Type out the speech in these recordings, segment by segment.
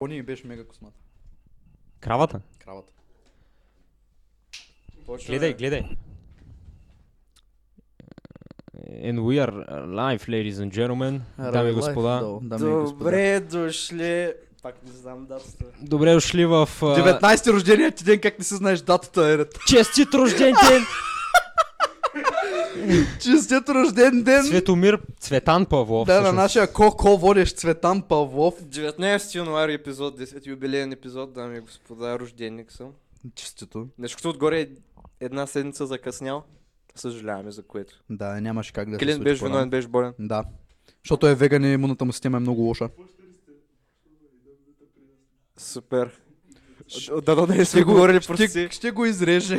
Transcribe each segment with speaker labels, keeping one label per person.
Speaker 1: Пони ми беше мега космата.
Speaker 2: Кравата.
Speaker 1: Кравата. Почва...
Speaker 2: Гледай, гледай. And we are live, ladies and gentlemen. Дами и господа.
Speaker 3: Добре дошли. Пак не знам датата.
Speaker 2: Добре дошли в... а,
Speaker 1: 19 рождения ти ден, как не си знаеш датата, е ред.
Speaker 2: Честит рожден ден!
Speaker 1: Честит рожден ден!
Speaker 2: Светомир Цветан Павлов.
Speaker 1: Да, на
Speaker 2: всъщност.
Speaker 1: нашия ко-ко водещ Цветан Павлов.
Speaker 3: 19 януари епизод 10, юбилейен епизод, дами и господа, рожденник съм.
Speaker 1: Честито.
Speaker 3: Нещо отгоре е една седмица закъснял. Съжаляваме за което.
Speaker 1: Да, нямаше как да се
Speaker 3: Клин
Speaker 1: случи
Speaker 3: беше
Speaker 1: по-рано.
Speaker 3: виновен, беше болен.
Speaker 1: Да. Защото е веган и имунната му система е много лоша.
Speaker 3: Супер. Ш- Да, да, не сме говорили прости.
Speaker 1: Ще, ще го изреже.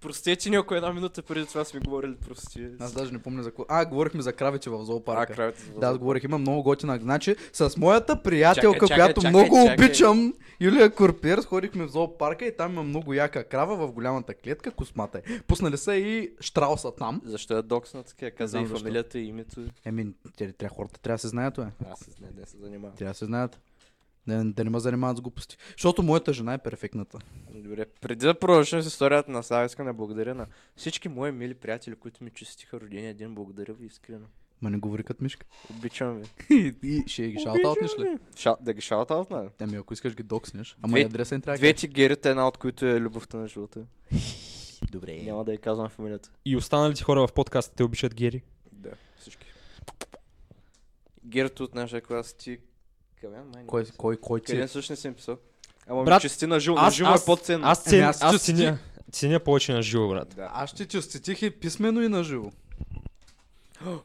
Speaker 3: Простете ни, ако една минута преди това сме говорили прости.
Speaker 1: Аз даже не помня за какво. А, говорихме за кравите в
Speaker 3: А,
Speaker 1: зоопарка.
Speaker 3: кравите за
Speaker 1: Да, аз говорих, има много готина. Значи, с моята приятелка,
Speaker 3: Чакай, чакай,
Speaker 1: която
Speaker 3: чакай,
Speaker 1: много
Speaker 3: чакай.
Speaker 1: обичам, Юлия Курпер, сходихме в зоопарка и там има много яка крава в голямата клетка, космата е. Пуснали са и штрауса там.
Speaker 3: Защо е доксна така? Каза
Speaker 1: знам
Speaker 3: и
Speaker 1: защо.
Speaker 3: фамилията, и името.
Speaker 1: Еми, те- трябва хората трябва да се знаят, бе.
Speaker 3: Аз се знае, не се занимавам.
Speaker 1: Трябва да се знаят. Да, да не ме занимават с глупости. Защото моята жена е перфектната.
Speaker 3: Добре, преди да продължим с историята на Сава, искам да благодаря на всички мои мили приятели, които ми честиха рождения ден. Благодаря ви искрено.
Speaker 1: Ма не говори като мишка.
Speaker 3: Обичам ви.
Speaker 1: И ще ги шалтаутнеш ли?
Speaker 3: Ша... Да ги шаутаутна. ли?
Speaker 1: Ами ако искаш ги докснеш. Ама
Speaker 3: Две-
Speaker 1: и адреса не трябва да
Speaker 3: Двете герите, една от които е любовта на живота.
Speaker 1: кажеш. Добре.
Speaker 3: Няма да я казвам фамилията.
Speaker 2: И останалите хора в подкаста те обичат Гери.
Speaker 3: Да, всички. Герито от нашия клас ти... Камен, май не
Speaker 1: Кой,
Speaker 3: мисля.
Speaker 1: кой, кой ти? е?
Speaker 3: Къде всъщност не съм писал? Ама
Speaker 2: Брат,
Speaker 3: ми чести на жил, на
Speaker 2: аз-
Speaker 3: жил
Speaker 2: аз-
Speaker 3: е по-ценно.
Speaker 2: Аз ценя,
Speaker 1: Еми, Ами аз
Speaker 2: аз,
Speaker 1: честит.
Speaker 2: ценя, ценя повече на живо, брат.
Speaker 3: Да.
Speaker 1: Аз ще ти честитих и писмено и на живо.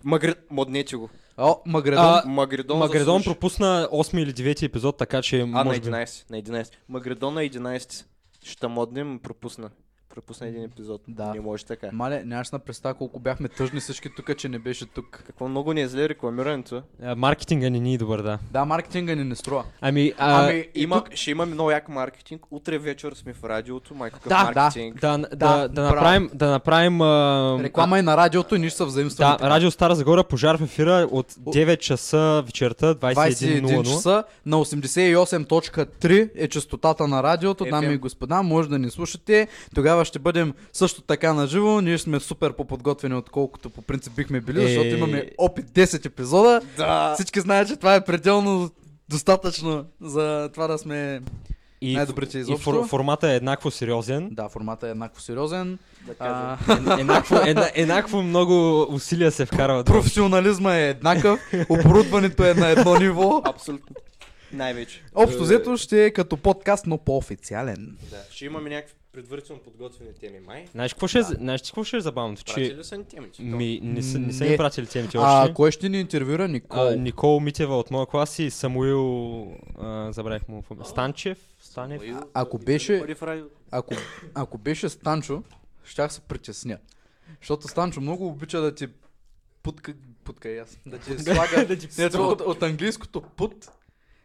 Speaker 3: Магри... Моднете го.
Speaker 1: О, Магредон.
Speaker 2: А,
Speaker 3: Магридон
Speaker 2: Магредон
Speaker 3: заслужи.
Speaker 2: пропусна 8 или 9 епизод, така че
Speaker 3: А,
Speaker 2: може
Speaker 3: на
Speaker 2: би...
Speaker 3: 11, на 11. Магредон на 11. Ще моднем, пропусна. Пропусна един епизод.
Speaker 1: Да.
Speaker 3: Не може така.
Speaker 1: Мале, нямаш на представа колко бяхме тъжни всички тук, че не беше тук.
Speaker 3: Какво много ни е зле рекламирането.
Speaker 2: А, Маркетинга не ни е добър, да.
Speaker 1: Да, маркетинга ни не струва.
Speaker 2: Ами, а,
Speaker 1: Ами, и
Speaker 3: Има,
Speaker 1: тук-
Speaker 3: Ще имаме много як маркетинг. Утре вечер сме в радиото. Май какъв
Speaker 2: Да,
Speaker 1: да.
Speaker 3: маркетинг.
Speaker 2: да, да, да,
Speaker 1: браво.
Speaker 2: направим, да направим а,
Speaker 1: Реклама и на радиото, ние ще са взаимствани.
Speaker 2: Да, Радио Стара Загора, пожар в ефира от 9 часа вечерта,
Speaker 1: 21
Speaker 2: 21.00.
Speaker 1: часа на 88.3 е частотата на радиото,
Speaker 3: FM.
Speaker 1: дами и господа, може да ни слушате. Тогава ще бъдем също така на живо. Ние сме супер по-подготвени, отколкото по принцип бихме били,
Speaker 2: Е.
Speaker 1: защото имаме опит 10 епизода.
Speaker 3: Да.
Speaker 1: Всички знаят, че това е пределно достатъчно за това да сме...
Speaker 2: И,
Speaker 1: Най-добрите
Speaker 2: и
Speaker 1: изобщо.
Speaker 2: фор- формата е еднакво сериозен.
Speaker 1: Да, формата е еднакво сериозен.
Speaker 3: Да кажем.
Speaker 1: А,
Speaker 2: Е- Еднакво, една, еднакво много усилия се вкарват.
Speaker 1: професионализма е еднакъв, оборудването е на едно ниво.
Speaker 3: Абсолютно. Най-вече.
Speaker 1: Общо взето ще е като подкаст, но по-официален.
Speaker 3: Да. Ще имаме някакви предварително подготвени теми. Май.
Speaker 2: Знаеш какво ще, е- знаеш ли какво ще е забавното?
Speaker 3: Пратили
Speaker 2: Че
Speaker 3: ли са ни темите?
Speaker 2: ми, не, са, не са
Speaker 1: Не.
Speaker 2: ни пратили темите
Speaker 1: А
Speaker 2: още.
Speaker 1: кой ще ни интервюра? Никол.
Speaker 2: А, Никол Митева от моя клас и Самуил, а, забравих му фами- Станчев, Станев.
Speaker 3: Ой,
Speaker 1: ако
Speaker 3: да
Speaker 1: беше-
Speaker 3: бъде в радио.
Speaker 1: Ако, ако беше Станчо, щях се притесня. Защото Станчо много обича да ти путка, путка и аз. Да ти слага
Speaker 2: Да ти
Speaker 1: не, това от, от английското пут.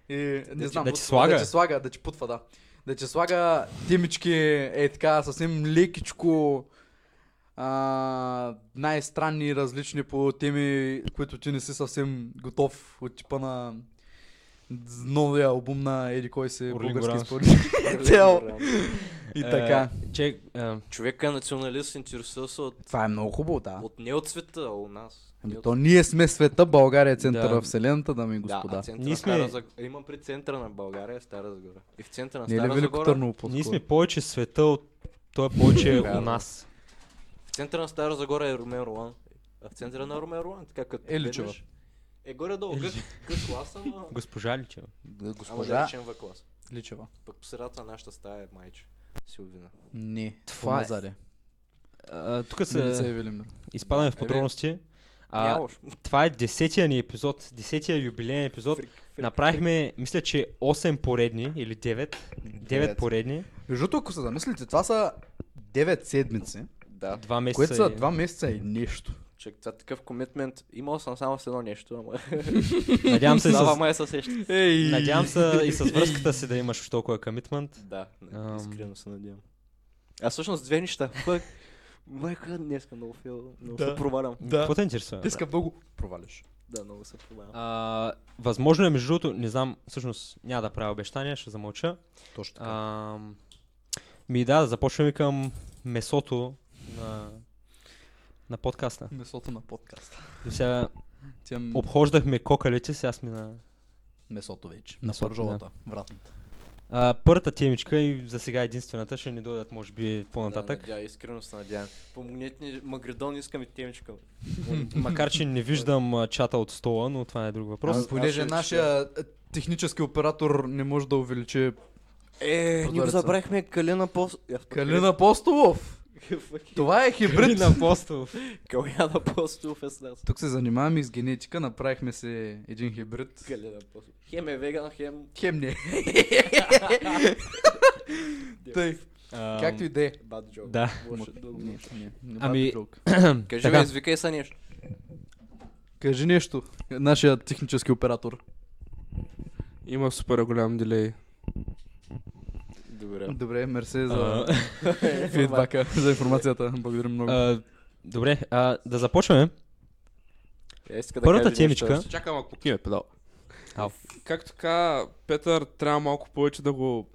Speaker 1: И, не
Speaker 2: ти-
Speaker 1: знам,
Speaker 2: да ти
Speaker 1: от-
Speaker 2: слага?
Speaker 1: Да ти слага, да ти путва, да. Да ти слага темички, е така, съвсем лекичко а, най-странни различни по теми, които ти не си съвсем готов от типа на новия албум на Еди кой си
Speaker 2: Орлин
Speaker 1: български
Speaker 2: Горанов.
Speaker 1: изпълнител Цял. и
Speaker 2: Е,
Speaker 1: така.
Speaker 2: Че, а,
Speaker 3: Човека е националист, интересува се от,
Speaker 1: Това е много хубаво, да.
Speaker 3: от не от света, а у нас. Не
Speaker 1: Ами
Speaker 3: от
Speaker 1: то ние сме света, България е центъра
Speaker 2: Да.
Speaker 1: на Вселената, дами и
Speaker 3: Да,
Speaker 1: господа.
Speaker 3: а центъра
Speaker 2: Ние
Speaker 3: на
Speaker 2: сме-
Speaker 3: Стара Загора. Имам при центъра на България е Стара Загора. И в центъра на
Speaker 1: не е ли
Speaker 3: Стара
Speaker 1: Велико
Speaker 3: Загора.
Speaker 1: Търново по
Speaker 2: ние сме повече света от той е повече
Speaker 3: Да.
Speaker 2: у нас.
Speaker 3: В центъра на Стара Загора е Румен Ролан. А в центъра на Румен Ролан, така като
Speaker 1: Е, Личева.
Speaker 3: погледнеш, Е горе-долу, гъс, гъс класа, но...
Speaker 2: Госпожа Личева.
Speaker 3: Ама да
Speaker 1: Госпожа
Speaker 3: речем В клас.
Speaker 1: Личева.
Speaker 3: Пък по средата на нашата стая е майче. Силвина.
Speaker 1: Не,
Speaker 2: Това е-
Speaker 1: това е. Заре.
Speaker 2: А, Тук
Speaker 1: Милица и
Speaker 2: се
Speaker 1: Велимир.
Speaker 2: изпадаме в
Speaker 3: Е,
Speaker 2: подробности. А,
Speaker 3: Няма лошо.
Speaker 2: Това е десетия ни епизод, десетия юбилейен епизод.
Speaker 3: Фрик, фрик,
Speaker 2: Направихме, мисля, че 8 поредни или 9. 9
Speaker 1: Девет.
Speaker 2: поредни.
Speaker 1: Между другото, ако се замислите, това са 9 седмици,
Speaker 3: Да,
Speaker 2: Два месеца.
Speaker 1: което са
Speaker 2: и-
Speaker 1: 2 месеца и нещо.
Speaker 3: чак това е такъв комитмент. Имал съм само с едно нещо, ама...
Speaker 2: Надявам се,
Speaker 3: Слава
Speaker 2: с...
Speaker 3: май се сеща.
Speaker 1: Ей!
Speaker 2: Надявам се и с връзката си да имаш още толкова комитмент.
Speaker 3: Да,
Speaker 2: Ам.
Speaker 3: искрено се надявам. А всъщност две неща. Пък, майка, днеска много фил, много
Speaker 2: Да.
Speaker 3: се провалям.
Speaker 2: Да. Какво те интересува?
Speaker 1: Днеска много провалиш.
Speaker 3: Да, много се познавам.
Speaker 2: А, възможно е, между другото, не знам, всъщност няма да правя обещания, ще замълча.
Speaker 1: Точно така.
Speaker 2: А, ми да, да започваме към месото на, на подкаста.
Speaker 1: Месото на подкаста.
Speaker 2: До сега
Speaker 1: Тя м-
Speaker 2: обхождахме кокалите, сега сме на
Speaker 1: месото вече. На
Speaker 2: Месото,
Speaker 1: пържолата, вратната.
Speaker 2: а, първата темичка и за сега единствената ще ни дойдат, може би, по-нататък.
Speaker 3: Да, надя- искрено се надявам. Помогнете ни, Магредон искаме темичка.
Speaker 2: Макар, че не виждам а, чата от стола, но това е друг въпрос.
Speaker 1: Просто, понеже
Speaker 3: ще чета.
Speaker 1: нашия е, технически оператор не може да увеличи
Speaker 3: Е, ние го
Speaker 1: Прозореца.
Speaker 3: забравихме Калина Пос...
Speaker 1: Калин Апостолов. Това е хибрид.
Speaker 2: на Апостолов.
Speaker 3: Калина Постов е с нас.
Speaker 1: Тук се занимаваме и с генетика, направихме си един хибрид.
Speaker 3: Калина Постов. Хем е веган, хем...
Speaker 1: Хем не. Тъй,
Speaker 2: А,
Speaker 1: както и да е.
Speaker 3: Бад джок.
Speaker 2: Да.
Speaker 3: Лошо, дълго
Speaker 1: Не,
Speaker 3: лошо.
Speaker 1: не, не баби
Speaker 2: Ами-
Speaker 1: джок.
Speaker 3: Кажи
Speaker 2: Така.
Speaker 3: ми, извикай са нещо.
Speaker 1: Кажи нещо, нашия технически оператор.
Speaker 4: Има супер голям дилей.
Speaker 3: Добре.
Speaker 1: Добре, мерси за
Speaker 2: а,
Speaker 1: фидбака, за информацията. Благодарим много.
Speaker 2: а, Добре, а, да започваме.
Speaker 3: Тя Е, иска да
Speaker 2: Първата
Speaker 3: каже нещо
Speaker 2: темичка.
Speaker 3: още.
Speaker 4: Чакам, ако киме педал.
Speaker 2: Ау.
Speaker 4: Както така, Петър трябва малко повече да го...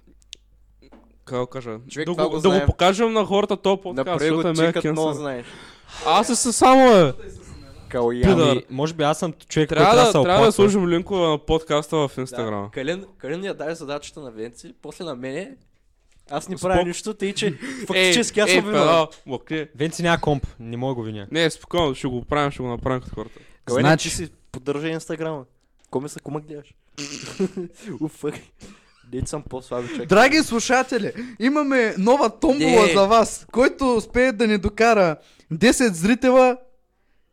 Speaker 4: Как да кажа?
Speaker 3: Човек,
Speaker 4: да,
Speaker 3: това
Speaker 4: го,
Speaker 3: го
Speaker 4: да го
Speaker 3: знаем.
Speaker 4: покажем на хората този подкаст.
Speaker 3: Направи го
Speaker 4: защото е
Speaker 3: чекът,
Speaker 4: мекен
Speaker 3: много
Speaker 4: съм.
Speaker 3: знаеш.
Speaker 4: Аз се само е.
Speaker 3: Калина.
Speaker 2: Ами, може би аз съм човек, който
Speaker 4: Трябва
Speaker 2: трябва да,
Speaker 4: да,
Speaker 2: се
Speaker 4: трябва
Speaker 2: оплаква.
Speaker 4: да сложим линкове на подкаста в Инстаграма.
Speaker 3: Да. Калин, Калин я даде задачата на Венци, после на мене. Аз не
Speaker 4: Спок-
Speaker 3: правя нищо, тъй че фактически аз съм виновен.
Speaker 4: педал, млъкни.
Speaker 2: Венци няма комп, не мога го виня.
Speaker 4: Не, спокойно, ще го правим, ще го направим като хората.
Speaker 3: Калин,
Speaker 1: Значи-
Speaker 3: ти си поддържа инстаграма. Коми се, кома гледаш? Уфък. Дет съм по-слаби човек.
Speaker 1: Драги слушатели, имаме нова томбола
Speaker 3: Не.
Speaker 1: за вас, който успее да ни докара 10 зрителя,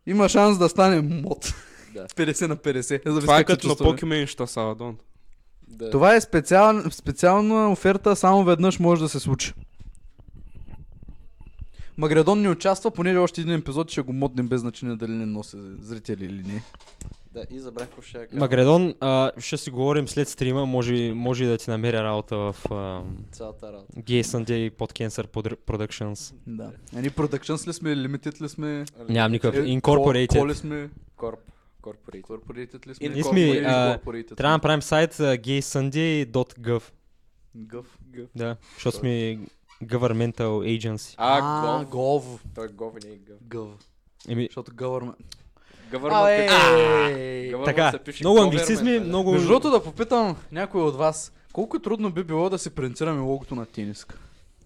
Speaker 1: има шанс да стане мод.
Speaker 3: Да.
Speaker 1: 50 на 50. зависи
Speaker 4: Това е
Speaker 1: как се
Speaker 4: като на
Speaker 1: чувстваме.
Speaker 4: Покемен ще става, Дон.
Speaker 3: Да.
Speaker 1: Това е специал, специална оферта, само веднъж може да се случи. Магредон не участва, понеже още един епизод ще го моднем без значение дали не носи зрители или не.
Speaker 3: Да, и забрах какво ще я кажа.
Speaker 2: Магредон, а, ще си говорим след стрима, може, може и да ти намеря работа в а,
Speaker 3: Цялата работа.
Speaker 2: Gay Sunday под Cancer Podr- Productions.
Speaker 1: Да. Ани продъкшнс ли сме, лимитед ли сме,
Speaker 2: Нямам никакъв.
Speaker 1: Е,
Speaker 2: Incorporated.
Speaker 1: коли сме,
Speaker 3: Корп. Корпорейт.
Speaker 1: корпорейтед ли сме,
Speaker 3: Ние
Speaker 2: сме,
Speaker 1: Corporate-
Speaker 2: а,
Speaker 1: Corporate
Speaker 2: Трябва да направим сайт а, gaysunday.gov.
Speaker 1: Гъв.
Speaker 3: Гъв.
Speaker 2: Да, защото сме governmental agency.
Speaker 3: А, гов.
Speaker 1: гов.
Speaker 3: Той е гов и не е гъв.
Speaker 1: Гъв.
Speaker 2: Еми,
Speaker 1: Защото government.
Speaker 3: Гъвърмът
Speaker 2: така, много англицизми, много...
Speaker 1: е! Между другото да попитам някой от вас, колко трудно би било да си принцираме логото на тениска?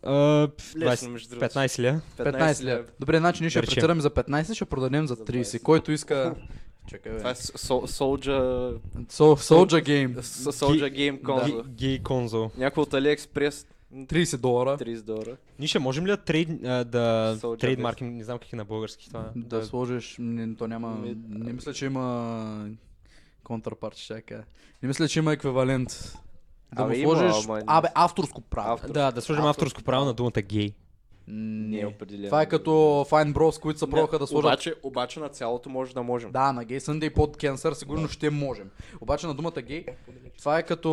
Speaker 2: а, 20
Speaker 3: Лесно, между
Speaker 1: е.
Speaker 3: другото.
Speaker 2: 15 ли? е? а?
Speaker 1: 15 лева. Добре, значи ние ще
Speaker 2: Да речем.
Speaker 1: принцираме за 15, ще продадем за
Speaker 3: За
Speaker 1: 30.
Speaker 3: 20.
Speaker 1: Който иска... Чакай,
Speaker 3: Това
Speaker 1: бе.
Speaker 3: е Soldier...
Speaker 1: Сол- Soldier Game.
Speaker 3: Soldier Game
Speaker 2: Ги-
Speaker 3: Console.
Speaker 2: Гей конзол.
Speaker 3: Някой от AliExpress
Speaker 1: 30 долара.
Speaker 3: 30 долара.
Speaker 2: Ние ще можем ли да, трейд, а, да
Speaker 3: Soulja
Speaker 2: трейдмарким, не знам как е на български това.
Speaker 1: Да сложиш... не- То няма...
Speaker 3: Ми-
Speaker 1: Не мисля, че има... Контрапарт, ще я кажа. Не мисля, че има еквивалент. Да му
Speaker 3: Абе, има,
Speaker 1: сложиш...
Speaker 3: ама не-
Speaker 1: Абе, авторско право.
Speaker 3: Автор.
Speaker 2: Да, да сложим
Speaker 3: Авторско
Speaker 2: авторско право на думата гей.
Speaker 3: Не е
Speaker 1: Не.
Speaker 3: определено.
Speaker 1: Това е като Fine Bros, които са
Speaker 3: Не,
Speaker 1: пробваха да сложат
Speaker 3: Обаче, обаче на цялото може да можем.
Speaker 1: Да, на гей Sunday под кенсър сигурно ще можем. Обаче на думата гей, това е като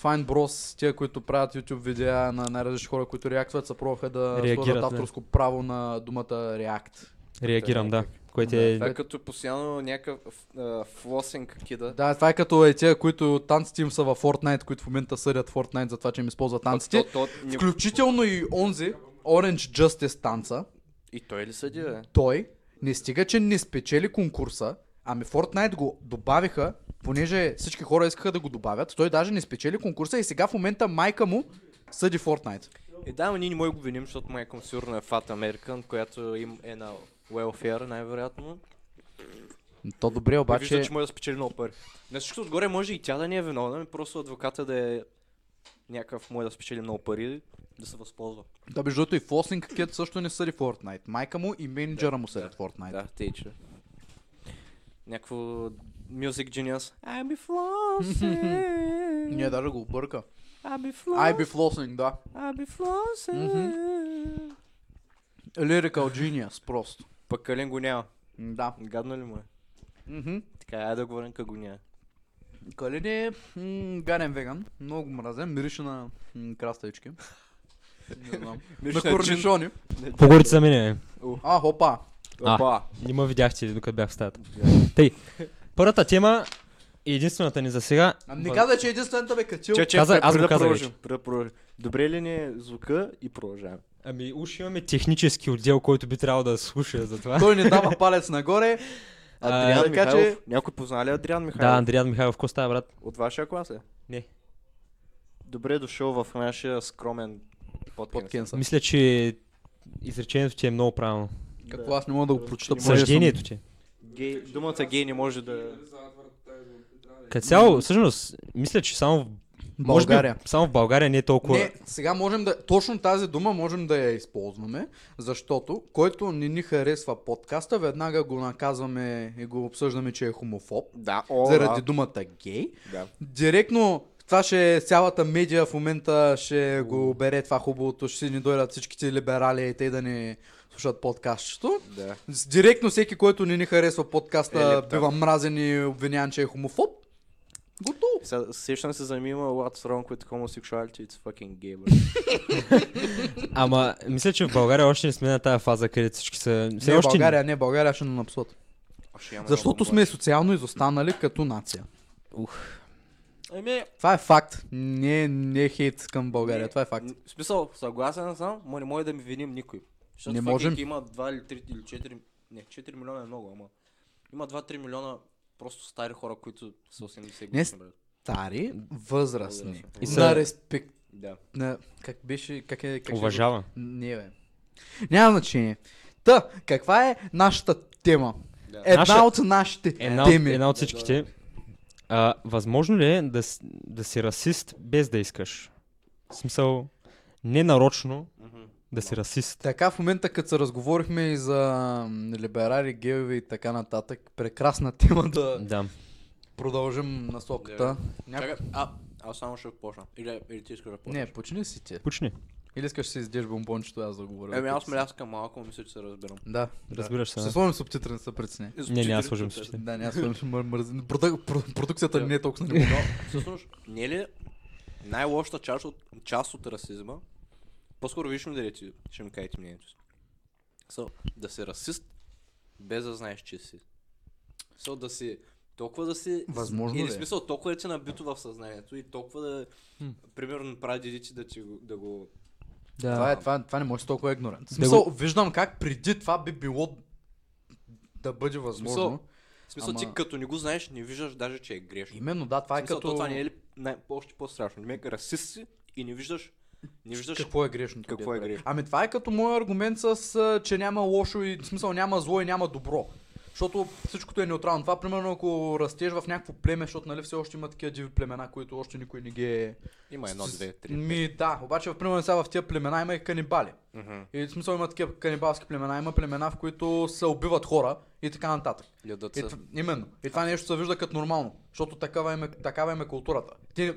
Speaker 1: Fine Bros, тия, които правят YouTube видеа на най-различни хора, които реактват, са пробваха да
Speaker 2: Реагират,
Speaker 1: сложат
Speaker 2: да.
Speaker 1: авторско право на думата React.
Speaker 2: Реагирам, да. Което е...
Speaker 3: Това е като постоянно някакъв а, флосинг кида.
Speaker 1: Да, това е като е тия, които танците им са във Fortnite, които в момента съдят Fortnite за това, че им използват танците.
Speaker 3: То- то- не-
Speaker 1: Включително и онзи, Orange Justice танца,
Speaker 3: И той ли съди, бе?
Speaker 1: той не стига, че не спечели конкурса, ами Fortnite го добавиха, понеже всички хора искаха да го добавят, той даже не спечели конкурса и сега в момента майка му съди Fortnite.
Speaker 3: Е, да, но ние не можем да го виним, защото майка му сигурно е Fat American, която им е на welfare, най-вероятно.
Speaker 1: То добре,
Speaker 3: Обаче...
Speaker 1: обаче...
Speaker 3: Вижда, че може да спечели много пари. На всичкото отгоре може и тя да не е виновна, просто адвоката да е някакъв може да спечели много пари, да се възползва.
Speaker 1: Да, между другото и Фосинг Кет също не съди Fortnite. Майка му и менеджера му съдят Fortnite.
Speaker 3: Да, тъй, че. Някакво Music Genius. I be flossing.
Speaker 1: Ние даже го обърка.
Speaker 3: I be
Speaker 1: I
Speaker 3: flossing.
Speaker 1: be flossing, да.
Speaker 3: I be flossing.
Speaker 1: Мгм. Lyrical genius, просто.
Speaker 3: Пък Калин го няма.
Speaker 1: М, Да.
Speaker 3: Гадно ли му е?
Speaker 1: Мгм.
Speaker 3: Така, айде да говорим как го няма.
Speaker 1: Калин е м, гаден веган, много го мразен, мирише на м, краставички. Не знам. на
Speaker 3: Мирише на джин.
Speaker 1: корнишони.
Speaker 2: Поговорите за мен. е.
Speaker 1: А, хопа.
Speaker 2: А.
Speaker 3: Опа.
Speaker 2: Нима видяхте, докато бях в стаята.
Speaker 3: Да.
Speaker 2: Тъй. Първата тема и единствената ни за сега.
Speaker 1: А, Ами не каза, че е единствената бе качил.
Speaker 3: Че, че,
Speaker 2: Каза-
Speaker 3: пре-
Speaker 2: аз
Speaker 3: пре
Speaker 2: го
Speaker 3: да
Speaker 2: казах
Speaker 3: продължим,
Speaker 2: вече.
Speaker 3: пре да продължим. Добре ли ни е звука и продължаваме.
Speaker 2: Ами, уж имаме технически отдел, който би трябвало да слуша за това.
Speaker 1: Той не дава палец нагоре.
Speaker 3: Адриан
Speaker 1: така че-
Speaker 3: Михайлов. Някой позна ли Адриан
Speaker 2: Да,
Speaker 3: Михайлов?
Speaker 2: Андриан Михайлов, какво става, брат?
Speaker 3: От вашия клас е?
Speaker 2: Не.
Speaker 3: Добре е дошъл в нашия скромен подкаст.
Speaker 1: Под Кенса.
Speaker 2: Мисля, че изречението ти е много правилно.
Speaker 1: Какво аз не мога да го прочита. понеже съм-
Speaker 2: Съждението ти.
Speaker 3: Гей, думата гей не може да...
Speaker 2: Като цяло, всъщност, мисля, че само в може би
Speaker 1: България.
Speaker 2: само в България не е толкова.
Speaker 1: Не, сега можем да. Точно тази дума можем да я използваме, защото който не ни харесва подкаста, веднага го наказваме и го обсъждаме, че е хомофоб.
Speaker 3: Да, о,
Speaker 1: заради думата гей.
Speaker 3: да.
Speaker 1: Директно това ще е цялата медия в момента ще го бере това хубавото, ще си ни дойдат всичките либерали и те да ни слушат подкастчето.
Speaker 3: Да, да.
Speaker 1: С- Директно всеки, който не ни харесва
Speaker 3: Е,
Speaker 1: подкаста,
Speaker 3: лепта.
Speaker 1: бива мразен и обвинян, че е хомофоб. Готово.
Speaker 3: Сега, сещам се за мима What's wrong with homosexuality, е it's fucking gay, bro.
Speaker 2: Ама, мисля, че в България още не сме на тази фаза, където всички са. Все
Speaker 1: Не е
Speaker 2: още Е,
Speaker 1: България, не България ще ни напсуват.
Speaker 3: Ще имаме
Speaker 1: Защото
Speaker 3: много
Speaker 1: сме социално изостанали като нация.
Speaker 3: млади. Еми,
Speaker 1: Това е факт. Не, не е хейт към България. Това е факт.
Speaker 3: н- в смисъл, съгласен съм, но не може да ми виним никой. Защото
Speaker 1: Не
Speaker 3: fucking
Speaker 1: можем.
Speaker 3: Има 2 или 3 или 4, не, 4 милиона е много, ама. Има 2-3 милиона просто стари хора, които са 80
Speaker 1: с-
Speaker 3: години, брат.
Speaker 1: Стари, възрастни.
Speaker 3: Възрастни.
Speaker 1: И
Speaker 2: И
Speaker 1: са...
Speaker 2: са-
Speaker 1: На респект.
Speaker 3: Да.
Speaker 1: На... Как беше? Как е? Как ще го-
Speaker 2: Ни... Уважава.
Speaker 1: Не, бе. Няма значение. Та, каква е нашата тема?
Speaker 3: Да.
Speaker 1: Една
Speaker 2: Наша-
Speaker 1: от нашите
Speaker 2: Една от,
Speaker 1: теми.
Speaker 2: една от всичките. А, възможно ли е да, с- да си расист без да искаш? В смисъл, не нарочно да си расист.
Speaker 1: Така в момента, като се разговорихме и за м, либерали, геове и така нататък, прекрасна тема да
Speaker 2: Да.
Speaker 1: продължим насоката.
Speaker 3: Да.
Speaker 1: Някой...
Speaker 3: Чакай, а, аз само ще почна. Или, или ти искаш да почнеш?
Speaker 1: Не, почни си ти.
Speaker 2: Почни.
Speaker 1: Или искаш да си издеш бомбончето, аз да говоря.
Speaker 3: Еми, аз мляскам малко, мисля, че се разбирам.
Speaker 1: Да,
Speaker 2: Разбираш се,
Speaker 1: да. Ще
Speaker 2: да.
Speaker 1: сложим субтитри, не се притесни.
Speaker 3: Е.
Speaker 2: Не, не, аз
Speaker 3: Субтитрите
Speaker 2: сложим
Speaker 3: са-
Speaker 2: същите.
Speaker 1: Да, не, аз сложим, ще мър- мързи- Продък- про- Продукцията
Speaker 3: Да.
Speaker 1: не е толкова на ниво.
Speaker 3: Всъщност, не е ли най-лошата част от, част от расизма? По-скоро виж ми дали ти ще ми кажете мнението си. So, да си расист, без да знаеш, че си. So, да си толкова да си...
Speaker 1: Възможно
Speaker 3: Или
Speaker 1: ли е?
Speaker 3: смисъл, толкова да ти е набито в съзнанието и толкова да... Примерно прави дедите да, ти, го- да го...
Speaker 2: Да.
Speaker 1: Това, е, това, това не може толкова игнорент. В смисъл, виждам как преди това би било да бъде възможно.
Speaker 3: Смисъл, В смисъл, ти
Speaker 1: Ама-
Speaker 3: като не го знаеш, не виждаш даже, че е грешно.
Speaker 1: Именно, да, това е
Speaker 3: смисъл,
Speaker 1: като...
Speaker 3: то това не е ли най- още по-страшно? Мека расист си и не виждаш, не виждаш
Speaker 1: Какво е грешното?
Speaker 3: Какво
Speaker 1: дето
Speaker 3: е
Speaker 1: прави.
Speaker 3: грешно?
Speaker 1: Ами това е като моят аргумент с, а, че няма лошо и в смисъл няма зло и няма добро. Защото всичкото е неутрално. Това, примерно, ако растеш в някакво племе, защото нали все още има такива диви племена, които още никой не ги е...
Speaker 3: Има едно, две, три.
Speaker 1: Ми, да, обаче, примерно, сега в тия племена има и канибали.
Speaker 3: Мгм.
Speaker 1: И в смисъл има такива канибалски племена, има племена, в които се убиват хора и така нататък.
Speaker 3: Ядат
Speaker 1: И,
Speaker 3: се.
Speaker 1: тв- именно. И Е, това нещо се вижда като нормално, защото такава им е, такава им е културата. Ти,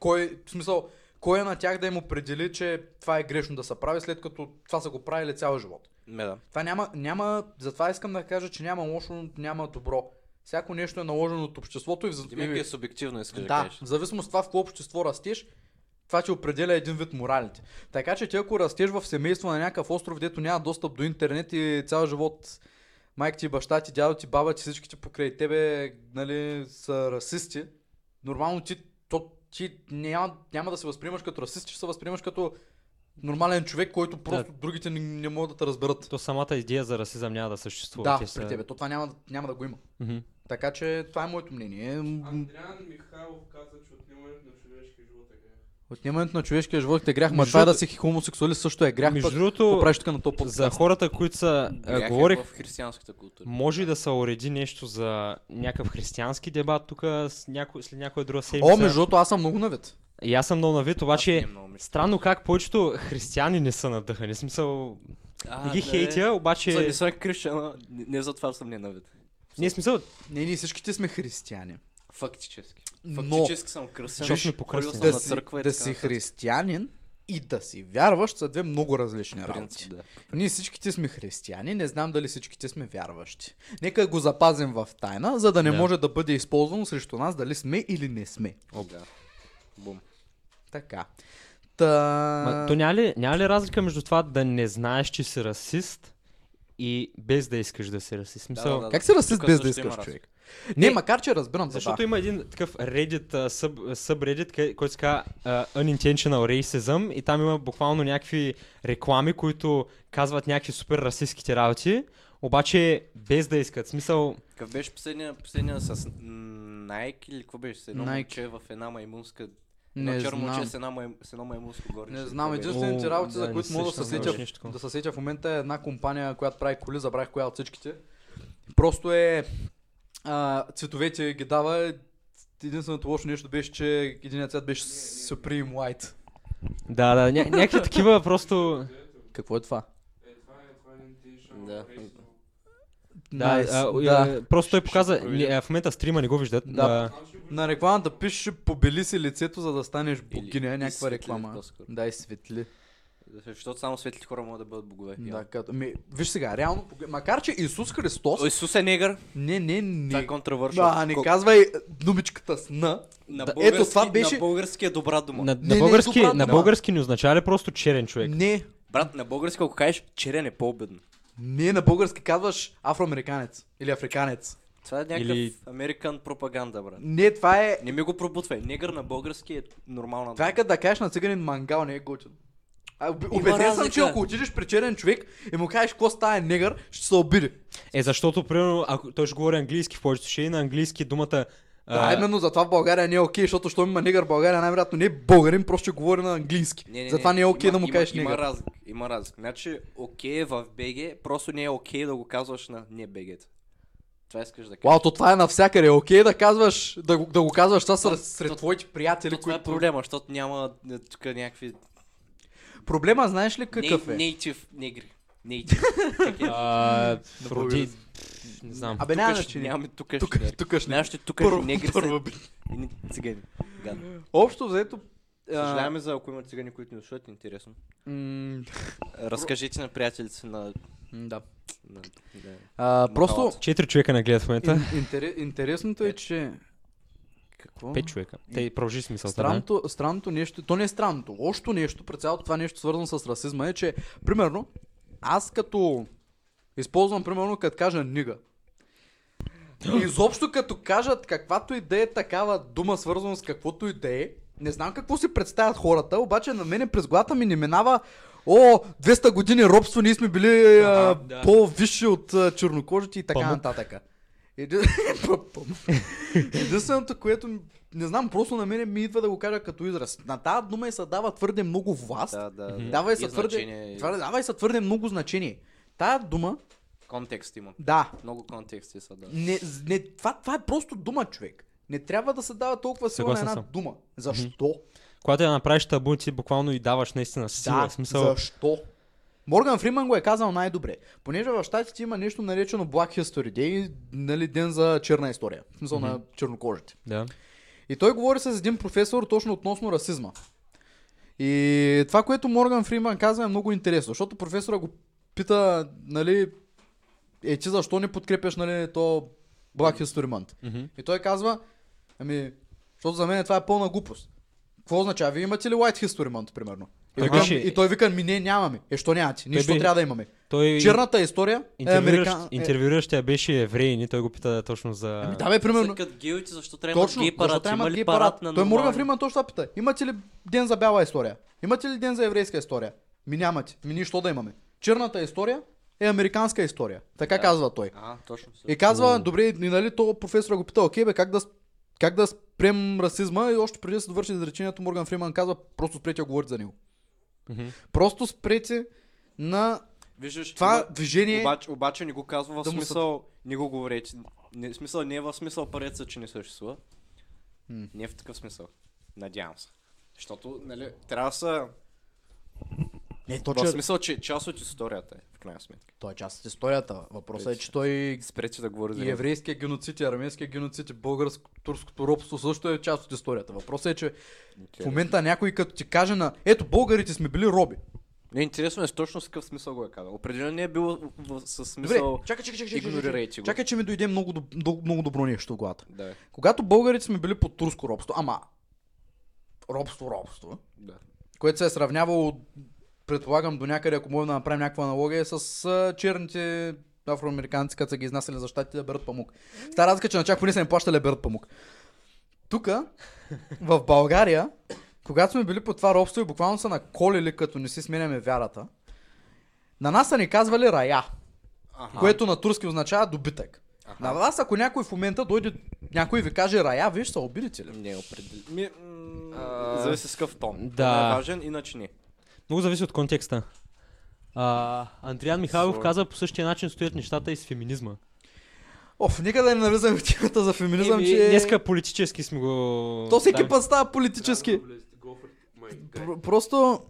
Speaker 1: кой, в смисъл, кой е на тях да им определи, че това е грешно да се прави, след като това са го правили цял живот?
Speaker 3: Ме да.
Speaker 1: Това няма, няма, затова искам да кажа, че няма лошо, няма добро. Всяко нещо е наложено от обществото и, в,
Speaker 3: Димек
Speaker 1: и
Speaker 3: е субективно, искаш да
Speaker 1: да, Е,
Speaker 3: кажеш.
Speaker 1: в зависимост от това в какво общество растеш, това ти определя един вид моралите. Така че ти ако растеш в семейство на някакъв остров, дето няма достъп до интернет и цял живот майка ти, баща ти, дядо ти, баба ти, всичките покрай тебе нали, са расисти, нормално ти, то, ти няма, няма да се възприемаш като расист, ще се възприемаш като нормален човек, който просто другите не, не могат да те разберат.
Speaker 2: То самата идея за расизъм няма да съществува.
Speaker 1: Да,
Speaker 2: Те са-
Speaker 1: при тебе. То това няма, няма да го има.
Speaker 2: Мгм.
Speaker 1: Така че това е моето мнение.
Speaker 4: Андриан Михайлов каза, че отнемането на човешки живот е грех.
Speaker 1: Отнемането на човешкия живот е грях, ма
Speaker 2: Между
Speaker 1: това да
Speaker 2: другото-
Speaker 1: си хомосексуалист също е грях.
Speaker 2: Между
Speaker 1: Пък,
Speaker 2: другото,
Speaker 1: какво правиш тук на топ
Speaker 2: за хората, които са,
Speaker 3: Грях
Speaker 2: а,
Speaker 3: е
Speaker 2: говорих,
Speaker 3: в християнската култура.
Speaker 2: може и да се уреди нещо за някакъв християнски дебат тук с няко, след някоя друга седмица.
Speaker 1: О, между другото, аз съм много навид.
Speaker 2: И аз съм много навид,
Speaker 3: Аз
Speaker 2: обаче
Speaker 3: не много мисля.
Speaker 2: странно как повечето християни не са надъхани. В Смисъл, не ги
Speaker 3: да,
Speaker 2: хейтя,
Speaker 3: бе. Са,
Speaker 2: обаче...
Speaker 3: Не съм кръщена, не не за това съм ненавид.
Speaker 2: Не, в смисъл,
Speaker 1: Не, ние всичките сме християни.
Speaker 3: Фактически.
Speaker 1: Но-
Speaker 3: Фактически съм кръстен.
Speaker 2: Защото сме покръстени.
Speaker 3: ходил съм
Speaker 1: Да
Speaker 3: на
Speaker 1: си,
Speaker 3: църква и
Speaker 1: да
Speaker 3: така
Speaker 1: си
Speaker 3: нататък.
Speaker 1: християнин и да си вярващ са две много различни
Speaker 3: В
Speaker 1: работи.
Speaker 3: принцип, да.
Speaker 1: Ние всичките сме християни, не знам дали всичките сме вярващи. Нека го запазим в тайна, за да не
Speaker 2: Да.
Speaker 1: може да бъде използвано срещу нас дали сме или не сме.
Speaker 3: Да. Бум.
Speaker 1: Така. Та...
Speaker 2: ма, то няма ли, няма ли разлика между това да не знаеш, че си расист и без да искаш да си расист? В Смисъл,
Speaker 3: да, да.
Speaker 1: Как се расист
Speaker 3: Тука
Speaker 1: без
Speaker 3: също
Speaker 1: да
Speaker 3: има
Speaker 1: искаш
Speaker 3: разлика.
Speaker 1: човек? Не,
Speaker 2: Не.
Speaker 1: макар че разбирам за
Speaker 2: Защото
Speaker 1: да.
Speaker 2: има един такъв Reddit, а, sub, subreddit, къй- който се казва а, Unintentional Racism и там има буквално някакви реклами, които казват някакви супер расистските работи, обаче без да искат. В Смисъл,
Speaker 3: Какъв беше последния, последния с м, Nike или какво беше? С едно
Speaker 1: Nike.
Speaker 3: момче в една маймунска...
Speaker 1: Не
Speaker 3: едно черно
Speaker 1: знам.
Speaker 3: момче с, една май... с едно маймунско горище.
Speaker 1: Не
Speaker 3: или
Speaker 1: знам,
Speaker 3: какво беше?
Speaker 1: единствените
Speaker 2: О,
Speaker 1: работи,
Speaker 2: да,
Speaker 1: за
Speaker 2: не
Speaker 1: които
Speaker 2: се
Speaker 1: мога да се
Speaker 2: сещам
Speaker 1: сетя,
Speaker 2: вече нищо такова.
Speaker 1: да се сетя в момента е една компания, която прави коли, забравих коя от всичките. Просто е... А, цветовете ги дава. Единственото лошо нещо беше, че един цвет беше Supreme White.
Speaker 2: да, да, ня- някакви такива просто...
Speaker 1: Какво е това?
Speaker 2: Да,
Speaker 3: Да.
Speaker 2: е,
Speaker 1: Nice,
Speaker 2: а,
Speaker 1: да.
Speaker 2: а, просто той
Speaker 3: Ще- ще
Speaker 2: показа,
Speaker 3: го проведем.
Speaker 2: не, а, в момента стрима не го виждат.
Speaker 1: Да.
Speaker 2: а,
Speaker 1: На рекламата пише побели си лицето, за да станеш богиня,
Speaker 3: Или
Speaker 1: някаква
Speaker 3: изсветли
Speaker 1: реклама.
Speaker 3: по-скоро.
Speaker 1: Да, и светли.
Speaker 3: Защото само светли хора могат да бъдат богове.
Speaker 1: Да, като... Ми, виж сега, реално, поглед- макар че Исус Христос...
Speaker 3: О, Исус е негър.
Speaker 1: Не, не,
Speaker 3: Това е
Speaker 1: не.
Speaker 3: контравършъл.
Speaker 1: Да, не казвай думичката сна.
Speaker 3: На
Speaker 1: Да,
Speaker 3: български,
Speaker 1: ето това беше...
Speaker 3: На български е добра дума.
Speaker 2: на,
Speaker 1: не,
Speaker 2: на, български,
Speaker 1: добра
Speaker 2: на
Speaker 1: дума.
Speaker 2: български не означава ли просто черен човек?
Speaker 1: Не,
Speaker 3: Брат, на български, ако кажеш, черен е по-обедно.
Speaker 1: не на български казваш афроамериканец или африканец.
Speaker 3: Това е някакъв
Speaker 2: Или-
Speaker 3: американ пропаганда, брат.
Speaker 1: Не, това е...
Speaker 3: Не ми го пробутвай. Негър на български е нормална
Speaker 1: Това е като да кажеш на циганин мангал, не е готин. А, уб-
Speaker 3: Има
Speaker 1: Убеден съм,
Speaker 3: разлика.
Speaker 1: че ако отидеш при черен човек и му кажеш какво става е негър, ще се обиди.
Speaker 2: Е, защото, примерно, ако той ще говори английски в повечето случаи, на английски думата...
Speaker 1: Да, именно затова в България не е окей, защото щом има негър в България, най-вероятно не е българин, просто ще говори на английски.
Speaker 3: Не, не,
Speaker 1: затова не е окей
Speaker 3: има-
Speaker 1: да му
Speaker 3: има-
Speaker 1: кажеш
Speaker 3: Има
Speaker 1: негър.
Speaker 3: разлика. Има разлика. Значи, окей е в БГ, просто не е окей да го казваш на не бг Това искаш да кажеш.
Speaker 1: Вау, то това е навсякъде. Е Окей да казваш, да, го- да го казваш това сред,
Speaker 3: то-
Speaker 1: сред твоите приятели,
Speaker 3: То това
Speaker 1: които...
Speaker 3: е проблема, защото няма е, тук някакви...
Speaker 1: Проблема, знаеш ли какъв
Speaker 3: не,
Speaker 1: е?
Speaker 3: Native негри. Native. Как е?
Speaker 2: А, роди...
Speaker 1: български.
Speaker 2: пф, Не знам.
Speaker 1: Абе, няма
Speaker 3: Тук
Speaker 1: начин.
Speaker 3: ще нямаме тук.
Speaker 1: Тук, тук ще
Speaker 3: Нашите тук
Speaker 1: Първо-
Speaker 3: негри
Speaker 1: първо
Speaker 3: са
Speaker 1: би.
Speaker 3: едни цигани. Гадно.
Speaker 1: Общо взето... а,
Speaker 3: Съжаляваме за ако има цигани, които ни слушат, интересно.
Speaker 1: м,
Speaker 3: Разкажете на приятелите си на...
Speaker 1: Да.
Speaker 3: на- да.
Speaker 1: А, просто
Speaker 3: Махалата.
Speaker 2: Четири човека на гледат в момента.
Speaker 1: ин- интере- интересното е, че... Какво?
Speaker 2: Пет човека. Те продължи смисъл.
Speaker 1: Странното, странното нещо, то не е странното, лошото нещо при цялото това нещо свързано с расизма е, че примерно аз като използвам примерно като кажа нига. Изобщо като кажат каквато и да е такава дума свързана с каквото и да е, не знам какво си представят хората, обаче на мене през главата ми не минава О, 200 години робство, ние сме били а,
Speaker 2: да.
Speaker 1: по-висши от а, чернокожите и така
Speaker 2: Памук.
Speaker 1: нататък. Еди- Памук. Единственото, което м- не знам, просто на мене ми идва да го кажа като израз. На тази дума и се дава твърде много власт.
Speaker 3: Да, да, да.
Speaker 1: Дава и се
Speaker 3: И
Speaker 1: твърде,
Speaker 3: значение, и-
Speaker 1: твърде, дава и се твърде много значение. Тая дума,
Speaker 3: Контекст има.
Speaker 1: да,
Speaker 3: Много контексти са, да.
Speaker 1: не, не, това, това е просто дума, човек. Не трябва да се дава толкова сила на
Speaker 2: Съгласен
Speaker 1: една
Speaker 2: съм.
Speaker 1: дума. Защо?
Speaker 2: Когато я направиш табу, ти буквално и даваш наистина сила.
Speaker 1: Да,
Speaker 2: в смисъл,
Speaker 1: защо? Морган Фриман го е казал най-добре. Понеже в щатите има нещо наречено Black History Day, нали, ден за черна история. В смисъл на чернокожите.
Speaker 2: да.
Speaker 1: И той говори с един професор точно относно расизма. И това, което Морган Фриман казва е много интересно, защото професора го пита, нали, е ти защо не подкрепяш, нали, то Black History Month? И той казва, ами, защото за мен това е пълна глупост. Какво означава? Вие имате ли White History Month, примерно? И,
Speaker 2: Той
Speaker 1: викам-
Speaker 2: беше-
Speaker 1: и той вика, ми не, нямаме. Е, що нямате? Нищо
Speaker 2: би-
Speaker 1: трябва да имаме.
Speaker 2: Той
Speaker 1: Черната история е
Speaker 2: интервюиращ,
Speaker 1: американ... Е,
Speaker 2: интервюиращия беше евреин и той го пита точно за...
Speaker 1: ами да бе, примерно.
Speaker 3: Като гилти, защо трябва
Speaker 1: Точно,
Speaker 3: Точно, гей
Speaker 1: защо
Speaker 3: парад?
Speaker 1: трябва
Speaker 3: Има
Speaker 1: имат гей
Speaker 3: ли
Speaker 1: парад?
Speaker 3: парад на
Speaker 1: Той Морган
Speaker 3: нормални?
Speaker 1: Фриман точно това пита. Имате ли ден за бяла история? Имате ли ден за еврейска история? Ми нямате. Ми нищо да имаме. Черната история е американска история. Така
Speaker 3: Да.
Speaker 1: казва той.
Speaker 3: А, точно. също.
Speaker 1: И казва, добре, и нали то професора го пита, окей бе, как да, с- как да спрем расизма и още преди да се довърши изречението, Морган Фриман казва, просто спрете да говорите за него.
Speaker 2: Мгм.
Speaker 1: Просто спрете на
Speaker 3: Виждаш,
Speaker 1: това
Speaker 3: има-
Speaker 1: движение.
Speaker 3: Обаче, обаче не го казва в
Speaker 1: Да му
Speaker 3: смисъл, не го говорете. Не, смисъл не е в смисъл пареца, че не съществува.
Speaker 1: М.
Speaker 3: Не е в такъв смисъл. Надявам се. Защото, нали, трябва да са...
Speaker 1: Не, то,
Speaker 3: В
Speaker 1: че,
Speaker 3: смисъл, че част от историята е, в крайна сметка.
Speaker 1: той е част от историята. Въпросът е, че той
Speaker 3: Спрете да говори за
Speaker 1: И е еврейския геноцид, и армейския геноцид, и българско-турското робство също е част от историята. Въпросът е, че в момента някой като ти каже на ето българите сме били роби.
Speaker 3: Не, интересно е с точно с какъв смисъл го е казал. Определено не е било в, в, с
Speaker 1: Добре,
Speaker 3: смисъл...
Speaker 1: чакай, чакай, чакай, чакай, чакай,
Speaker 3: игнорирайте
Speaker 1: чакай,
Speaker 3: го.
Speaker 1: чакай, че ми дойде много, доб- доб- много добро нещо в главата.
Speaker 3: Да,
Speaker 1: Когато българите сме били под турско робство, ама робство, робство,
Speaker 3: да.
Speaker 1: което се е сравнявало, предполагам до някъде, ако можем да направим някаква аналогия, с а, черните афроамериканци, като са ги изнасяли за щатите да берат памук. Стара разлика, е, че на тях поне са им плащали да берат памук. Тук, в България, когато сме били под това робство и буквално са наколили, като не си сменяме вярата, на нас са ни казвали рая,
Speaker 3: Аха.
Speaker 1: което на турски означава добитък.
Speaker 3: Аха.
Speaker 1: На вас, ако някой в момента дойде, някой ви каже рая, виж, са обидите ли?
Speaker 3: Не е определен. Ми, м,
Speaker 2: А,
Speaker 3: Зависи с какъв тон.
Speaker 2: да.
Speaker 3: Това е важен, иначе не.
Speaker 2: Много зависи от контекста. А, Андриан Михайлов
Speaker 3: Sorry.
Speaker 2: каза по същия начин стоят нещата и с феминизма.
Speaker 1: Оф, никъде не навлизаме в темата за феминизъм,
Speaker 2: Еми,
Speaker 1: че...
Speaker 2: Е, Днеска политически сме го...
Speaker 1: То всеки
Speaker 2: да.
Speaker 1: път става политически. Пр- Просто...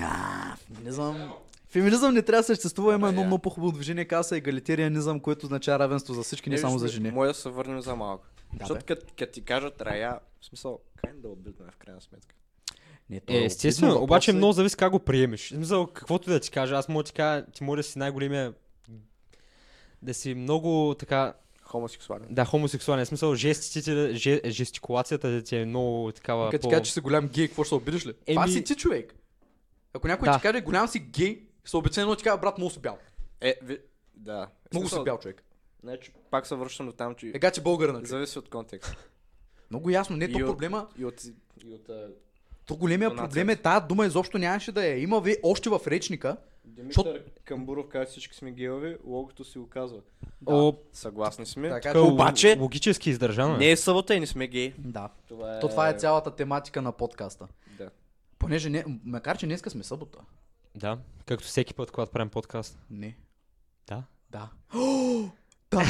Speaker 1: А, феминизъм... Феминизъм не трябва да съществува, има едно
Speaker 3: я.
Speaker 1: много по-хубаво движение, казва се егалитарианизъм, което означава равенство за всички, не
Speaker 3: Е,
Speaker 1: само
Speaker 3: виж,
Speaker 1: за жени.
Speaker 3: Може да се върнем за малко.
Speaker 1: Да,
Speaker 3: Защото като като ти кажат рая, в смисъл, крайно да обидно е в крайна сметка.
Speaker 1: Не, то
Speaker 2: Е,
Speaker 1: обидно,
Speaker 2: естествено,
Speaker 1: въпросът
Speaker 2: обаче
Speaker 1: е-
Speaker 2: много зависи как го приемеш. В смисъл, каквото и да ти кажа, аз мога да ти кажа, ти може да си най-големия да си много така,
Speaker 3: Хомосексуален.
Speaker 2: да, хомосексуален. В смисъл, жестите, же, жестикулацията да ти е много такава
Speaker 1: Като ти
Speaker 2: по-
Speaker 1: кажа, че си голям гей, какво ще се обидиш ли?
Speaker 2: Еми-
Speaker 1: Това си ти човек. Ако някой
Speaker 2: Да.
Speaker 1: ти каже, голям си гей, се обича едно, ти кажа, брат, много си бял.
Speaker 3: Е, ви... Да. В
Speaker 1: Много си
Speaker 3: смисъл,
Speaker 1: бял Е, човек.
Speaker 3: Значи, пак се връщам до там, че...
Speaker 1: Ега, че българна. човек.
Speaker 3: Зависи от контекста.
Speaker 1: Много ясно, не е то
Speaker 3: И от-
Speaker 1: проблема.
Speaker 3: И от... И от а,
Speaker 1: То големия
Speaker 3: Донацията.
Speaker 1: проблем е тази дума изобщо нямаше да я има ви още в речника.
Speaker 3: Димитър Камбуров каза всички сме геови, логото си го казва.
Speaker 2: О,
Speaker 3: Съгласни сме.
Speaker 1: Така
Speaker 2: Е, така,
Speaker 1: че-
Speaker 2: л-
Speaker 3: обаче-
Speaker 2: логически издържано. е.
Speaker 3: Не е събота и не сме геи.
Speaker 1: Да.
Speaker 3: Това е...
Speaker 1: То това е цялата тематика на подкаста.
Speaker 3: Да.
Speaker 1: Понеже не, макар че днеска сме събота.
Speaker 2: Да, както всеки път, когато правим подкаст.
Speaker 1: Не.
Speaker 2: Да.
Speaker 1: Да. да.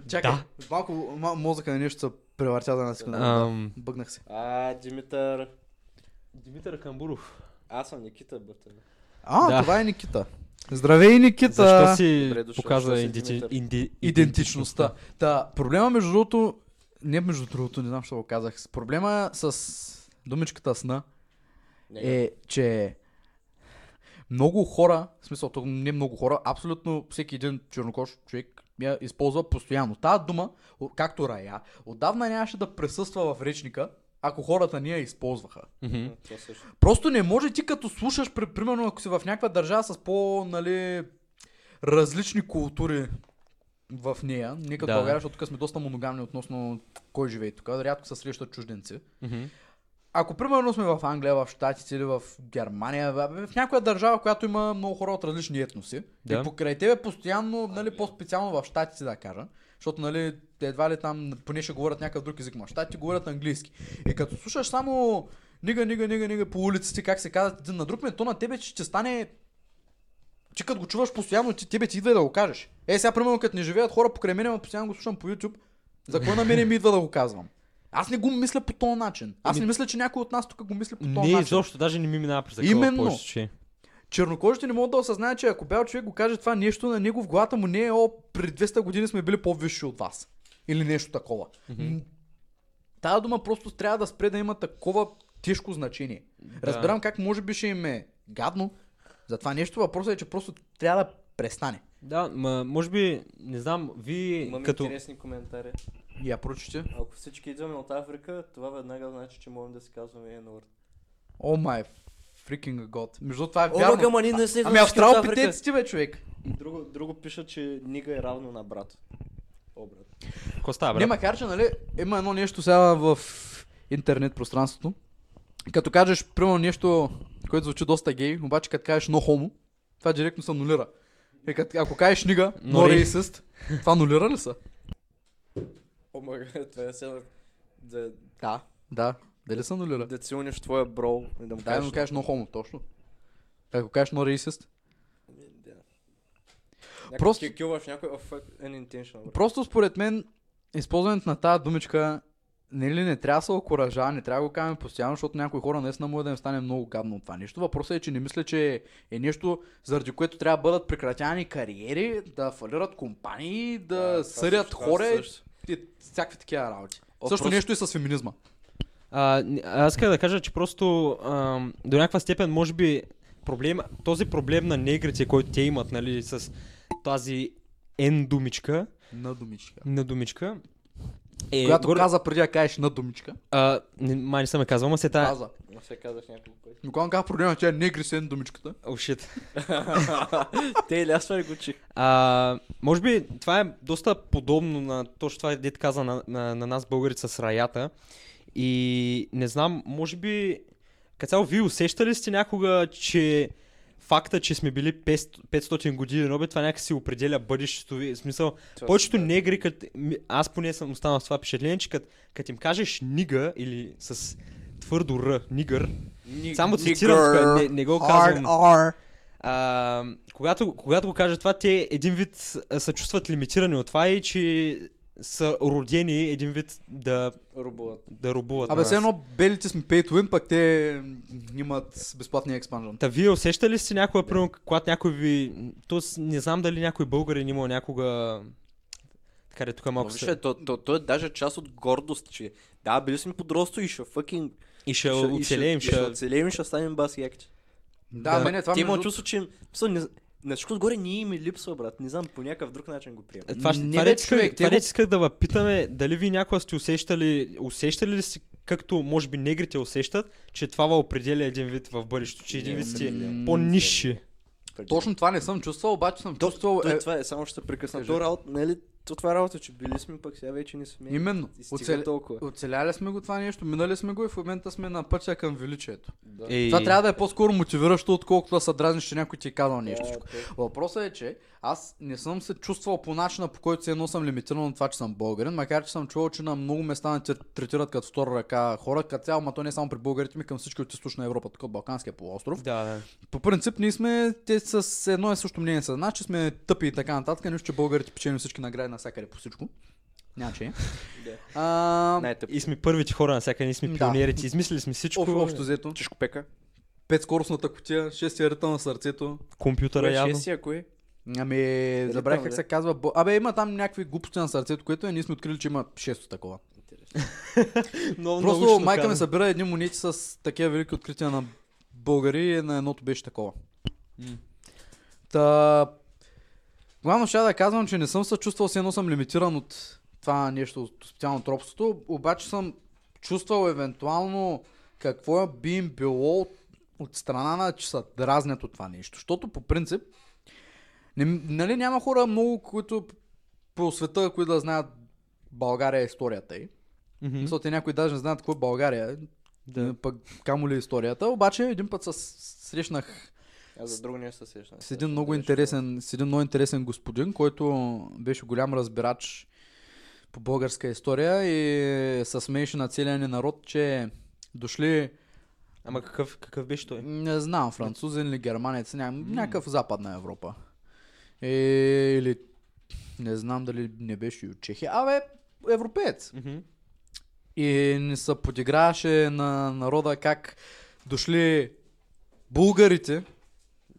Speaker 1: Чакай.
Speaker 2: Да.
Speaker 1: Малко ма, мозъка на нещо се превъртя за една секунда.
Speaker 2: Ам.
Speaker 1: Да. Бъгнах се.
Speaker 3: А, Димитър...
Speaker 2: Димитър Камбуров.
Speaker 3: Аз съм Никита Бъртън.
Speaker 1: А,
Speaker 2: Да.
Speaker 1: това е Никита. Здравей, Никита!
Speaker 2: Защо си
Speaker 3: Добре дошъл,
Speaker 2: показва
Speaker 3: защо си
Speaker 2: иденти...
Speaker 3: Димитър?
Speaker 2: инди-
Speaker 1: идентичността. Та, проблема между другото, не между другото, не знам, що го казах. С Проблема с думичката сна е, че много хора, в смисъл, тук не много хора, абсолютно всеки един чернокош човек я използва постоянно. Тая дума, о- както рая, отдавна нямаше да присъства в речника, ако хората ни я използваха.
Speaker 2: Мгм.
Speaker 3: Това също.
Speaker 1: Просто не може ти като слушаш, при- примерно ако си в някаква държава с по, нали, различни култури в нея, не като
Speaker 2: Да.
Speaker 1: да. България, защото тук сме доста моногамни относно кой живее тук, рядко се срещат чужденци.
Speaker 2: Мгм.
Speaker 1: Ако примерно сме в Англия, в Штатите или в Германия, в в някоя държава, която има много хора от различни етноси,
Speaker 2: Да.
Speaker 1: и покрай тебе постоянно, нали, по-специално в Штатите да кажа, защото нали, те едва ли там поне ще говорят някакъв друг език, ма в Штатите говорят английски. И като слушаш само нига, нига, нига, нига по улиците, как се казват един на друг, ме, то на тебе ще, ще стане че като го чуваш постоянно, ти, тебе ти идва и да го кажеш. Е, сега, примерно, като не живеят хора покрай мен, ама постоянно го слушам по YouTube, за кой на мене ми идва да го казвам? Аз не го мисля по този начин. Аз не мисля, че някой от нас тук го мисли по този
Speaker 2: Ами- Не,
Speaker 1: начин.
Speaker 2: изобщо, даже не ми минава през такова
Speaker 1: Именно.
Speaker 2: повече, че...
Speaker 1: Чернокожите не могат да осъзнаят, че ако бял човек го каже това нещо, на него в главата му не е, о, пред 200 години сме били по-висши от вас. Или нещо такова. Mm-hmm. Тая дума просто трябва да спре да има такова тежко значение. Да. Разбирам как може би ще им е гадно за това нещо. Въпросът е, че просто трябва да престане.
Speaker 2: Да, ма, може би, не знам, ви
Speaker 1: е
Speaker 3: Имам
Speaker 2: е, като...
Speaker 3: интересни коментари.
Speaker 1: Я прочете.
Speaker 3: Ако всички идваме от Африка, това веднага значи, че можем да си казваме е на
Speaker 1: О май freaking god. Между другото, това е
Speaker 3: О,
Speaker 1: вярно.
Speaker 3: мага, ма ние не сме
Speaker 1: ами
Speaker 3: всички от Африка.
Speaker 1: австралопитеците, бе, човек.
Speaker 3: Друго, друго пиша, че нига е равно на брат. О, брат.
Speaker 2: Какво става, брат?
Speaker 1: Не, макар че, нали, има едно нещо сега в интернет пространството. Като кажеш, примерно, нещо, което звучи доста гей, обаче като кажеш no homo, това директно се анулира. И като, ако кажеш нига,
Speaker 2: No
Speaker 1: no,
Speaker 2: race.
Speaker 1: racist, това анулира ли са?
Speaker 3: О, мага, това е сега да,
Speaker 1: Да. Да. Дали се анулира?
Speaker 3: да цилниш твоя бро и да му
Speaker 1: Да,
Speaker 3: кажеш...
Speaker 1: но кажеш no homo, точно. Ако кажеш no racist,
Speaker 3: Да. Някой
Speaker 1: Просто-
Speaker 3: ки- Килваш някой, oh, fuck, unintentional. брат.
Speaker 1: Просто според мен, използването на тази думичка не ли не трябва да се окоръжа, не трябва да го казваме постоянно, защото някои хора наистина може да им стане много гадно от това нещо. Въпросът е, че не мисля, че е нещо, заради което трябва да бъдат прекратявани кариери, да фалират компании, да,
Speaker 3: Да, това
Speaker 1: съдят
Speaker 3: също,
Speaker 1: хора
Speaker 3: това
Speaker 1: и,
Speaker 3: също.
Speaker 1: и всякакви такива работи.
Speaker 3: О,
Speaker 1: Също
Speaker 3: просто-
Speaker 1: нещо и с феминизма.
Speaker 2: А, н- аз исках да кажа, че просто ам, до някаква степен, може би, проблем, този проблем на негрите, който те имат, нали, с тази N думичка,
Speaker 1: На думичка.
Speaker 2: на думичка, Е,
Speaker 1: Която
Speaker 2: горе-
Speaker 1: каза преди да кажеш на думичка.
Speaker 2: А, не, май не съм я казвал, ама се тая...
Speaker 1: Каза.
Speaker 3: Не се казах няколко пъти.
Speaker 1: Но когато казах проблема, че е негресен думичката.
Speaker 2: О, шит.
Speaker 3: Те или аз това ли го чих?
Speaker 2: А, може би това е доста подобно на точно това, дете каза на, на, на нас българите с раята. И не знам, може би... Като цяло, вие усещали сте някога, че факта, че сме били 500 500 години роби, това някакси определя бъдещето ви. В смисъл,
Speaker 3: Това
Speaker 2: повечето
Speaker 3: си, да.
Speaker 2: негри, кът, ми- аз поне съм останал с това впечатление, че като кът им кажеш нига или с твърдо р, нигър, само цитирам, тук, не, не го казвам.
Speaker 1: R.
Speaker 2: А, когато, когато го кажа това, те един вид а, се чувстват лимитирани от това и че са родени един вид да,
Speaker 3: Рубуват.
Speaker 2: да рубуват.
Speaker 1: Абе,
Speaker 2: на
Speaker 1: все
Speaker 2: нас.
Speaker 1: едно белите сме pay to win, пък те м, имат безплатния експанжен.
Speaker 2: Та вие усещали ли сте някога, примерно, когато някой ви... Тоест, не знам дали някой българин е имал някога... Така де, тук е
Speaker 3: Ама
Speaker 2: малко
Speaker 1: Ами,
Speaker 3: виж,
Speaker 2: се-
Speaker 3: е, то, то, то, е даже част от гордост, че да, били сме подросто и ще fucking...
Speaker 2: И ще
Speaker 3: ще- и
Speaker 2: оцелеем,
Speaker 3: и ще...
Speaker 2: ще...
Speaker 3: оцелеем и ще станем бас якти.
Speaker 1: Да,
Speaker 2: Да.
Speaker 1: мене това
Speaker 3: Ти
Speaker 1: между
Speaker 3: има чувство, че... им- Псо, не... На всичко отгоре ние им е липсва, брат. Не знам, по някакъв друг начин го приема.
Speaker 2: Е, Това,
Speaker 1: Не
Speaker 2: не това,
Speaker 1: бе,
Speaker 2: бе, исках,
Speaker 1: човек, те
Speaker 2: това
Speaker 1: го-
Speaker 2: го... исках да ви питаме, дали ви някога сте усещали, усещали ли си, както може би негрите усещат, че това ви определя един вид в бъдещето, че един
Speaker 3: Не,
Speaker 2: вид сте
Speaker 3: определя.
Speaker 2: по-ниши.
Speaker 1: Е, Точно това не съм чувствал, обаче съм
Speaker 3: То,
Speaker 1: чувствал...
Speaker 3: той,
Speaker 1: е,
Speaker 3: това е, само ще се прекъсна.
Speaker 1: Кажи.
Speaker 3: То, работа, нали, то това е работа, че били сме, пък сега вече не сме.
Speaker 1: Именно.
Speaker 3: И стига
Speaker 1: Оцеля...
Speaker 3: толкова.
Speaker 1: Оцеляли сме го това нещо, минали сме го и в момента сме на пътя към величието.
Speaker 3: Да.
Speaker 2: Е,
Speaker 1: Това трябва да е по-скоро мотивиращо, отколкото да се дразниш, че някой ти е казал нещо.
Speaker 3: Да, то-
Speaker 1: Въпросът е, че аз не съм се чувствал по начина, по който се е едно съм лимитиран от това, че съм българин, макар че съм чувал, че на много места не те третират като втора ръка хора, като цяло, ма то не е само при българите ми, към всички от източна Европа, тук от Балканския полуостров.
Speaker 2: Да, да.
Speaker 1: По принцип, ние сме те с едно и също мнение. Са, значи сме тъпи и така нататък, нищо, че българите печелим всички награди навсякъде по всичко. Няма че. е.
Speaker 3: Да.
Speaker 1: А,
Speaker 3: Най-тъп.
Speaker 2: И сме първите хора на всяка, ние сме
Speaker 1: Да.
Speaker 2: пионерите, измислили сме всичко.
Speaker 1: общо, общо взето.
Speaker 3: Чешко пека.
Speaker 1: Петскоростната котия, шестия ритъм на сърцето.
Speaker 2: Компютъра явно.
Speaker 3: Шесия, кое?
Speaker 1: Ами, забравих
Speaker 3: Ритъм,
Speaker 1: как
Speaker 3: да.
Speaker 1: се казва. бо- Абе, има там някакви глупости на сърцето, което е, ние сме открили, че има 6 такова.
Speaker 2: Много,
Speaker 1: Просто
Speaker 2: научно
Speaker 1: майка ми
Speaker 2: казано.
Speaker 1: събира едни монети с такива велики открития на българи и на едното беше такова.
Speaker 2: М.
Speaker 1: Та... Главно ще да казвам, че не съм се чувствал, все едно съм лимитиран от това нещо, от специално от робството, обаче съм чувствал евентуално какво е би им било от- от страна на, че са дразнят от това нещо. Защото по принцип, не, нали няма хора много, които по света, които да знаят България и историята й.
Speaker 2: Мгм.
Speaker 1: Защото те някои даже не знаят какво е България. Да. Пък камо ли е историята. Обаче един път се с- срещнах
Speaker 3: Аз за друго не се сещам.
Speaker 1: с един много интересен, с един много интересен господин, който беше голям разбирач по българска история и се смееше на целия ни народ, че дошли,
Speaker 2: Ама какъв, какъв беше той?
Speaker 1: не знам, французин или германец, ня... някакъв западна Европа. Е, или не знам дали не беше и от Чехия. Абе, европеец.
Speaker 2: Мгм.
Speaker 1: И ни се подиграваше на народа как дошли българите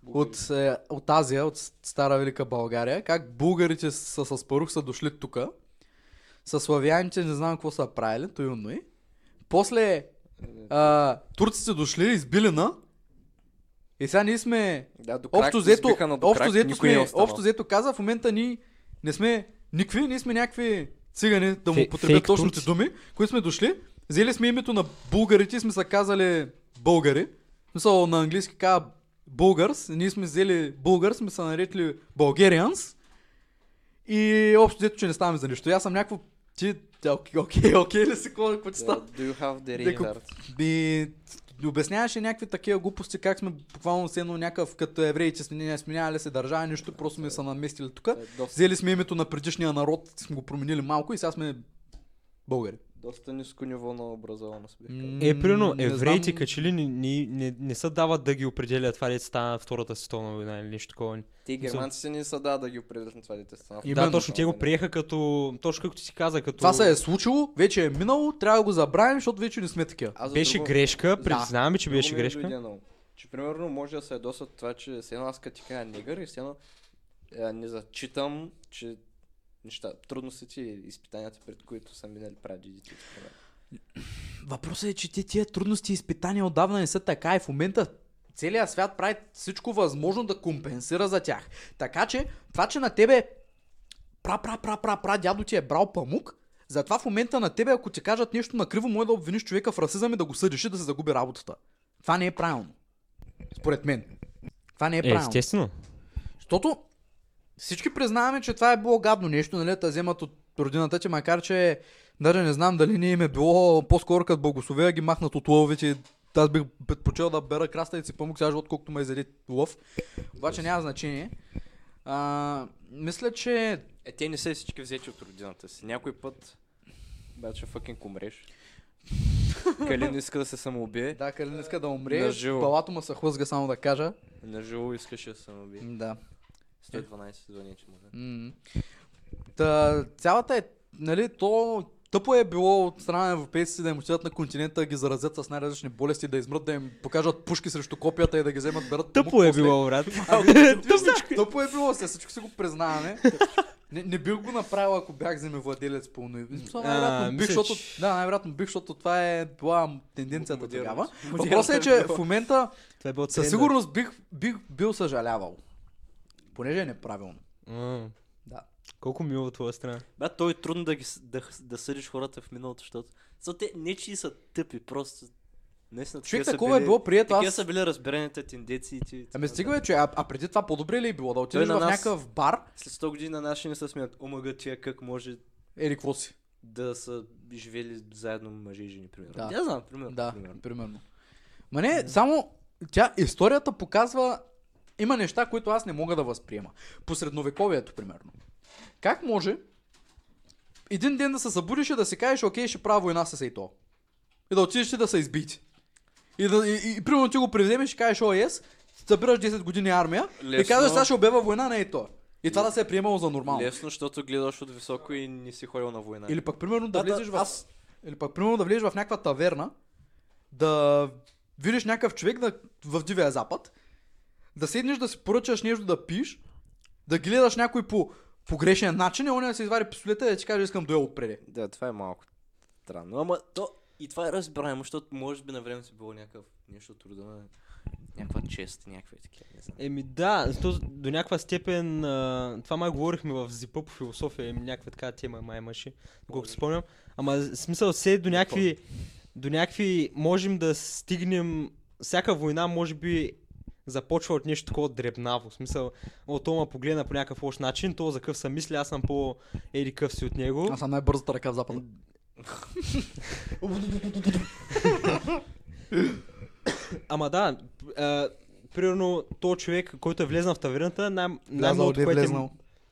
Speaker 1: от, е, от Азия, от Стара Велика България, как българите са с парух са дошли тука, с славяните не знам какво са правили, то и и. После
Speaker 2: Е,
Speaker 1: а, турците дошли, избили на и Е, сега ние сме
Speaker 3: Да, до крак,
Speaker 1: Общо взето,
Speaker 3: избиха, но до
Speaker 1: общо
Speaker 3: крак
Speaker 1: взето
Speaker 3: никой не е
Speaker 1: сме,
Speaker 3: останал.
Speaker 1: общо взето каза, в момента ни не сме никакви, ние сме някакви цигани, да му
Speaker 2: Фе-
Speaker 1: употребят
Speaker 2: фейк
Speaker 1: точните
Speaker 2: турци.
Speaker 1: думи, които сме дошли, взели сме името на българите и сме са казали българи. В Смисъл на английски казва българс, ние сме взели българ, сме са нарекли българианс. И общо взето, че не ставаме за нищо. И Аз съм някакво ти, тя, окей, окей, окей ли си, какво какво ти
Speaker 3: Да,
Speaker 1: става?
Speaker 3: Do you have the
Speaker 1: Деко-
Speaker 3: retard?
Speaker 1: Би, обясняваше някакви такива глупости, как сме буквално все едно някакъв като евреите сме не сменяли се държави, нищо, просто сме се наместили тук.
Speaker 3: Е, Доста,
Speaker 1: Взели сме името на предишния народ, сме го променили малко и сега сме българи.
Speaker 3: доста ниско ниво на образованост. бих казал.
Speaker 2: Е, примерно,
Speaker 1: Не
Speaker 2: евреите
Speaker 1: знам-
Speaker 2: знам... качели не, не, не, не са дават да ги определят това дете стана Втората световна война или нещо такова.
Speaker 3: Те и германците ни са да да ги определят на това дете стана.
Speaker 1: И- Именно.
Speaker 2: Да, точно, те го приеха като, точно както ти каза, като
Speaker 1: Това се е случило, вече е минало, трябва да го забравим, защото вече не сме такива.
Speaker 3: Аз за
Speaker 2: беше
Speaker 3: друго-
Speaker 2: грешка, признаваме, че
Speaker 3: друго
Speaker 2: беше
Speaker 3: ми е
Speaker 2: грешка.
Speaker 3: дойде на ум. Че примерно може да се е доста това, че с едно аз като ти кажа негър и с едно е, не зачитам, че неща, трудностите и изпитанията, пред които са минали прадедите. и така нататък.
Speaker 1: Въпросът е, че те тия трудности и изпитания отдавна не са така и в момента целият свят прави всичко възможно да компенсира за тях. Така че, това, че на тебе пра пра пра пра пра дядо ти е брал памук, Затова в момента на тебе, ако ти кажат нещо накриво, може да обвиниш човека в расизъм и да го съдиш и да се загуби работата. Това не е правилно. Според мен. Това не е
Speaker 2: Е,
Speaker 1: правилно.
Speaker 2: естествено.
Speaker 1: Защото всички признаваме, че това е било гадно нещо, нали, да те вземат от родината ти, макар че даже не знам дали не им е било по-скоро като благословия ги махнат от лъвовете. Аз бих предпочел да бера краставици и памук сега живот, колкото ме изяде лъв. Обаче няма значение. А, мисля, че
Speaker 3: Е, те не са всички взети от родината си. Някой път обаче факинг умреш. Калин иска да се самоубие.
Speaker 1: да, Калин иска да умре,
Speaker 3: На живо.
Speaker 1: палато му се хлъзга, само да кажа.
Speaker 3: На живо искаше да се самоубие.
Speaker 1: Да.
Speaker 3: 112 звъни, че му да.
Speaker 1: М. Та, цялата е, нали, то тъпо е било от страна на европейците да им отидат на континента, да ги заразят с най-различни болести, да им мрът, да им покажат пушки срещу копията и да ги вземат берат. Ами,
Speaker 2: Тъпо е било, брат.
Speaker 1: Тъпо е било, сега всички си го признаваме. Не, не бих го направил, ако бях земевладелец пълно. Мисля,
Speaker 2: А,
Speaker 1: Най-вероятно бих,
Speaker 2: мисля,
Speaker 1: защото,
Speaker 2: че-
Speaker 1: да, най-вероятно бих, защото това е била тенденцията
Speaker 3: Модерно.
Speaker 1: тогава.
Speaker 3: Модерно
Speaker 1: Въпросът е,
Speaker 3: е
Speaker 1: че
Speaker 3: било.
Speaker 1: в момента
Speaker 2: Това е било
Speaker 1: със сигурност бих, бих бил съжалявал. Понеже е неправилно.
Speaker 2: М,
Speaker 1: Да.
Speaker 2: Колко мило от твоя страна.
Speaker 3: Брат, той е трудно да, ги, с- да, х- да съдиш хората в миналото, защото са те не че са тъпи, просто наистина
Speaker 1: Човек,
Speaker 3: такива са
Speaker 1: такова е
Speaker 3: били-
Speaker 1: било прието,
Speaker 3: Такива
Speaker 1: аз-
Speaker 3: са били разбираните тенденциите. и така
Speaker 1: Ами стига бе, че а, а преди това по-добре ли е било да отидеш
Speaker 3: на
Speaker 1: в
Speaker 3: нас-
Speaker 1: някакъв бар?
Speaker 3: нататък. След 100 години на наши не се смеят. Омага тия как може
Speaker 1: Ели, какво си?
Speaker 3: да са живели заедно мъже и жени, примерно.
Speaker 1: Да.
Speaker 3: Да. Я знам, примерно.
Speaker 1: Да,
Speaker 3: примерно.
Speaker 1: примерно. Ма не, само тя, историята показва, има неща, които аз не мога да възприема. По средновековието, примерно. Как може един ден да се събудиш и да си кажеш, окей, ще правя война с Ейто. И да отидеш и да се избити. И, да, и, и, и примерно ти го превземеш и кажеш, о, ес, събираш 10 години армия и
Speaker 3: Лесно.
Speaker 1: казваш, сега ще обява война на Ейто. И това да се е приемало за нормално.
Speaker 3: Лесно, защото гледаш от високо и не си ходил на война.
Speaker 1: Или пък примерно да
Speaker 3: Да, да,
Speaker 1: влезеш в...
Speaker 3: аз-
Speaker 1: Или пък примерно да влезеш в някаква таверна, да видиш някакъв човек да... в Дивия Запад, да седнеш да си поръчаш нещо да пиш, да гледаш някой по погрешен начин и он да се извади пистолета и да ти каже искам дуел отпреде.
Speaker 3: Да, това е малко странно. Ама то и това е разбираемо, защото може би на време си било някакъв нещо от рода на някаква чест, някакви такива, не знам.
Speaker 2: Еми да, то, до някаква степен, а, това май говорихме в зипа по философия, еми някаква така тема май имаше, доколкото си спомням. Ама с- смисъл се до някакви, до някакви можем да стигнем, всяка война може би започва от нещо такова дребнаво. В смисъл, от това ма погледна по някакъв лош начин, то за къв съм мисля, аз съм по еди къв си от него.
Speaker 1: Аз съм най-бързата ръка в Запада.
Speaker 2: Ама да, а, примерно то човек, който е влезнал в таверната, най- най-малко,
Speaker 1: не е
Speaker 2: което е-
Speaker 1: влезнал.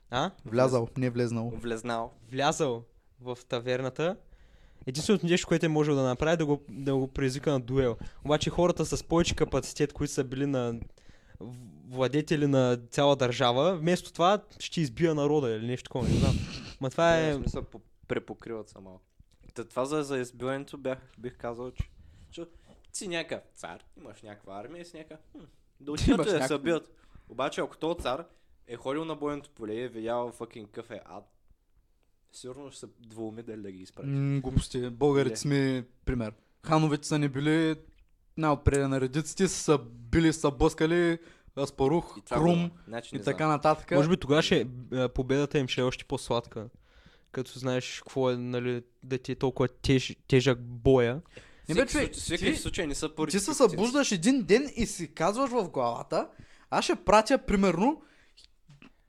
Speaker 2: А?
Speaker 1: Влязал, не е влезнал.
Speaker 3: Влезнал.
Speaker 2: влязал в таверната, единственото нещо, което е можел да направи, е да го, да го предизвика на дуел. Обаче хората с повече капацитет, които са били на в- владетели на цяла държава, вместо това ще избия народа или нещо такова, не знам. Ма това
Speaker 3: Е...
Speaker 2: е...
Speaker 3: В смисъл, по- препокриват са малко. Та това за, за избиването бях, бих казал, че, че си някакъв цар, имаш някаква армия и си някакъв... хм, Да
Speaker 1: Имаш
Speaker 3: отиват и да
Speaker 1: някакво.
Speaker 3: се бият. Обаче ако този цар е ходил на бойното поле и е видял факин къв е ад, сигурно ще се двуми дали да ги изпрати.
Speaker 1: М, глупости. Българите
Speaker 3: Не.
Speaker 1: сме пример. Хановете са не били най-отпреде на редиците, са били, са блъскали Аспарух,
Speaker 3: И това го
Speaker 1: Крум
Speaker 3: има. Значи
Speaker 1: и
Speaker 3: не
Speaker 1: така
Speaker 3: знам.
Speaker 1: нататък.
Speaker 2: Може би тогава ще, а, победата им ще е още по-сладка. Като знаеш какво е, нали, да ти е толкова теж, тежък боя.
Speaker 1: Не бе,
Speaker 3: Всеки
Speaker 1: човек,
Speaker 3: случай- всеки
Speaker 1: ти-
Speaker 3: случай не са първи.
Speaker 1: Ти се събуждаш един ден и си казваш в главата, аз ще пратя примерно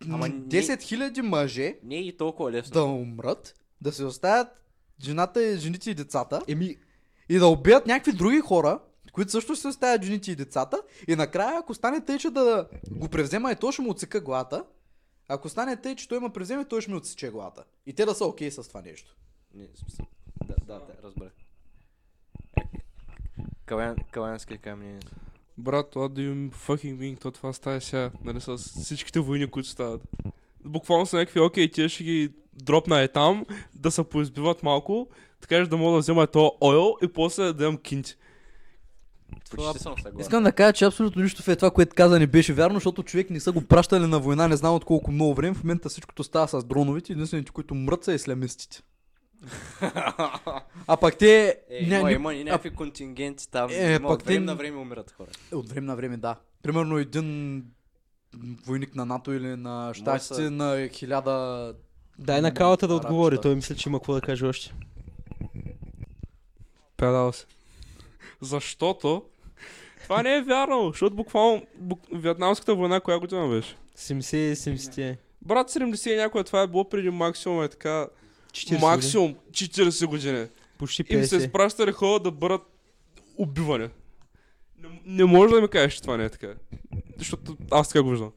Speaker 3: Ама
Speaker 1: м,
Speaker 3: ни-
Speaker 1: 10 000 мъже
Speaker 3: Не е и толкова лесно.
Speaker 1: да умрат, да се оставят жената и жените и децата
Speaker 2: Еми,
Speaker 1: и да убият някакви други хора, които също ще се оставят жените и децата и накрая ако стане тъй, че да го превзема и то ще му отсека главата, ако стане тъй, че той ме превземе, той ще ми отсече главата. И те да са окей с това нещо.
Speaker 3: Не, в смисъл. Да, да, Е, да, разбрах. Кален, каленски камни.
Speaker 4: Брат, това да им fucking wing, то това става сега, нали, с всичките войни, които стават. Буквално са някакви, окей, тия ще ги дропна е там, да се поизбиват малко, така че да мога да взема то ойл и после да имам кинти.
Speaker 3: Почти съм съгласен.
Speaker 1: Искам да кажа, че абсолютно нищо в е това, което каза не беше вярно, защото човек не са го пращали на война, не знам от колко много време. В момента всичкото става с дроновете, единствените, които мрът са ислямистите. А пък те...
Speaker 3: Е,
Speaker 1: ня-
Speaker 3: има,
Speaker 1: ни-
Speaker 3: има и някакви контингенти там.
Speaker 1: Е,
Speaker 3: Е, има,
Speaker 1: пък
Speaker 3: от време
Speaker 1: те-
Speaker 3: на време умират хора.
Speaker 1: Е, От време на време, да. Примерно един войник на НАТО или на щатите
Speaker 3: са-
Speaker 1: на хиляда
Speaker 2: Дай на калата да
Speaker 1: Арабска.
Speaker 2: отговори, той мисля, че има какво да каже още.
Speaker 4: Предал се. Защото това не е вярно, защото буквално бук... Вьетнамската война коя година беше?
Speaker 2: 70, 70.
Speaker 4: Брат 70 и някоя, това е било преди максимум е така,
Speaker 2: 40 години.
Speaker 4: максимум 40 години.
Speaker 2: Почти
Speaker 4: И ми се
Speaker 2: 50.
Speaker 4: изпращали хора да бъдат убивани. Не, не може да ми кажеш, че това не е така. Защото аз така го виждам.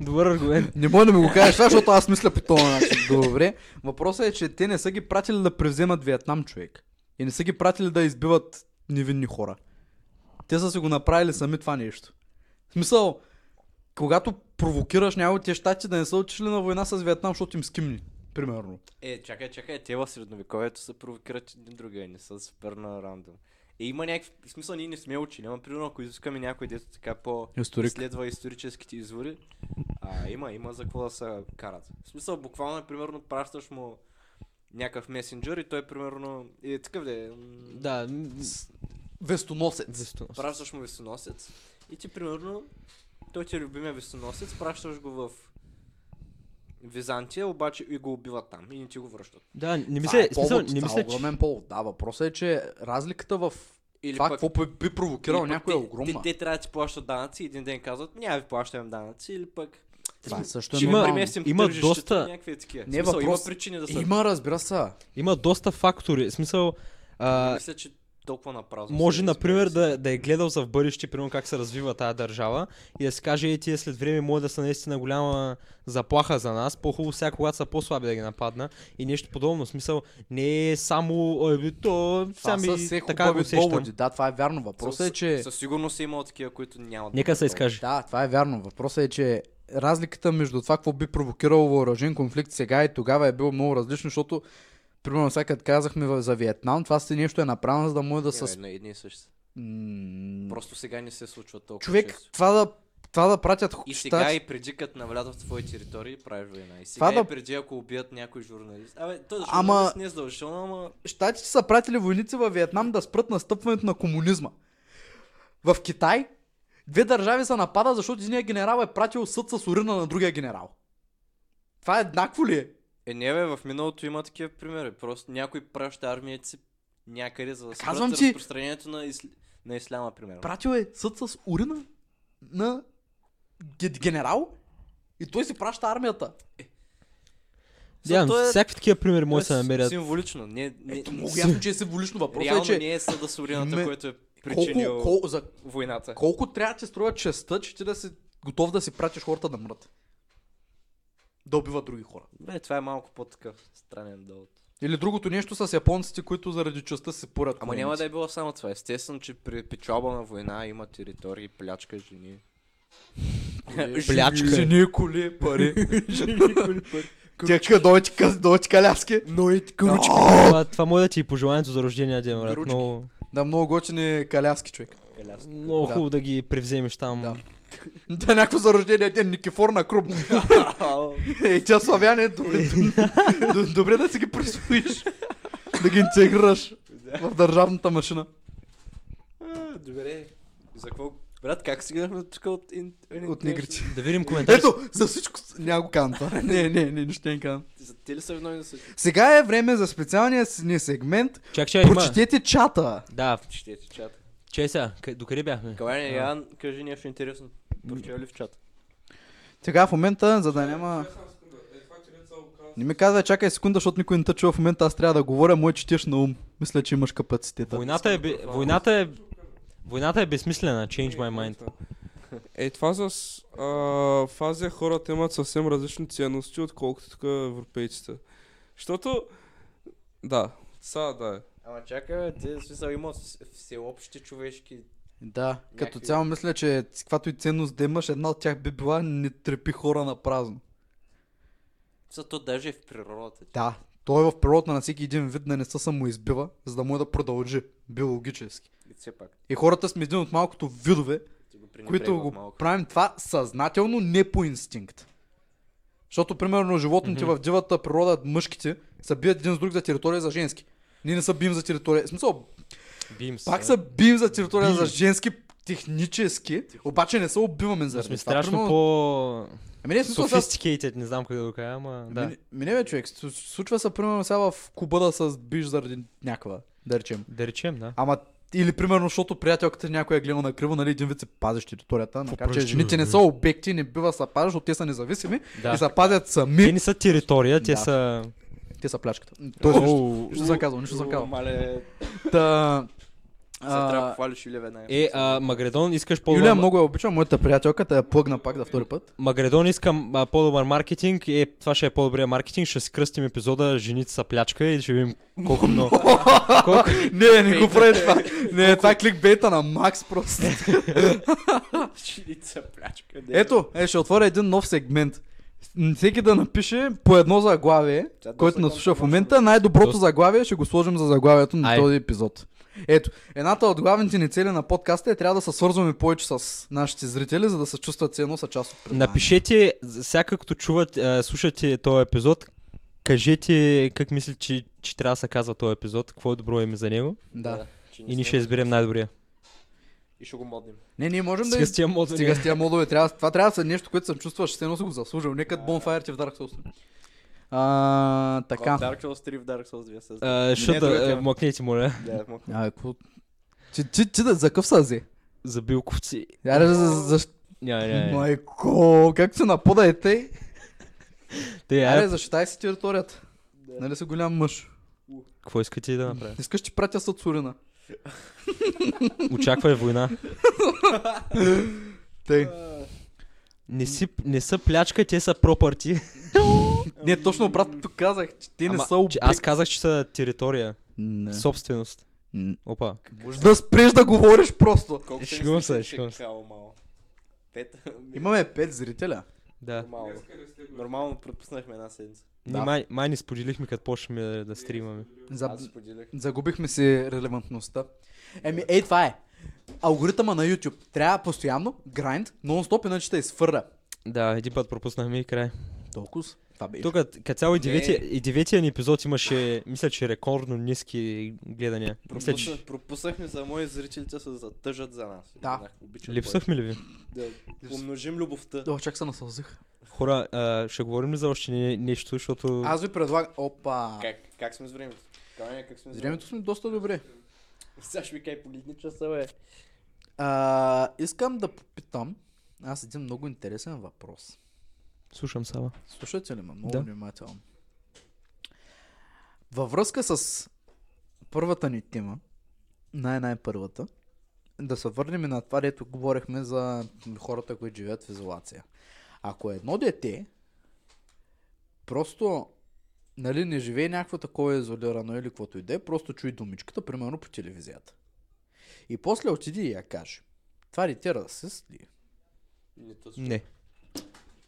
Speaker 2: Добър аргумент.
Speaker 1: Не мога да ми го кажеш това, защото аз мисля по този начин. Добре. Въпросът е, че те не са ги пратили да превземат Виетнам човек. И не са ги пратили да избиват невинни хора. Те са си го направили сами това нещо. В смисъл, когато провокираш някои от тези щати да не са отишли на война с Виетнам, защото им скимни. Примерно.
Speaker 3: Е, чакай, чакай, те в средновековието се провокират един друга, не са супер на рандом. Е, има някакви... В смисъл, ние не сме учили, ама примерно, ако изискаме някой дето така по...
Speaker 1: Историк.
Speaker 3: Следва историческите извори. А, има, има за какво да се карат. В смисъл, буквално, е, примерно, пращаш му някакъв месенджер и той, примерно... Е, такъв де...
Speaker 2: Да, м,
Speaker 1: Вестоносец.
Speaker 2: защо?
Speaker 3: Пращаш му висоносец и ти примерно, той ти е любимия висоносец, пращаш го в Византия, обаче и го убиват там и не ти го връщат.
Speaker 2: Да, не
Speaker 1: Това
Speaker 2: мисля,
Speaker 1: е
Speaker 2: смисъл,
Speaker 1: повод,
Speaker 2: не
Speaker 1: това е
Speaker 2: мисля, че...
Speaker 1: огромен повод. Да, въпросът е, че разликата в
Speaker 3: Или
Speaker 1: това,
Speaker 3: пък-
Speaker 1: какво би- би провокирал
Speaker 3: или пък
Speaker 1: някой е
Speaker 3: те-
Speaker 1: огромна.
Speaker 3: Те, те, трябва да ти плащат данъци, един ден казват, няма ви плащаме данъци, или пък
Speaker 1: Това също е
Speaker 3: ще ви
Speaker 2: има-
Speaker 1: нормално.
Speaker 3: преместим
Speaker 2: има
Speaker 3: тържището,
Speaker 2: доста-
Speaker 3: някакви е такива.
Speaker 1: Не,
Speaker 3: Не, Смисъл,
Speaker 1: въпрос-
Speaker 3: има причини да са.
Speaker 1: Има, разбира се.
Speaker 2: Има доста фактори. В смисъл, а,
Speaker 3: Мисля, че толкова напразно.
Speaker 2: може,
Speaker 3: са
Speaker 2: например,
Speaker 3: измислили.
Speaker 2: да, да е гледал за в бъдеще, примерно как се развива тази държава и да си каже, е, тия след време може да са наистина голяма заплаха за нас. По-хубаво сега, когато са по-слаби да ги нападна и нещо подобно. В смисъл, не е само, ой, бе, то,
Speaker 1: Това
Speaker 2: сами,
Speaker 1: са все
Speaker 2: така го
Speaker 1: хубави
Speaker 2: усещам.
Speaker 1: поводи. Да, това е вярно. Въпросът е,
Speaker 3: Със-
Speaker 1: че...
Speaker 3: Със сигурност е имало такива, които нямат.
Speaker 2: Нека се
Speaker 3: контрол.
Speaker 2: изкаже.
Speaker 1: Да, това е вярно. Въпросът е, че разликата между това, какво би провокирало въоръжен конфликт сега и тогава е било много различно, защото Примерно, сега като казахме в- за Виетнам, това си нещо е направено, за да може да
Speaker 3: Не, бе,
Speaker 1: с...
Speaker 3: не, едни и същи.
Speaker 1: М,
Speaker 3: е, Просто сега не се случва толкова.
Speaker 1: Човек,
Speaker 3: често.
Speaker 1: това да, това да пратят
Speaker 3: И
Speaker 1: щати-
Speaker 3: сега и преди, като навлязат в твои територии, правиш война. И
Speaker 1: Това
Speaker 3: сега
Speaker 1: да-
Speaker 3: и преди, ако убият някой журналист. Абе, той журналист
Speaker 1: Ама-
Speaker 3: ама... не е задължително, ама...
Speaker 1: щатите са пратили войници във Виетнам да спрат настъпването на комунизма. В Китай две държави са напада, защото единият генерал е пратил съд с урина на другия генерал. Това еднакво ли е?
Speaker 3: Е, не бе, в миналото има такива примери. Просто някой праща армията си някъде, за да спрат
Speaker 1: Казвам ти-
Speaker 3: разпространението на, исл... на исляма, примерно.
Speaker 1: Пратил е съд с урина на ге- генерал и той си праща армията.
Speaker 3: Смисъл,
Speaker 2: Да,
Speaker 3: то е-
Speaker 2: всякакви такива примери
Speaker 3: то е
Speaker 2: може да се
Speaker 3: с-
Speaker 2: намерят.
Speaker 3: Символично. Не, не,
Speaker 1: Ето, много ясно, че е символично. Въпросът
Speaker 3: реално
Speaker 1: е, че
Speaker 3: не е съда с урината,
Speaker 1: Ме-
Speaker 3: който е причинил
Speaker 1: колко, колко, за
Speaker 3: войната.
Speaker 1: колко трябва да ти струва честа, че ти да си готов да си пратиш хората да мрат. Да убиват други хора.
Speaker 3: Бе, това е малко по-такъв странен довод.
Speaker 1: Или другото нещо с японците, които заради частта се порят.
Speaker 3: Ама няма да е било само това. Естествено, че при печалба на война има територии, плячка, жени.
Speaker 1: Е,
Speaker 2: Плячка.
Speaker 1: Жени, коли, пари. Тя дойти, дойти каляски.
Speaker 2: Но и кручки. Това, това може да ти е пожеланието за рождения ден, брат.
Speaker 1: Кручки.
Speaker 2: Много,
Speaker 1: Да, много готини каляски, човек.
Speaker 3: Елясто.
Speaker 2: много
Speaker 1: Да.
Speaker 2: хубаво да ги превземеш там.
Speaker 1: Да. Да, някакво за рождение ден, Никифор на Крум. Ей, тя славяне, добре, д- добре да си ги присвоиш. да ги интегрираш в държавната машина.
Speaker 3: А, Добре. За какво? Брат, как стигнахме тук от... ин-
Speaker 1: От негрите.
Speaker 2: Да видим коментар.
Speaker 1: Ето, за всичко... с- Няма го казвам това. Не, не, не, нищо не казвам.
Speaker 3: За те ли са едно и също?
Speaker 1: Сега е време за специалния с- ни сегмент.
Speaker 3: Е,
Speaker 2: Чак, чак, има.
Speaker 1: Прочетете чата.
Speaker 2: Да,
Speaker 3: Четете чата.
Speaker 2: чай сега. къ- Докъде бяхме?
Speaker 3: Калайна, Ян, кажи нещо интересно. Прочел ли в чата?
Speaker 1: Сега в момента, за да няма...
Speaker 4: е,
Speaker 1: Не ми казвай, чакай секунда, защото никой не те чува в момента, аз трябва да говоря, мой четеш на ум. Мисля, че имаш капацитета.
Speaker 2: Войната е, бе- войната е, войната е безсмислена. Change my mind.
Speaker 4: Е, това с... А, в Азия хората имат съвсем различни ценности, отколкото тук европейците. Защото... Да, сега да е.
Speaker 3: Ама чакай, бе, те в смисъл има вс- всеобщи човешки...
Speaker 1: Да, като
Speaker 3: Някакви-
Speaker 1: цяло мисля, че каквато и ценност да имаш, една от тях би била не трепи хора на празно.
Speaker 3: За то даже е в природата.
Speaker 1: Да, той е в природата на всеки един вид да не се самоизбива, за да може да продължи биологически.
Speaker 3: И все пак.
Speaker 1: И хората сме един от малкото видове,
Speaker 3: Ти го пренебрегват
Speaker 1: които го
Speaker 3: малко.
Speaker 1: правим това съзнателно, не по инстинкт. Защото, примерно, животните
Speaker 2: Мгм.
Speaker 1: в дивата природа, мъжките, са бият един с друг за територия за женски. Ние не са бием за територия. В смисъл,
Speaker 2: Бим се.
Speaker 1: пак са бием за територия
Speaker 2: Бием.
Speaker 1: за женски технически, обаче не се убиваме
Speaker 2: Но
Speaker 1: заради
Speaker 2: сме
Speaker 1: това.
Speaker 2: Ами страшно
Speaker 1: Примерно,
Speaker 2: по...
Speaker 1: Ами не, в смисъл, сега Ами
Speaker 2: Sophisticated, не знам как да го кажа, ама да.
Speaker 1: Мине, мине бе, човек. Су- Случва се, примерно, сега в Куба да се сбиш заради някаква, да речем.
Speaker 2: Да речем, да.
Speaker 1: Ама или примерно, защото приятелката ти някой е гледал на криво, нали, един вид се пазиш територията, така че
Speaker 2: пръщи,
Speaker 1: жените не
Speaker 2: бе?
Speaker 1: са обекти, не бива се пазиш, защото те са независими и
Speaker 2: да.
Speaker 1: се пазят
Speaker 2: Те
Speaker 1: сами.
Speaker 2: не са територия, те
Speaker 1: Да.
Speaker 2: са...
Speaker 1: Те са плячката. Тоест, нищо- нищо съм казал, нищо съм казал.
Speaker 3: Мале,
Speaker 1: Та,
Speaker 3: сега трябва да
Speaker 1: а,
Speaker 3: хвалиш Юлия веднага.
Speaker 2: Е, а, Магредон, искаш по-добър...
Speaker 1: Юлия много я обича, моята приятелка, те я плъгна пак за втори път.
Speaker 2: Магредон искам а, по-добър маркетинг. Е, това ще е по-добрия маркетинг. Ще си кръстим епизода Жените са плячка и ще видим колко много. колко...
Speaker 1: Не, не го прави това. Не, това е кликбейта на Макс просто.
Speaker 3: Чилица, плячка. не.
Speaker 1: Ето, е, ще отворя един нов сегмент. М, Всеки да напише по едно заглавие,
Speaker 3: Тя доста
Speaker 1: който
Speaker 3: голяма
Speaker 1: нас слуша в
Speaker 3: помощ,
Speaker 1: момента. Най-доброто
Speaker 2: Доста.
Speaker 1: заглавие ще го сложим за заглавието на
Speaker 2: Ай.
Speaker 1: този епизод. Ето, едната от главните ни цели на подкаста е трябва да се свързваме повече с нашите зрители, за да се чувстват все едно са част от предаването.
Speaker 2: Напишете, за- всяка като чуват, а, слушате този епизод, кажете как мислите, че, че трябва да се казва този епизод, какво е добро име за него
Speaker 1: Да.
Speaker 3: че не
Speaker 2: и ние ще
Speaker 3: сме.
Speaker 2: изберем най-добрия.
Speaker 3: И ще го модним.
Speaker 1: Не, ние можем да...
Speaker 2: Сега с тия мод,
Speaker 1: Стига с тия модове. Трябва, това трябва да са нещо, което съм чувствал, ще се едно си го заслужил. Нека Bonfire ти в Dark Souls. А,
Speaker 3: Така.
Speaker 1: така.
Speaker 3: Dark Souls 3 в Dark Souls 2 се знае.
Speaker 2: а, ще
Speaker 3: Не,
Speaker 2: да,
Speaker 3: другата.
Speaker 2: а, млъкнете, моля,
Speaker 3: Да, мо-
Speaker 1: А, какво? Ти, ти, ти да, за къв са зе?
Speaker 2: за билковци.
Speaker 1: Аре, за, за,
Speaker 2: Няма, няма, няма.
Speaker 1: Майко, как се напада е тъй?
Speaker 2: Те,
Speaker 1: Аре,
Speaker 2: аре,
Speaker 1: защитай си територията. Нали си голям мъж?
Speaker 2: какво искате да направя?
Speaker 1: Искаш ти пратя Сацурина.
Speaker 2: Очаквай война.
Speaker 1: Тъй.
Speaker 2: Не, си, не са плячка, те са пропарти.
Speaker 1: Не, точно обратно тук казах, че те не са обект.
Speaker 2: Аз казах, че са територия,
Speaker 1: Не.
Speaker 2: собственост.
Speaker 1: М,
Speaker 2: Опа.
Speaker 1: Да спреш да говориш просто.
Speaker 3: Колко
Speaker 2: Ще
Speaker 3: те
Speaker 2: го
Speaker 3: не
Speaker 2: мисля,
Speaker 3: слушат,
Speaker 2: ще го мисля.
Speaker 3: као мало. Пет.
Speaker 1: Имаме пет зрителя.
Speaker 2: Да.
Speaker 3: Нормално. Нормално пропуснахме една седмица.
Speaker 2: Ние май, май не споделихме като почнем да, да стримаме.
Speaker 1: За...
Speaker 3: Аз споделях.
Speaker 1: Загубихме си релевантността. Еми, ей, това е. Алгоритъма на YouTube. Трябва постоянно, грайнд, нон-стоп, иначе ще изфърля.
Speaker 2: Да, един път пропуснахме и край.
Speaker 1: Толкова. Това беше.
Speaker 2: Тук, като цяло и деветия,
Speaker 3: Не.
Speaker 2: и деветия ни епизод имаше, мисля, че рекордно ниски гледания. Мисля, че
Speaker 3: Пропусна, пропуснахме за мои зрителите се затъжат за нас.
Speaker 1: Да.
Speaker 3: Знах, Обичат
Speaker 2: липсвахме ли ви?
Speaker 3: Да умножим любовта.
Speaker 1: О, чак се насълзих.
Speaker 2: Хора, а, ще говорим ли за още не, нещо, защото...
Speaker 1: Аз ви предлагам... Опа.
Speaker 3: Как, как сме с времето? Каменя, как сме с времето?
Speaker 1: Времето сме доста добре.
Speaker 3: Сега ще ви кай погледни часа, бе.
Speaker 1: А, искам да попитам аз един много интересен въпрос.
Speaker 2: Слушам Сава.
Speaker 1: Слушате ли ме? Много да.
Speaker 2: Да.
Speaker 1: внимателно. Във връзка с първата ни тема, най-най-първата, да се върнем на това, дето говорихме за хората, които живеят в изолация. Ако едно дете просто нали, не живее някакво такова изолирано или каквото и да е, просто чуи думичката, примерно по телевизията. И после отиди и я каже. Това дете расист ли? е?»
Speaker 3: Не то слушай.
Speaker 2: Не.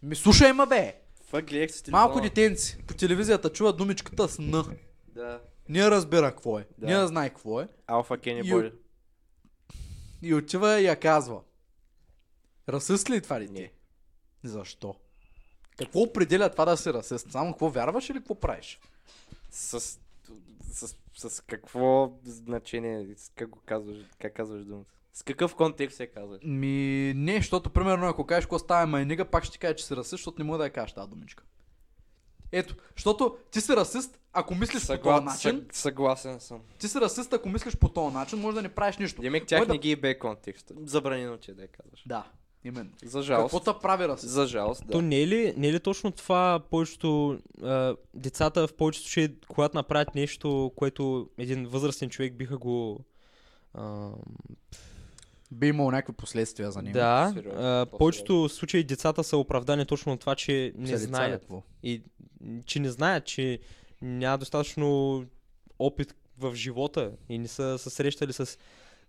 Speaker 1: Ми слушай ма бе!
Speaker 3: Това гледах с телефона.
Speaker 1: Малко детенци по телевизията чува думичката с Н.
Speaker 3: Да.
Speaker 1: Не разбира какво е. Да.
Speaker 3: Да.
Speaker 1: Не знае какво е.
Speaker 3: Алфа Кенни
Speaker 1: И-
Speaker 3: Бой.
Speaker 1: И отива и я казва. Расист ли е това дете?
Speaker 3: Не.
Speaker 1: Защо? Какво определя това да си расист? Само какво вярваш или какво правиш?
Speaker 3: С, с, с, с какво значение, с как го казваш, как казваш думата? С какъв контекст я казваш?
Speaker 1: Ми не, защото примерно ако кажеш какво става майнига, пак ще ти кажа, че си расист, защото не мога да я кажа тази думичка. Ето, защото ти си расист, ако мислиш по този начин,
Speaker 3: съг, съгласен съм.
Speaker 1: ти си расист, ако мислиш по този начин, може да не правиш нищо.
Speaker 3: Демек
Speaker 1: Може
Speaker 3: тях
Speaker 1: да-
Speaker 3: не ги бе контекста. Забранено ти е да я казваш.
Speaker 1: Да, именно.
Speaker 3: За жалост.
Speaker 1: Какво да прави расист?
Speaker 3: За жалост,
Speaker 2: То
Speaker 3: да.
Speaker 2: не е, ли, не е ли точно това повечето а, децата в повечето случаи, когато направят нещо, което един възрастен човек биха го... А,
Speaker 1: Би имало някакви последствия за него.
Speaker 2: да,
Speaker 3: сериозно,
Speaker 2: а,
Speaker 3: по-сериозно.
Speaker 2: повечето случаи децата са оправдани точно от това, че не знаят.
Speaker 1: Какво?
Speaker 2: И м, че не знаят, че няма достатъчно опит в живота и не са се срещали с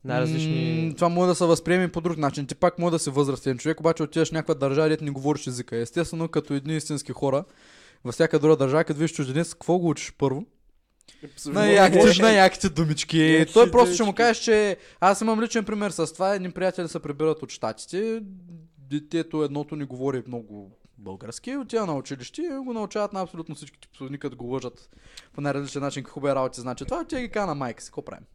Speaker 2: най-различни...
Speaker 1: М, това може да се възприеме по друг начин. Ти пак може да си възрастен човек, обаче отиваш в някаква държава, дето не говориш езика. Естествено, като едни истински хора, във всяка друга държава, като видиш чужденец, какво го учиш първо?
Speaker 3: Абсолютно.
Speaker 1: На яките, на яките думички.
Speaker 3: Яките
Speaker 1: Той просто ще му
Speaker 3: думички.
Speaker 1: кажеш, че аз имам личен пример с това. Едни приятели се прибират от щатите. Детето едното не говори много български, отива на училище и го научават на абсолютно всички псовни, като го лъжат по най-различен начин, какви хубави работи значи. Това отива и ги кана на майка си, какво правим?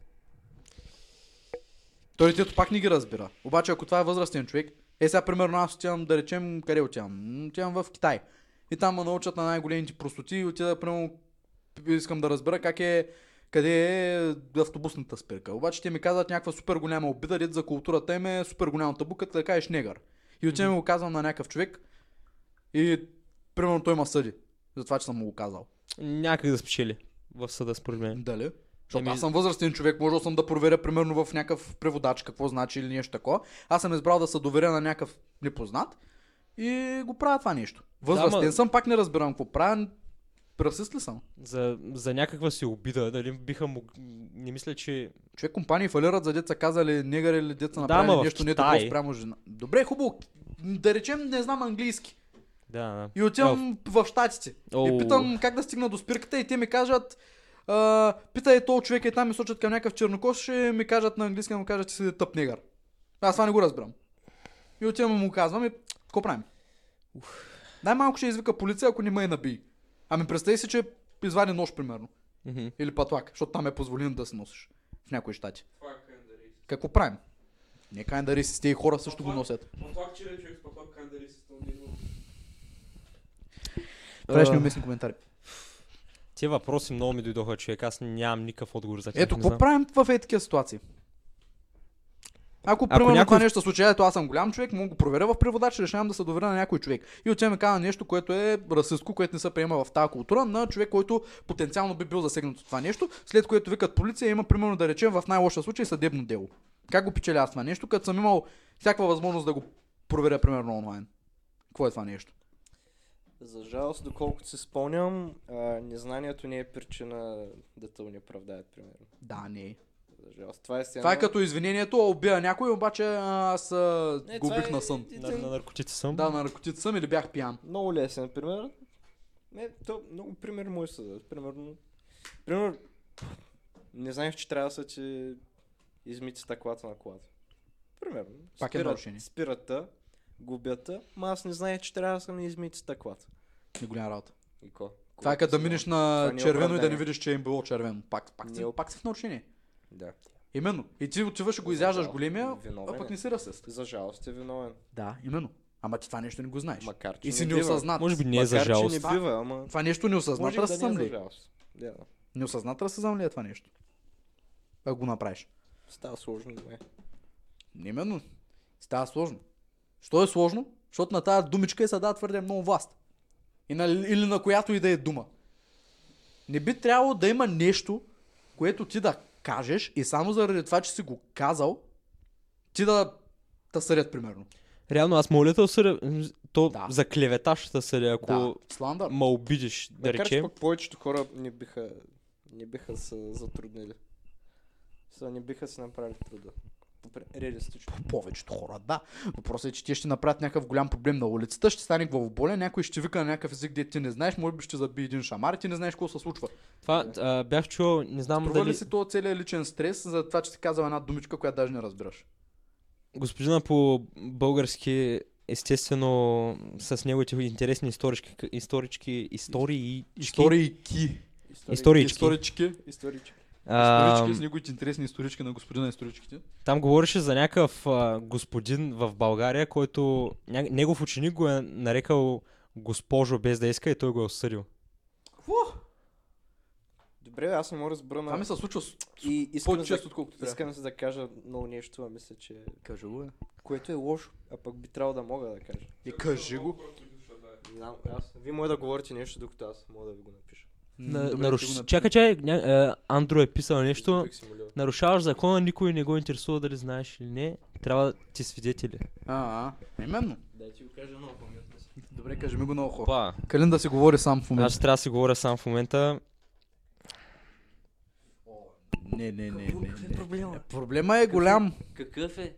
Speaker 1: Той детето пак не ги разбира. Обаче ако това е възрастен човек, Е сега, примерно, аз отивам, да речем, къде отивам? М, Отивам в Китай. И там ме научат на най-големите простоти и отида, примерно, искам да разбера как е, къде е автобусната спирка. Обаче те ми казват някаква супер голяма обида, дет за културата им е супер голяма табука, да кажеш негър. И отивам и го казвам на някакъв човек и примерно той ме съди за това, че съм му го казал.
Speaker 2: Някак да спечели в съда, според мен.
Speaker 1: Дали? Защото
Speaker 2: Е. Еми-
Speaker 1: аз съм възрастен човек, можел съм да проверя примерно в някакъв преводач какво значи или нещо такова. Аз съм избрал да се доверя на някакъв непознат и го правя това нещо. Възрастен
Speaker 2: ма-
Speaker 1: съм, пак не разбирам какво правя. Расист ли съм?
Speaker 2: За, за някаква си обида, нали, биха мог... Не мисля, че...
Speaker 1: Човек компании фалират за деца казали негър или деца
Speaker 2: Да,
Speaker 1: направили
Speaker 2: ма в
Speaker 1: нещо не
Speaker 2: Китай.
Speaker 1: добро спрямо жена. Добре, хубаво. Да речем, не знам английски.
Speaker 2: Да, да.
Speaker 1: И отивам в щатите. И
Speaker 2: Оу.
Speaker 1: питам как да стигна до спирката и те ми кажат а, питай то човек и там ми сочат към някакъв чернокож и ми кажат на английски, му кажат, че си тъп негър. Аз това не го разбирам. И отивам и му казвам и какво правим? Най-малко ще извика полиция, ако не ме е наби. Ами представи си, че извади нож, примерно.
Speaker 2: Мгм.
Speaker 1: Или патлак, защото там е позволено да се носиш в някои щати.
Speaker 4: е
Speaker 1: Какво правим? Не кайдари си, те и хора също го носят.
Speaker 4: Патлак чиле човек с патлак кандари си
Speaker 1: Правиш
Speaker 2: А,
Speaker 1: неуместни коментари.
Speaker 2: Тия въпроси много ми дойдоха, човек. Аз нямам никакъв отговор за тях.
Speaker 1: Ето,
Speaker 2: не
Speaker 1: какво
Speaker 2: знам.
Speaker 1: правим в е такива ситуации? Ако,
Speaker 2: Ако
Speaker 1: примерно
Speaker 2: някой-
Speaker 1: това нещо се случи, ето аз съм голям човек, мога да го проверя в преводач, решавам да се доверя на някой човек. И отивам и казвам нещо, което е расистко, което не се приема в тази култура, на човек, който потенциално би бил засегнат от това нещо, след което викат полиция, има примерно да речем в най-лоша случай съдебно дело. Как го печеля аз това нещо, като съм имал всякаква възможност да го проверя примерно онлайн? Какво е това нещо?
Speaker 3: За жалост, доколкото си спомням, а, незнанието не е причина да те унеправдаят, примерно.
Speaker 1: Да, не. е.
Speaker 3: За жалост. Това е все
Speaker 1: Това е
Speaker 3: едно-
Speaker 1: като извинението, а убия някой, обаче аз а,
Speaker 3: Не,
Speaker 1: го
Speaker 3: това
Speaker 1: убих
Speaker 3: е
Speaker 1: на сън.
Speaker 3: един-
Speaker 2: На, на наркотици съм.
Speaker 1: Да, на наркотици съм или бях пиян.
Speaker 3: Много лесен пример. Не, то много пример му е съда. Примерно, примерно, не знаех, че трябва да са, че измити стъклата на колата. Примерно.
Speaker 1: Пак е нарушение.
Speaker 3: Спирата, губята, ма аз не знаех, че трябва да съм измити стъклата.
Speaker 1: Не голяма работа.
Speaker 3: И ко?
Speaker 1: Това е като да минеш
Speaker 3: Това
Speaker 1: на
Speaker 3: не е
Speaker 1: червено и да не
Speaker 3: оправдание.
Speaker 1: видиш, че им било червено. Пак, пак,
Speaker 3: Не
Speaker 1: си,
Speaker 3: е оп-
Speaker 1: пак си в нарушение.
Speaker 3: Да.
Speaker 1: Именно. И ти отиваш и го изяждаш
Speaker 3: Да,
Speaker 1: големия,
Speaker 3: виновен
Speaker 1: а пък
Speaker 3: е.
Speaker 1: не си расист.
Speaker 3: За жалост е виновен.
Speaker 1: Да, именно. Ама ти това нещо не го знаеш.
Speaker 3: Макар, че
Speaker 1: И си
Speaker 3: не бива.
Speaker 1: неосъзнат.
Speaker 2: Може би не е
Speaker 3: Макар,
Speaker 2: за
Speaker 3: че
Speaker 2: жалост.
Speaker 3: не бива, ама...
Speaker 1: Това нещо неосъзнат
Speaker 3: Може и да
Speaker 1: разсъзам
Speaker 3: не е
Speaker 1: ли?
Speaker 3: за жалост. Да, да.
Speaker 1: Неосъзнат разсъзам ли е това нещо? Ако го направиш.
Speaker 3: Става сложно, да е.
Speaker 1: Именно. Става сложно. Що е сложно? Защото на тази думичка и се дава твърде много власт. И на, или на която и да е дума. Не би трябвало да има нещо, което ти да кажеш и само заради това, че си го казал, ти да те съдят, примерно.
Speaker 2: Реално аз моля да осъдя. м, То
Speaker 1: Да.
Speaker 2: за клевета ще те съдя, ако
Speaker 1: Да, сландър.
Speaker 2: ме обидиш, да
Speaker 3: Макар, че
Speaker 2: речем.
Speaker 3: пък повечето хора не биха, не биха се затруднили. Са, не биха си направили труда. Добре, Реалистично.
Speaker 1: Повечето хора, да. Въпросът е, че ти ще направят някакъв голям проблем на улицата, ще стане главоболен, някой ще вика на някакъв език, де ти не знаеш, може би ще заби един шамар и ти не знаеш какво се случва.
Speaker 2: Това а, бях чувал, не знам
Speaker 1: Струва
Speaker 2: дали...
Speaker 1: ли си то целият личен стрес за това, че ти казал една думичка, която даже не разбираш?
Speaker 2: Господина по български, естествено, с неговите интересни исторички, исторички, истории,
Speaker 1: Историйки.
Speaker 2: Исторички.
Speaker 1: Исторички.
Speaker 3: Исторички.
Speaker 2: а,
Speaker 1: Исторички с неговите интересни исторички на господина историчките.
Speaker 2: там говореше за някакъв а, господин в България, който ня... негов ученик го е нарекал госпожо без да иска и той го е осъдил.
Speaker 3: Добре, бе, аз не мога да разбера
Speaker 1: Това ми
Speaker 3: на...
Speaker 1: се случва с-
Speaker 3: И искам да,
Speaker 1: по-често, отколкото трябва.
Speaker 3: искам се да кажа много нещо, а мисля, че...
Speaker 1: Кажи го, е.
Speaker 3: Което е лошо, а пък би трябвало да мога да кажа.
Speaker 1: И Е, кажи го.
Speaker 3: Не знам, аз... Вие може да говорите нещо, докато аз мога да ви го напиша.
Speaker 1: М,
Speaker 2: На,
Speaker 1: добре, ще го
Speaker 2: наруш...
Speaker 1: напи-
Speaker 2: Чакай, чакай, ня... а, Андро е писал нещо.
Speaker 3: Бих си молил.
Speaker 2: Нарушаваш закона, никой не го интересува дали знаеш или не. Трябва да ти свидетели.
Speaker 1: А, а, именно.
Speaker 3: Дай ти го кажа много паметно.
Speaker 1: Добре, кажи ми го много хора.
Speaker 2: Опа.
Speaker 1: Калин да си говори сам в момента.
Speaker 2: Аз трябва да си говоря сам в момента.
Speaker 1: Не, не, не, не,
Speaker 5: Какъв е
Speaker 1: не.
Speaker 5: проблема?
Speaker 1: Проблема е голям.
Speaker 5: Какъв е?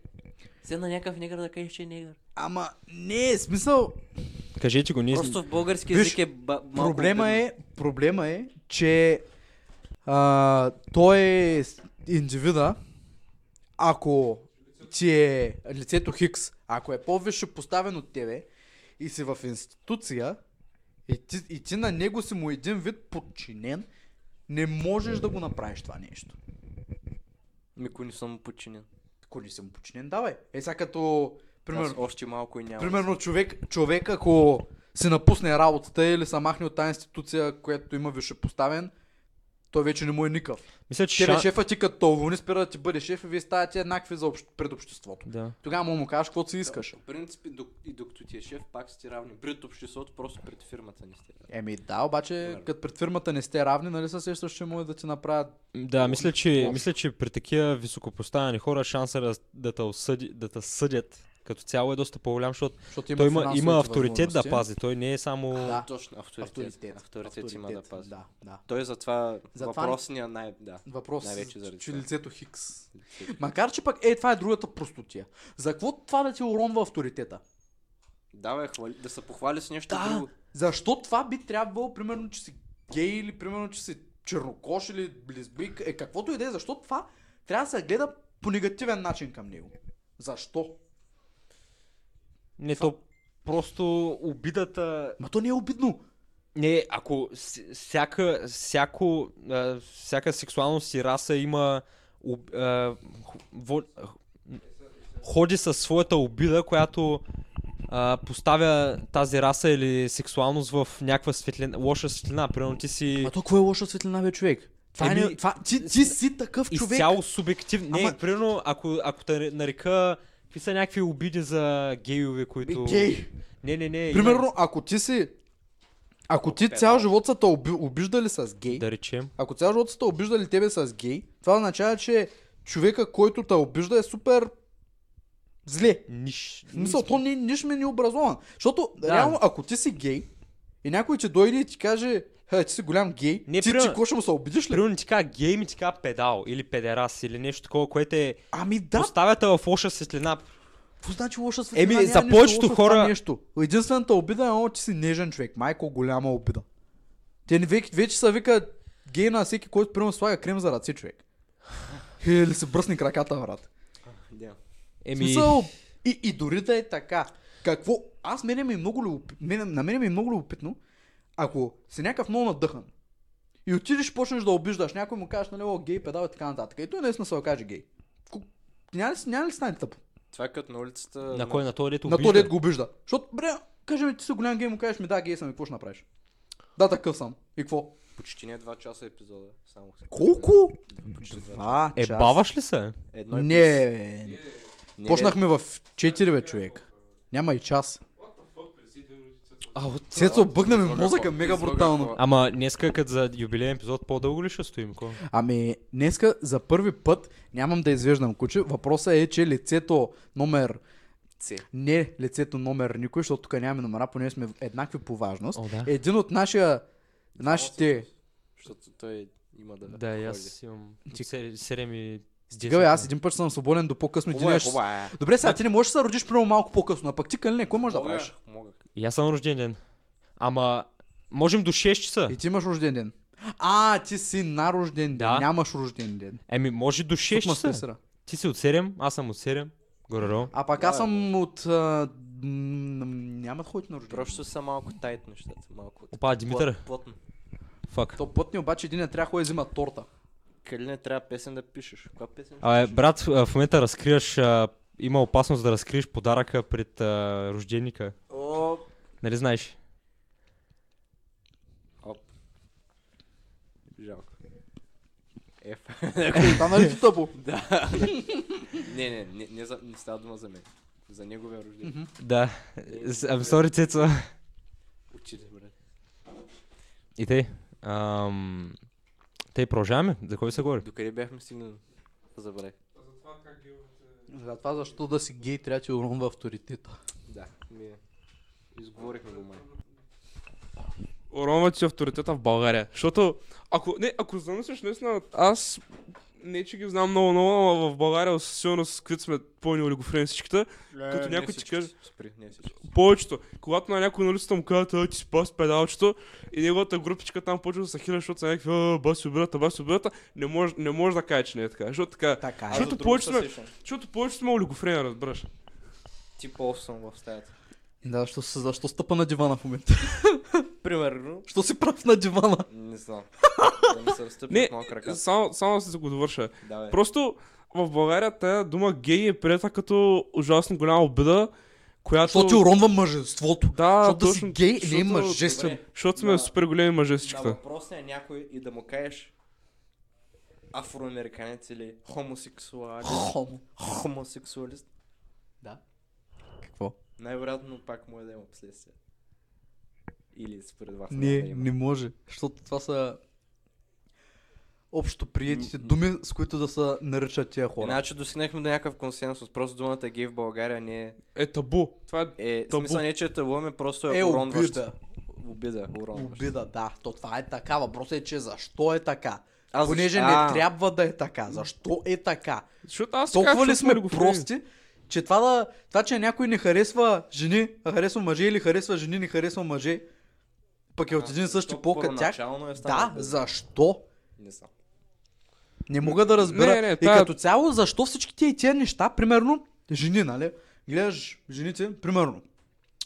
Speaker 5: Се на някакъв негър да кажеш, че е негър.
Speaker 1: Ама не е смисъл.
Speaker 2: Кажете го, ние
Speaker 5: Просто в български
Speaker 1: Виж,
Speaker 5: език е ба- малко
Speaker 1: Проблема
Speaker 5: обидно.
Speaker 1: е, проблема е, че а, той е с- индивида, ако ти е лицето Хикс, ако е по-висше поставен от тебе и си в институция и ти, и ти на него си му един вид подчинен, не можеш да го направиш това нещо.
Speaker 3: Мико не съм подчинен.
Speaker 1: Ако не си му подчинен, давай. Е сега като Примерно.
Speaker 3: Аз още малко и няма.
Speaker 1: Примерно човек, човек ако си напусне работата или се махне от тази институция, която има висшепоставен, той вече не му е никакъв.
Speaker 2: Мисля, че
Speaker 1: Тебе
Speaker 2: шан...
Speaker 1: шефа ти като те уволни, спира да ти бъде шеф и вие ставате еднакви за общ... пред обществото.
Speaker 2: Да.
Speaker 1: Тогава му му кажеш каквото си искаш.
Speaker 3: В принцип, и док- и докато ти е шеф, пак сте равни. Пред обществото, просто пред фирмата не сте равни.
Speaker 1: Еми да, обаче като пред фирмата не сте равни, нали се сещаш, че може да ти направят...
Speaker 2: Да, мисля че,
Speaker 1: Лошо.
Speaker 2: мисля, че при такива високопоставени хора шанса да, да, те осъди, да те съдят като цяло е доста по-голям, защото
Speaker 1: Защото има
Speaker 2: има той има,
Speaker 1: финансовите
Speaker 2: има авторитет да
Speaker 1: възможности.
Speaker 2: пази. Той не е само...
Speaker 1: Да.
Speaker 3: Точно, авторитет.
Speaker 1: Авторитет.
Speaker 3: Авторитет, има да пази.
Speaker 1: Да, да.
Speaker 3: Той е затова
Speaker 1: Затова-
Speaker 3: въпросния най... Да.
Speaker 1: Въпрос,
Speaker 3: Най-вече заради
Speaker 1: че
Speaker 3: това.
Speaker 1: лицето Хикс. Макар, че пък, е, това е другата простотия. За какво това да ти уронва авторитета?
Speaker 3: Давай, хвали, да се похвали с нещо
Speaker 1: Да.
Speaker 3: друго.
Speaker 1: Защо това би трябвало, примерно, че си гей или примерно, че си чернокош или лесбийка, е каквото и да е, защо това трябва да се гледа по негативен начин към него? Защо?
Speaker 2: Не, е то просто обидата
Speaker 1: Ма то не е обидно.
Speaker 2: Не, ако с- всяка, всяко, а, всяка сексуалност и раса има об- а, ху- во, х- ходи със своята обида, която а, поставя тази раса или сексуалност в някаква светлина, лоша светлина. Примерно ти си
Speaker 1: Ма то какво е лоша светлина, бе, човек? Това
Speaker 2: Еми,
Speaker 1: е, не- това, ти, ти си такъв човек.
Speaker 2: изцяло субективен. Не,
Speaker 1: Ама-
Speaker 2: примерно ако, ако те нарека, какви са някакви обиди за гейове,
Speaker 1: Бе,
Speaker 2: които...
Speaker 1: Гей.
Speaker 2: Не, не, не. има-
Speaker 1: Примерно, ако ти си... Ако ти цял живот са те оби- обиждали с гей,
Speaker 2: Да речем.
Speaker 1: Ако цял живот са те обиждали тебе с гей, това означава, че човека, който те обижда е супер зле.
Speaker 2: Ниш.
Speaker 1: В смисъл, то ни, ниш ми не е образован. Защото,
Speaker 2: Да.
Speaker 1: реално, ако ти си гей и някой ти дойде и ти каже, Ха, ти си голям гей,
Speaker 2: Не,
Speaker 1: ти,
Speaker 2: примерно-
Speaker 1: ти какво ще му се обидиш ли?
Speaker 2: Примерно ти казва гей ми ти казва педал или педерас или нещо такова, което е
Speaker 1: Ами да,
Speaker 2: да. поставя те в лоша светлина.
Speaker 1: какво значи лоша светлина?
Speaker 2: Еми,
Speaker 1: Няма
Speaker 2: за
Speaker 1: нищо
Speaker 2: повечето
Speaker 1: лошо в това
Speaker 2: хора-
Speaker 1: Нещо. Единствената обида е, о, че си нежен човек. Майко, голяма обида. Те не- век- вече се вика гей на всеки, който примерно слага крем за ръце човек. Или се бръсни краката, брат.
Speaker 3: Да.
Speaker 2: Еми,
Speaker 1: Еми... Смисъл, и, и дори да е така. Какво? Аз мене ми е много любоп... мене, на мен ми е много любопитно, ако си някакъв много надъхан и отидеш и почнеш да обиждаш някой му кажеш, нали, о, гей, педал и така нататък. И той е наистина се окаже гей. Ко- Няма ли, с- няма ли стане тъпо?
Speaker 3: Това е като на улицата...
Speaker 2: на кой на този дето
Speaker 1: На
Speaker 2: обижда?
Speaker 1: то дед го обижда. Защото, бре, кажи ми, ти си голям гей, му кажеш ми, да, гей съм, и какво ще направиш? Да, такъв съм. И какво?
Speaker 3: Почти не е два часа епизода. Само
Speaker 1: Колко?
Speaker 3: Да, почти два.
Speaker 1: Два
Speaker 2: Е,
Speaker 1: часа.
Speaker 2: баваш ли се?
Speaker 3: Едно и
Speaker 1: Не,
Speaker 3: плюс.
Speaker 1: бе.
Speaker 3: Не, е не.
Speaker 1: Почнахме в 4 бе, човек. Няма и час.
Speaker 2: А, от...
Speaker 1: Цецо, бъгна ми мозъка мега брутално.
Speaker 2: Ама днеска като за юбилейен епизод по-дълго ли ще стоим? Ко?
Speaker 1: Ами, днеска за първи път нямам да извеждам куче. Въпросът е, че лицето номер...
Speaker 3: Це.
Speaker 1: Не лицето номер никой, защото тук нямаме номера, поне сме еднакви по важност.
Speaker 2: О, да.
Speaker 1: Един от нашия... Нашите...
Speaker 3: Защото той има да...
Speaker 2: Да, и
Speaker 3: ходи.
Speaker 2: аз имам 7 и 10.
Speaker 1: Гъбе, аз един път съм свободен до по-късно. и ти
Speaker 3: Хубаво е,
Speaker 1: днес-
Speaker 3: хубаво е.
Speaker 1: Добре, сега ти не можеш да се родиш примерно малко по-късно, а пък ти къде не, кой можеш да
Speaker 3: Мога,
Speaker 1: правиш?
Speaker 3: Мога.
Speaker 2: И аз съм рожден ден. Ама, можем до 6 часа.
Speaker 1: И ти имаш рожден ден. А, ти си на рожден ден,
Speaker 2: Да.
Speaker 1: нямаш рожден ден.
Speaker 2: Еми, може до 6
Speaker 1: Тук ме
Speaker 2: часа.
Speaker 1: стресира.
Speaker 2: Ти си от 7, аз съм от 7. Горе-долу.
Speaker 1: А пък
Speaker 3: Да,
Speaker 1: аз
Speaker 3: е.
Speaker 1: съм от... а, м, Няма да ходите на рожден ден.
Speaker 3: Просто са малко тайт нещата. Малко...
Speaker 2: Опа, Димитър.
Speaker 3: плот- Плотно.
Speaker 2: Фак.
Speaker 1: То пътни обаче един не трябва да ходи да взима торта.
Speaker 3: Къде не трябва песен да пишеш? Каква песен?
Speaker 2: А, е, брат, в в момента разкриваш, а, има опасност да разкриеш подаръка пред а, рожденика.
Speaker 3: О,
Speaker 2: Нали знаеш?
Speaker 3: жалко. Еф.
Speaker 2: Е,
Speaker 1: Та нали ти тъпо?
Speaker 3: Да. не, не, не, не, за, не става дума за мен. За неговия рожден.
Speaker 1: Мгм.
Speaker 2: Да. С- I'm sorry, Цецо.
Speaker 3: Учите, брат.
Speaker 2: И те. Ам... Те продължаваме? За кой се говори?
Speaker 3: До къде бяхме стигнали? Забравих.
Speaker 4: е?
Speaker 1: За това защо да си гей трябва да ти уронва авторитета.
Speaker 3: Да, ми е. Изговорихме го май.
Speaker 4: уронва ти е авторитета в България. Защото, ако, не, ако замислиш, наистина, аз не че ги знам много, много, ама в България със сигурност с каквито сме пълни олигофрени всичките, Е, Като
Speaker 3: Не
Speaker 4: някой ти
Speaker 3: всички.
Speaker 4: каже-
Speaker 3: Спри, не всички.
Speaker 4: повечето, когато на някой на улицата му казват, «А, ти си бас педалчето и неговата групичка там почва да се хиля, защото са някакви, «А, бас убирата, бас убирата, не може, не може да каже, че не е така. Защото така,
Speaker 1: Така
Speaker 4: Защото повечето сме- защото повечето сме олигофрени, разбираш.
Speaker 3: Ти полсвам в стаята.
Speaker 1: Да, защо, се- защо стъпа на дивана в момента?
Speaker 3: Примерно.
Speaker 1: Що си прав на дивана?
Speaker 3: Не знам. да ми се разтъпи
Speaker 4: Не,
Speaker 3: от малко ръка.
Speaker 1: Е.
Speaker 4: Само, само да се го довърша.
Speaker 3: Давай.
Speaker 4: Просто в България тая дума гей е прията като ужасно голяма обида, която...
Speaker 1: Защото ти уронва мъжеството.
Speaker 4: Да,
Speaker 1: Защото да си
Speaker 4: точно,
Speaker 1: гей не е
Speaker 4: защото-
Speaker 1: мъжествен.
Speaker 4: Защото сме
Speaker 3: Да.
Speaker 4: супер големи мъже
Speaker 3: На
Speaker 4: всичките.
Speaker 3: въпросния някой и да му кажеш афроамериканец или хомосексуалист.
Speaker 1: Хомо.
Speaker 3: Хомосексуалист.
Speaker 1: Какво?
Speaker 3: Най-вероятно пак му е да има последствия. Или според вас. няма
Speaker 1: Не,
Speaker 3: да има.
Speaker 1: не може. Защото това са общо приетите думи, с които да се наричат тия хора.
Speaker 3: Иначе достигнахме до някакъв консенсус. Просто думата гей в България не е...
Speaker 4: Е табу. Това е...
Speaker 3: е
Speaker 4: Табу.
Speaker 3: смисъл не, че е табу, ами просто е,
Speaker 1: Е,
Speaker 3: уронващ.
Speaker 1: обида.
Speaker 3: Обида, уронващ.
Speaker 1: Обида, да. То това е така. Въпросът е, че защо е така?
Speaker 3: А, защо-
Speaker 1: Понеже
Speaker 3: а.
Speaker 1: не трябва да е така. Защо е така?
Speaker 4: Защото аз така,
Speaker 1: Толкова ли
Speaker 4: защото
Speaker 1: сме
Speaker 4: го приемем?
Speaker 1: прости, че това, да, това, че някой не харесва жени, а харесва мъже или харесва жени, не харесва мъже, пък е от един и същи
Speaker 3: То
Speaker 1: пол като тях.
Speaker 3: първоначално Е
Speaker 1: Да,
Speaker 3: станало без-
Speaker 1: защо?
Speaker 3: Не знам.
Speaker 1: Не мога да разбера.
Speaker 4: не, е не,
Speaker 1: и
Speaker 4: тая-
Speaker 1: като цяло, защо всички тия, тия неща, примерно, жени, нали? Гледаш жените, примерно,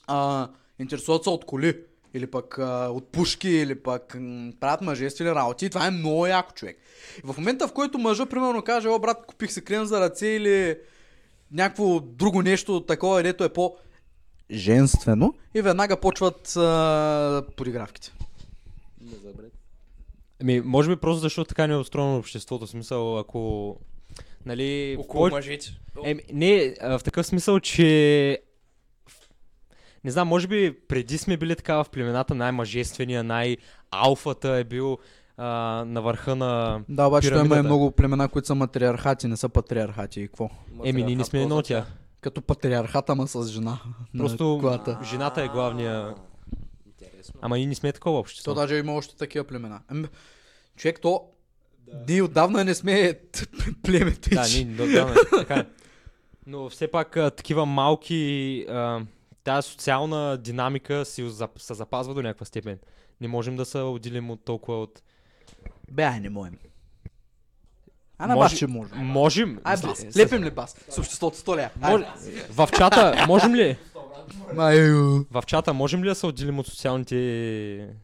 Speaker 1: а, интересуват се от коли, или пък а, от пушки, или пък м- правят мъжествени работи. И това е много яко, човек. И в момента, в който мъжа, примерно, каже, о, брат, купих си крем за ръце или някакво друго нещо такова, дето е по женствено и веднага почват а, подигравките.
Speaker 3: Не забравяй.
Speaker 2: Ами, може би просто защото така не е устроено обществото. В смисъл, ако... Нали, в
Speaker 3: Около
Speaker 2: повече-
Speaker 3: мъжете.
Speaker 2: Еми, не, а, в такъв смисъл, че... Не знам, може би преди сме били така в племената най-мъжествения, най-алфата е бил а, на върха на...
Speaker 1: Да, обаче той има и
Speaker 2: Пирамидата.
Speaker 1: много племена, които са матриархати, не са патриархати и какво?
Speaker 2: Еми, ние не сме едно от тях.
Speaker 1: Като патриархат, ама с жена.
Speaker 2: Просто
Speaker 1: на колата.
Speaker 2: а, жената е главния...
Speaker 3: Интересно.
Speaker 2: Ама ние не сме такова
Speaker 1: То
Speaker 2: общество.
Speaker 1: даже има още такива племена. Ем, Човек, то... Ние отдавна не сме т- племето.
Speaker 2: Да,
Speaker 1: че-
Speaker 2: ние да, да, не, така е. Но все пак а, такива малки... А, тази социална динамика си зап- се запазва до някаква степен. Не можем да се отделим от толкова от...
Speaker 1: Бе, ай, не можем. А на
Speaker 2: Може-
Speaker 1: бас ще може.
Speaker 2: Можем.
Speaker 1: Ай,
Speaker 2: Мисля-
Speaker 1: бас. Лепим ли бас? С обществото сто лея. Ай.
Speaker 2: Може... В чата, можем ли?
Speaker 1: Ма, ю.
Speaker 2: В чата можем ли да се отделим от социалните...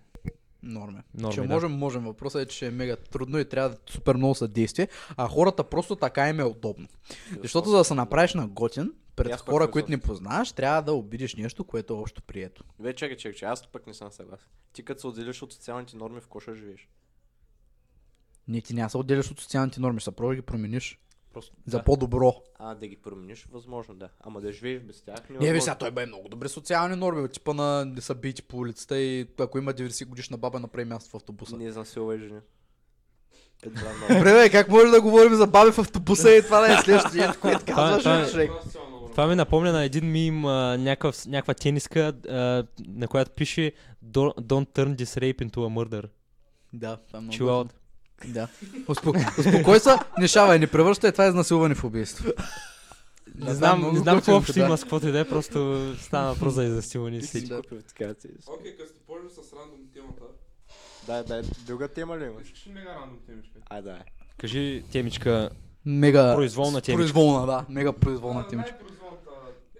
Speaker 1: Норме.
Speaker 2: Норме,
Speaker 1: Че
Speaker 2: да.
Speaker 1: можем, можем. Въпросът е, че е мега трудно и трябва да супер много съдействие, а хората просто така им е удобно. Защото за да се направиш на готин, пред
Speaker 3: Аз пък
Speaker 1: хора,
Speaker 3: съм
Speaker 1: които не
Speaker 3: съгласен.
Speaker 1: познаваш, трябва да обидиш нещо, което е общо прието.
Speaker 3: Бе, чакай, чакай, чакай, аз пък не съм съгласен. Ти като се отделиш от социалните норми, в коша живееш.
Speaker 1: Не, ти няма се отделяш от социалните норми, ще просто ги промениш.
Speaker 2: Просто...
Speaker 1: За по-добро.
Speaker 3: А, да ги промениш, възможно, да. Ама да живееш без тях, е
Speaker 1: Не, бе, сега той е бе много добре социални норми, от типа на не са бити по улицата и ако има 90 годишна баба, направи място в автобуса.
Speaker 3: Не знам се Е, лъжи. Едва много.
Speaker 1: Добре, бе, как може да говорим за баби в автобуса и това да е следващото, което казваш,
Speaker 2: това е-
Speaker 1: бе, човек?
Speaker 2: Това ми напомня на един мим, а, някакъв, някаква тениска, а, на която пише Don't, don't turn this rape into a murder.
Speaker 1: Да, това е много.
Speaker 2: Chill out.
Speaker 1: Да. Успо- Успокой се, не шавай, не превръщай това е изнасилване в убийство. е
Speaker 2: Не знам, не знам какво общо
Speaker 1: да.
Speaker 2: има с каквото и да е, просто стана въпрос за изнасилване и всичко.
Speaker 1: Да.
Speaker 3: Купил така ти.
Speaker 4: Окей, като сте почнем с рандом темата,
Speaker 3: Да, да, друга тема ли имаш?
Speaker 4: искаш ли мега рандом темичка?
Speaker 3: А, да.
Speaker 2: Кажи, темичка,
Speaker 1: Мега...
Speaker 2: Произволна темичка.
Speaker 1: Произволна, да. Мега произволна темичка.
Speaker 4: Най...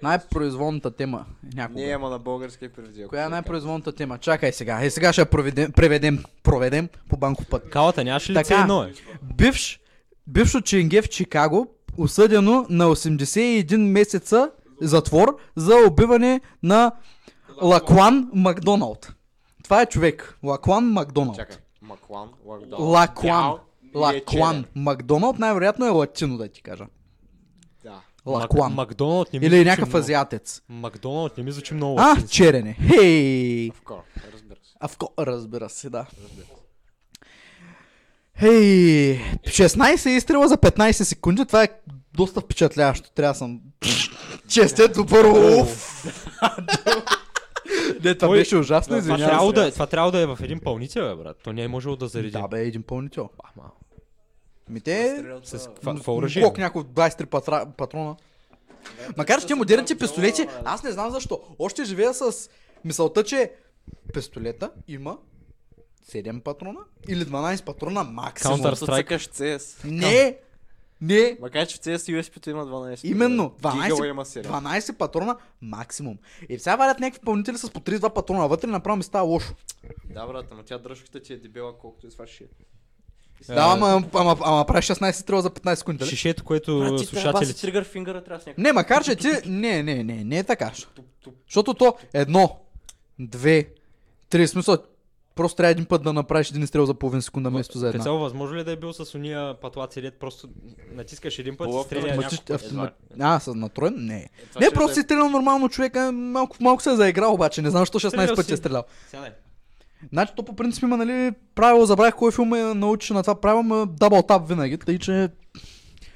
Speaker 1: Най-произволната тема е някога.
Speaker 3: Не, ама на български преведи. ако
Speaker 1: Коя е
Speaker 3: се каже.
Speaker 1: най-произволната тема? Чакай сега. Е, сега ще я проведем, преведем, проведем по банков път.
Speaker 2: калата нямаш ли
Speaker 1: Така.
Speaker 2: C1? е?
Speaker 1: Бивш, бившо Ченге в Чикаго, осъдено на 81 месеца затвор за убиване на Лаклан Макдоналд. Това е човек. Лаклан Макдоналд.
Speaker 3: Чакай. Маклан, Лакдал.
Speaker 1: Лаклан.
Speaker 3: Дял и е
Speaker 1: Лаклан.
Speaker 3: черен.
Speaker 1: Макдоналд най-вероятно е латино, да ти кажа.
Speaker 3: Да.
Speaker 2: Мак-
Speaker 1: Лаклан.
Speaker 2: Макдоналд не ми
Speaker 1: Или е
Speaker 2: звучи
Speaker 1: някакъв
Speaker 2: много.
Speaker 1: азиатец.
Speaker 2: Макдоналд не ми звучи много.
Speaker 1: А,
Speaker 2: латински.
Speaker 1: черене. Хей!
Speaker 3: В кор, разбира се.
Speaker 1: Авко, разбира се, да. Хей, 16 изстрела за 15 секунди, това е доста впечатляващо, трябва да съм... Честето първо! Уф! Не, това
Speaker 2: Ой,
Speaker 1: беше ужасно,
Speaker 2: Това
Speaker 1: извинявам
Speaker 2: трябва,
Speaker 1: се.
Speaker 2: да, е- това трябва да е в един пълнител, бе, брат. То не е можело да зареди.
Speaker 1: Да бе, един пълнител.
Speaker 2: Ба, ма.
Speaker 1: Ми те...
Speaker 3: Стрелата-
Speaker 2: С каква- какво оръжие?
Speaker 1: Блок някой 23 патра- патрона. Макар че тия модерните пистолети, аз не знам защо. Още живея с мисълта, че пистолета има 7 патрона или 12 патрона максимум.
Speaker 2: Counter-
Speaker 3: Просто цъкаш CS.
Speaker 1: Не, не,
Speaker 3: Макар, че в CS USP-то има 12.
Speaker 1: Именно, 12,
Speaker 3: 12. има 7.
Speaker 1: 12 патрона максимум. И сега варят някакви пълнители с по 32 патрона вътре, направо ми става лошо.
Speaker 3: Да, брат, ама тя дръжката ти е дебела, колкото и сваши.
Speaker 1: Да, ама, ама, ама, ама правиш 16 стрела за 15 секунди. нали? Дали?
Speaker 2: Шишето,
Speaker 5: А,
Speaker 2: което
Speaker 5: ти трябва да си
Speaker 2: слушателите...
Speaker 5: тригър фингъра, трябва с някакъв.
Speaker 1: Не, макар че ти... Не, не, не, не е така. Защото то едно, две, три, в смисъл, просто трябва един път да направиш един стрел за половин секунда вместо за една.
Speaker 2: Пецел, възможно ли да е бил с уния патлаци ред, просто натискаш един път Е, и
Speaker 3: Полуавтомат-
Speaker 2: стреля
Speaker 1: Ама ти ще-
Speaker 2: няколко пъти?
Speaker 1: автомат- А, с натроен? Не.
Speaker 3: това
Speaker 1: Не,
Speaker 3: ще
Speaker 1: просто
Speaker 3: да е-
Speaker 1: си стрелял нормално човека, малко, малко се е заиграл обаче, не знам защо 16
Speaker 2: Стрелял
Speaker 1: пъти
Speaker 2: си.
Speaker 1: е стрелял.
Speaker 2: Сега не.
Speaker 1: Значи то по принцип има, нали, правило, забравих кой филм е научи на това правило, ма дабл тап винаги, тъй че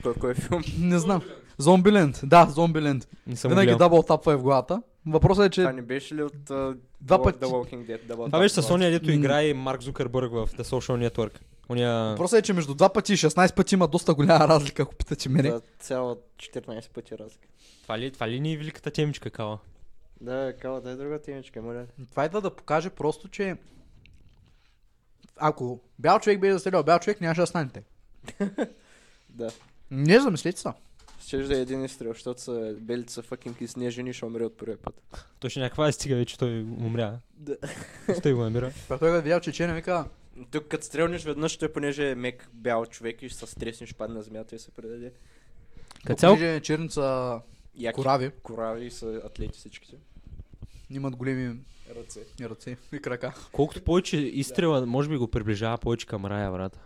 Speaker 3: Кой, кой филм?
Speaker 1: не знам. Зомбиленд, да, Зомбиленд.
Speaker 2: Не съм
Speaker 1: Винаги
Speaker 2: гледал.
Speaker 1: дабл тапва е в главата. Въпросът е, че
Speaker 3: Това не беше ли от а,
Speaker 1: Два
Speaker 3: Walk-
Speaker 1: пъти.
Speaker 3: The Walking Dead? Double
Speaker 2: Това
Speaker 3: Tap
Speaker 2: беше с
Speaker 3: Blood?
Speaker 2: ония, дето
Speaker 1: М.
Speaker 2: играе Марк Зукърбърг в The Social Network. Ония...
Speaker 1: Въпросът е, че между два пъти и 16 пъти има доста голяма разлика, ако питате мене.
Speaker 5: За цяло 14 пъти разлика.
Speaker 2: Това ли, това ли ни е великата темичка, Кала?
Speaker 5: Да, кава, дай друга темичка, моля.
Speaker 1: Това е да, да покаже просто, че ако бял човек беше застрелял бял човек, нямаше да станете.
Speaker 3: Да.
Speaker 1: Не замислете се.
Speaker 3: Щеш да е един изстрел, защото са белите са fucking и снежени, ще умре от първия път.
Speaker 2: Той ще някаква да стига вече, той умря.
Speaker 3: Да.
Speaker 2: Просто Той го намира.
Speaker 1: Па той го е видял чечена, вика,
Speaker 3: Тук като стрелнеш веднъж, той понеже е мек бял човек и ще се стресне, ще падне на земята и се предаде.
Speaker 2: Като цяло,
Speaker 1: понеже черница
Speaker 3: Яки
Speaker 1: корави,
Speaker 3: корави са атлети всичките.
Speaker 1: имат големи
Speaker 3: Ръце.
Speaker 1: ръце и крака.
Speaker 2: колкото повече изстрела, може би го приближава повече към рая, брат.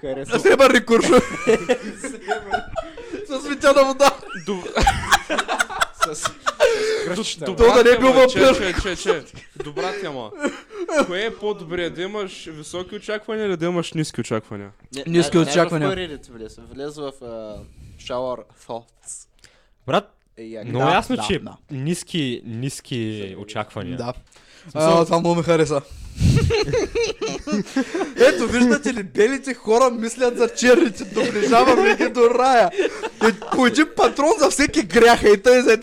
Speaker 3: Харесва.
Speaker 1: Сребърни куршо. С витяна вода.
Speaker 3: с... Кръчета.
Speaker 1: То да не е бил
Speaker 4: тема, че,
Speaker 1: вампир.
Speaker 4: че, че, че. Добра тема. Кое е по-добре, да имаш високи очаквания или да имаш ниски очаквания?
Speaker 1: Ниски очаквания.
Speaker 3: Влез, влез, влез в а, shower thoughts.
Speaker 2: Брат,
Speaker 3: Е, яки.
Speaker 2: много
Speaker 1: да,
Speaker 2: ясно,
Speaker 1: да,
Speaker 2: че
Speaker 1: да.
Speaker 2: ниски, ниски очаквания.
Speaker 1: Да.
Speaker 2: смисъл-
Speaker 1: А, това много ми хареса. Ето, виждате ли, белите хора мислят за черните, доближаваме ги до рая. И по един патрон за всеки грях и тъй за...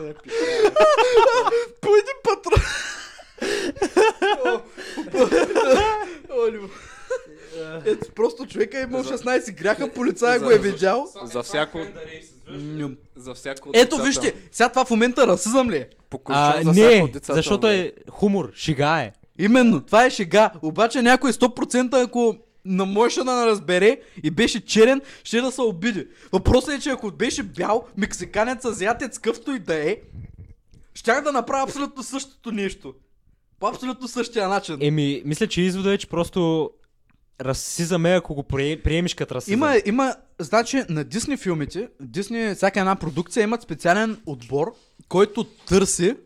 Speaker 1: е По един патрон... О, о, Любо. Ето, просто човека е имал 16 гряха, полицая го е видял.
Speaker 3: За всяко... За всяко от
Speaker 1: Ето
Speaker 3: децата.
Speaker 1: вижте, сега това в момента расизъм ли е?
Speaker 3: По куршум
Speaker 2: А,
Speaker 3: за всяко
Speaker 2: не,
Speaker 3: от децата
Speaker 2: защото
Speaker 3: умре.
Speaker 2: е хумор, шега е.
Speaker 1: Именно, това е шега. Обаче някой 100% ако на можеше да не разбере и беше черен, ще да се обиди. Въпросът е, че ако беше бял, мексиканец, азиатец, къвто и да е, щях да направя абсолютно същото нещо. По абсолютно същия начин.
Speaker 2: Еми, мисля, че извода е, че просто расизъм е, ако го прие- приемеш като расизъм.
Speaker 1: Има, има, значи на Дисни филмите, Дисни, всяка една продукция имат специален отбор, който търси,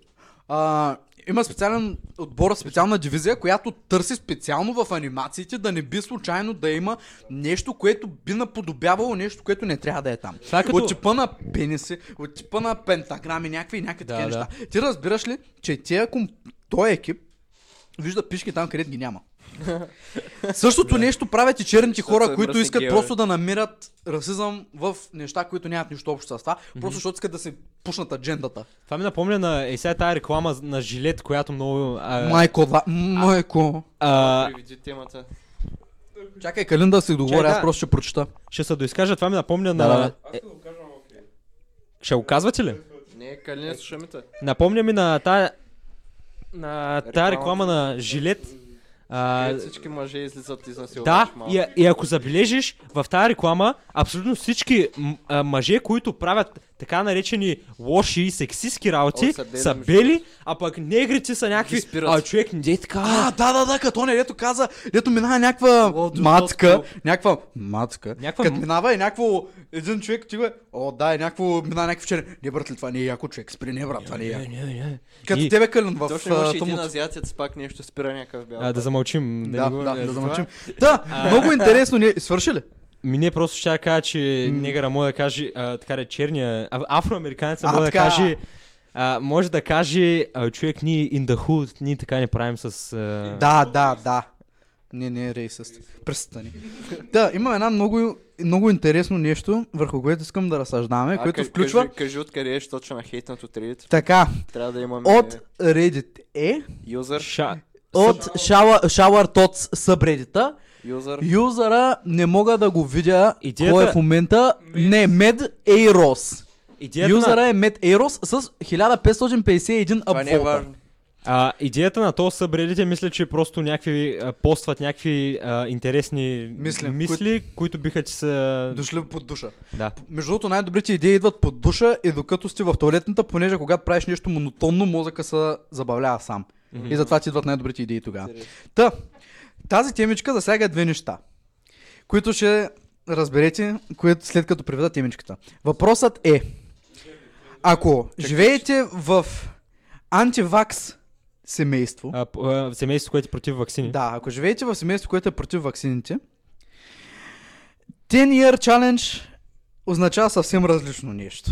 Speaker 1: а, има специален отбор, специална дивизия, която търси специално в анимациите да не би случайно да има нещо, което би наподобявало нещо, което не трябва да е там.
Speaker 2: Това е като-
Speaker 1: От типа на пениси, от типа на пентаграми, някакви и някакви
Speaker 2: Да,
Speaker 1: такива
Speaker 2: да.
Speaker 1: неща. Ти разбираш ли, че тия, ком- той е екип вижда пишки там, където ги няма. Същото нещо правят и черните
Speaker 3: Защото
Speaker 1: хора,
Speaker 3: са
Speaker 1: които
Speaker 3: мръсни
Speaker 1: искат
Speaker 3: геове.
Speaker 1: просто да намират расизъм в неща, които нямат нищо общо с това, просто защото искат да се пушнат аджендата.
Speaker 2: Това ми напомня на е, сега тая реклама з- на жилет, която много... А,
Speaker 1: Майко, ва... майко.
Speaker 2: а,
Speaker 3: Приведи темата.
Speaker 1: Чакай Калин да се договоря,
Speaker 2: Чакай,
Speaker 1: аз
Speaker 2: да.
Speaker 1: просто ще прочета.
Speaker 2: ще се доизкажа, това ми напомня
Speaker 1: Да, да,
Speaker 2: на...
Speaker 4: Аз да го кажа, ама окей.
Speaker 2: Ще го казвате ли?
Speaker 3: Не, Калина, слушай ми те.
Speaker 2: Напомня ми на тая... На тая
Speaker 3: Рекламата.
Speaker 2: реклама на жилет. А,
Speaker 3: Където Е, Всички мъже излизат изнасилват.
Speaker 2: да,
Speaker 1: е
Speaker 2: и, а- и ако забележиш, в тази реклама абсолютно всички м- а, мъже, които правят така наречени лоши и сексистски работи,
Speaker 3: О,
Speaker 2: са
Speaker 3: са
Speaker 2: бели,
Speaker 3: бели,
Speaker 2: са
Speaker 3: между
Speaker 2: бели а пък негрите са някакви...
Speaker 3: Ги спират.
Speaker 2: А, човек, не дей така...
Speaker 1: А, да, да, да, като он е, дето каза, дето минава някаква матка, някаква матка,
Speaker 2: Някаква
Speaker 1: като
Speaker 2: м-
Speaker 1: минава и някакво, един човек ти бе, о, да, и някакво, минава някакъв черен, не брат ли, това не е яко човек, спри, не брат, това не е
Speaker 2: Не,
Speaker 1: яко.
Speaker 2: не, не.
Speaker 1: Като
Speaker 2: И-
Speaker 1: тебе Калин в
Speaker 3: Точно имаше
Speaker 1: а,
Speaker 3: един
Speaker 1: тъмното.
Speaker 3: азиатец, пак нещо спира някакъв бял.
Speaker 2: А, да замълчим.
Speaker 1: Да,
Speaker 2: не го-
Speaker 1: да,
Speaker 2: е,
Speaker 1: да
Speaker 2: това.
Speaker 1: замълчим. Да, много интересно, ние свърши ли?
Speaker 2: Ми не, просто ще я кажа, че негъра може да каже, а, така да черния, а, афроамериканец
Speaker 1: А,
Speaker 2: може да
Speaker 1: така.
Speaker 2: каже, а, може да каже, а, човек, ние in the hood, ние така не правим с... А...
Speaker 1: Да, да, да. Не, не е рейсъст. Престани. да, има една много, много интересно нещо, върху което искам да разсъждаваме,
Speaker 3: А,
Speaker 1: което
Speaker 3: кажи-
Speaker 1: включва...
Speaker 3: Кажи, кажи откъде е, защото ще нахейтнат от Reddit.
Speaker 1: Така,
Speaker 3: Трябва да имаме
Speaker 1: от Reddit е,
Speaker 3: юзър.
Speaker 2: Ша...
Speaker 1: от Shower, Shower Tots subreddit
Speaker 3: Юзър.
Speaker 1: Юзъра не мога да го видя
Speaker 2: Идеята-
Speaker 1: кой е в момента. Не, Мед Ейрос.
Speaker 2: Идеята на-
Speaker 1: Юзъра е Мед Ейрос с 1551
Speaker 3: Това не е
Speaker 1: апволта.
Speaker 3: важно.
Speaker 2: А, идеята на този събредите мисля, че просто някакви а, постват някакви а, интересни
Speaker 1: Мисли,
Speaker 2: мисли които... които биха, че са...
Speaker 1: Дошли под душа.
Speaker 2: Да.
Speaker 1: Между другото, най-добрите идеи идват под душа и докато сте в туалетната, понеже когато правиш нещо монотонно, мозъка се забавлява сам.
Speaker 2: Мгм.
Speaker 1: И затова ти идват най-добрите идеи тогава. Та, тази темичка засяга две неща, които ще разберете, които след като приведа темичката. Въпросът е, ако живеете в антивакс семейство,
Speaker 2: А, п- а, семейство, което е против вакцини.
Speaker 1: да, ако живеете в семейство, което е против ваксините, 10 year challenge означава съвсем различно нещо.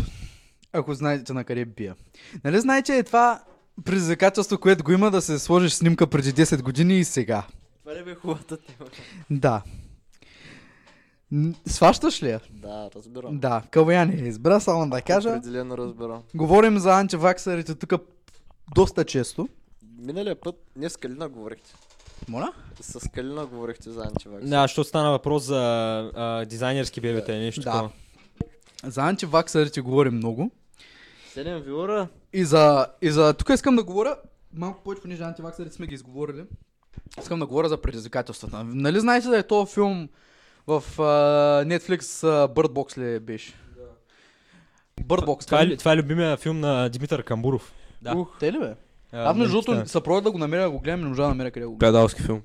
Speaker 1: Ако знаете на къде бия. Нали знаете е това предизвикателство, което го има да се сложиш снимка преди 10 години и сега.
Speaker 5: Това не бе хубавата тема.
Speaker 1: Да. Н- Сващаш ли я?
Speaker 3: Да, разбирам.
Speaker 1: Да, Калуян я избра, само да кажа.
Speaker 3: Определено разбирам.
Speaker 1: Говорим за антиваксарите тук доста често.
Speaker 3: Миналия път не с Калина говорихте.
Speaker 1: Моля?
Speaker 3: С Калина говорихте за антивакс.
Speaker 2: Да, защото стана въпрос за а, дизайнерски бебета или нещо
Speaker 1: Да.
Speaker 2: такова.
Speaker 1: За антиваксарите говорим много.
Speaker 5: Седем вилора?
Speaker 1: И за, и за... Тук искам да говоря малко повече, понеже антиваксарите сме ги изговорили. Искам да говоря за предизвикателствата. Нали знаете да е този филм в а, Netflix а, Bird Box ли беше? Да. Bird Box.
Speaker 2: Това,
Speaker 1: нали?
Speaker 2: е, това е любимия филм на Димитър Камбуров. да.
Speaker 1: Ух, те ли бе?
Speaker 2: А, нали
Speaker 1: Аз между
Speaker 2: на-
Speaker 1: другото
Speaker 2: да.
Speaker 1: се пробвах да го намеря, да го гледам, не можа да намеря къде да го гледам.
Speaker 4: Педалски филм.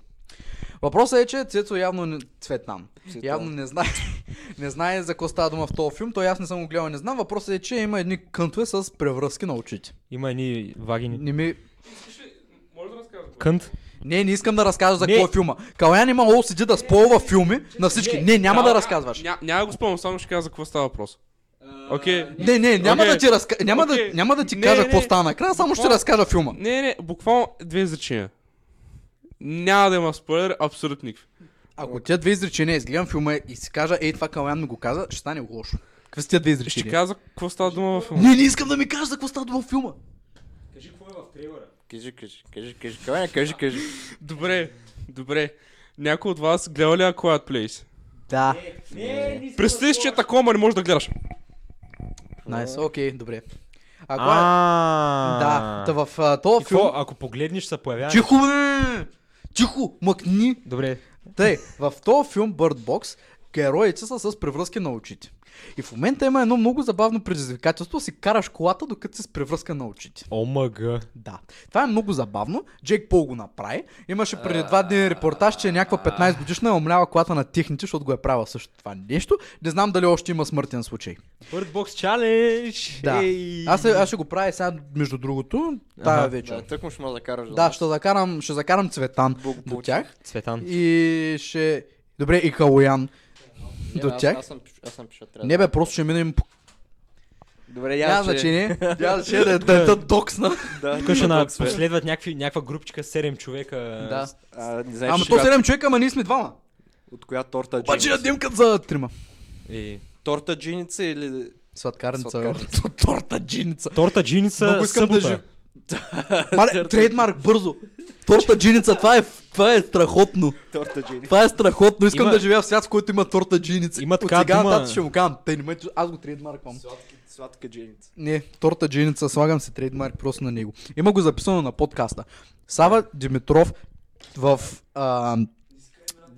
Speaker 1: Въпросът е, че Цецо явно не... Цветнам. Явно не знае, не знае за какво става дума в този филм. Той аз не съм го гледал, не знам. Въпросът е, че има едни кънтове с превръзки на очите.
Speaker 2: Има едни вагини.
Speaker 1: Не ми...
Speaker 4: Може да разкажа?
Speaker 2: Кънт.
Speaker 1: Не, не искам да разказваш за
Speaker 2: Не.
Speaker 1: какво е филма. Калян има лоу седи да спойва филми на всички. Не, няма да разказваш.
Speaker 4: Ня, няма да го спомням, само ще кажа за какво става въпрос. Окей.
Speaker 1: Не, не, няма
Speaker 4: Окей.
Speaker 1: да ти разка... няма, да,
Speaker 4: Окей.
Speaker 1: няма да ти
Speaker 4: Не,
Speaker 1: кажа
Speaker 4: не,
Speaker 1: какво
Speaker 4: не.
Speaker 1: стана накрая, само ще
Speaker 4: Буквално-
Speaker 1: разкажа филма.
Speaker 4: Не, не, буквално две изречения. Няма да има спойлер, абсолютно никакви.
Speaker 1: Ако тия две изречения изгледам филма и си кажа, ей, това Калян ми го каза, ще стане лошо. Какви са тия две
Speaker 4: Ще
Speaker 1: изречения?
Speaker 4: каза какво става дума във филма.
Speaker 1: Не, не искам да ми кажеш за какво става дума в филма.
Speaker 3: Кажи, кажи, кажи, кажи. Калина, кажи, кажи.
Speaker 4: Добре, добре. Някой от вас гледа ли е A Quiet Place?
Speaker 1: Да.
Speaker 4: Представи си, че е такова, ама не можеш да гледаш.
Speaker 1: Найс, окей, добре. Ако е...
Speaker 2: А,
Speaker 1: Да, та в а, този
Speaker 2: Какво,
Speaker 1: филм...
Speaker 2: ако погледнеш, се появява.
Speaker 1: Тихо, бе! Тихо, мъкни!
Speaker 2: Добре.
Speaker 1: Тъй, в този филм Bird Box героите са с превръзки на очите. И в момента има едно много забавно предизвикателство, си караш колата докато си с превръзка на очите.
Speaker 2: Омага.
Speaker 1: Да. Това е много забавно. Джейк Пол го направи. Имаше преди два дни репортаж, че някаква 15 годишна е умляла колата на техните, защото го е правила също това нещо. Не знам дали още има смъртен случай.
Speaker 2: Bird Box Challenge.
Speaker 1: Да.
Speaker 2: Ей.
Speaker 1: Аз, ще- аз ще го правя сега, между другото, тая
Speaker 2: Аха.
Speaker 1: вечер.
Speaker 3: Да, тък му ще мога да караш.
Speaker 1: Да, ще закарам, ще закарам Цветан до
Speaker 3: Бог.
Speaker 1: тях
Speaker 2: Цветан.
Speaker 1: и ще... Добре, и Калоян
Speaker 3: Не,
Speaker 1: до
Speaker 3: аз-
Speaker 1: тях.
Speaker 3: Аз съм, пиш- аз съм пиша, трябва.
Speaker 1: Не бе, просто ще минем по...
Speaker 3: Добре,
Speaker 1: Няма
Speaker 3: я, че...
Speaker 1: значение. Няма значение да е да е тъд доксна.
Speaker 3: Да,
Speaker 2: Тук ще на- последват някакви, някаква групчика 7 човека.
Speaker 1: Да.
Speaker 3: А, не знаеш,
Speaker 1: Ама
Speaker 3: че-
Speaker 1: то 7 човека, ама ние сме двама.
Speaker 3: от коя торта
Speaker 1: Обаче
Speaker 3: джиница?
Speaker 1: ядем като за трима.
Speaker 2: Е.
Speaker 3: Торта джиница или...
Speaker 1: Сладкарница.
Speaker 3: Сладкарница.
Speaker 1: Торта джиница.
Speaker 2: Торта джиница
Speaker 1: Много искам да
Speaker 2: събота.
Speaker 1: жив- Мале, трейдмарк, бързо. Торта джиница, това е, това е страхотно.
Speaker 3: Торта джиница.
Speaker 1: Това е страхотно. Искам
Speaker 2: Има-
Speaker 1: да живея в свят, в който има торта джиница.
Speaker 2: Има
Speaker 1: От
Speaker 2: така
Speaker 1: сега
Speaker 2: дума-
Speaker 1: нататък ще му казвам. Те не ме... Аз го трейдмарквам.
Speaker 3: Сладка джиница.
Speaker 1: Не, торта джиница, слагам се трейдмарк просто на него. Има го записано на подкаста. Сава Димитров в а,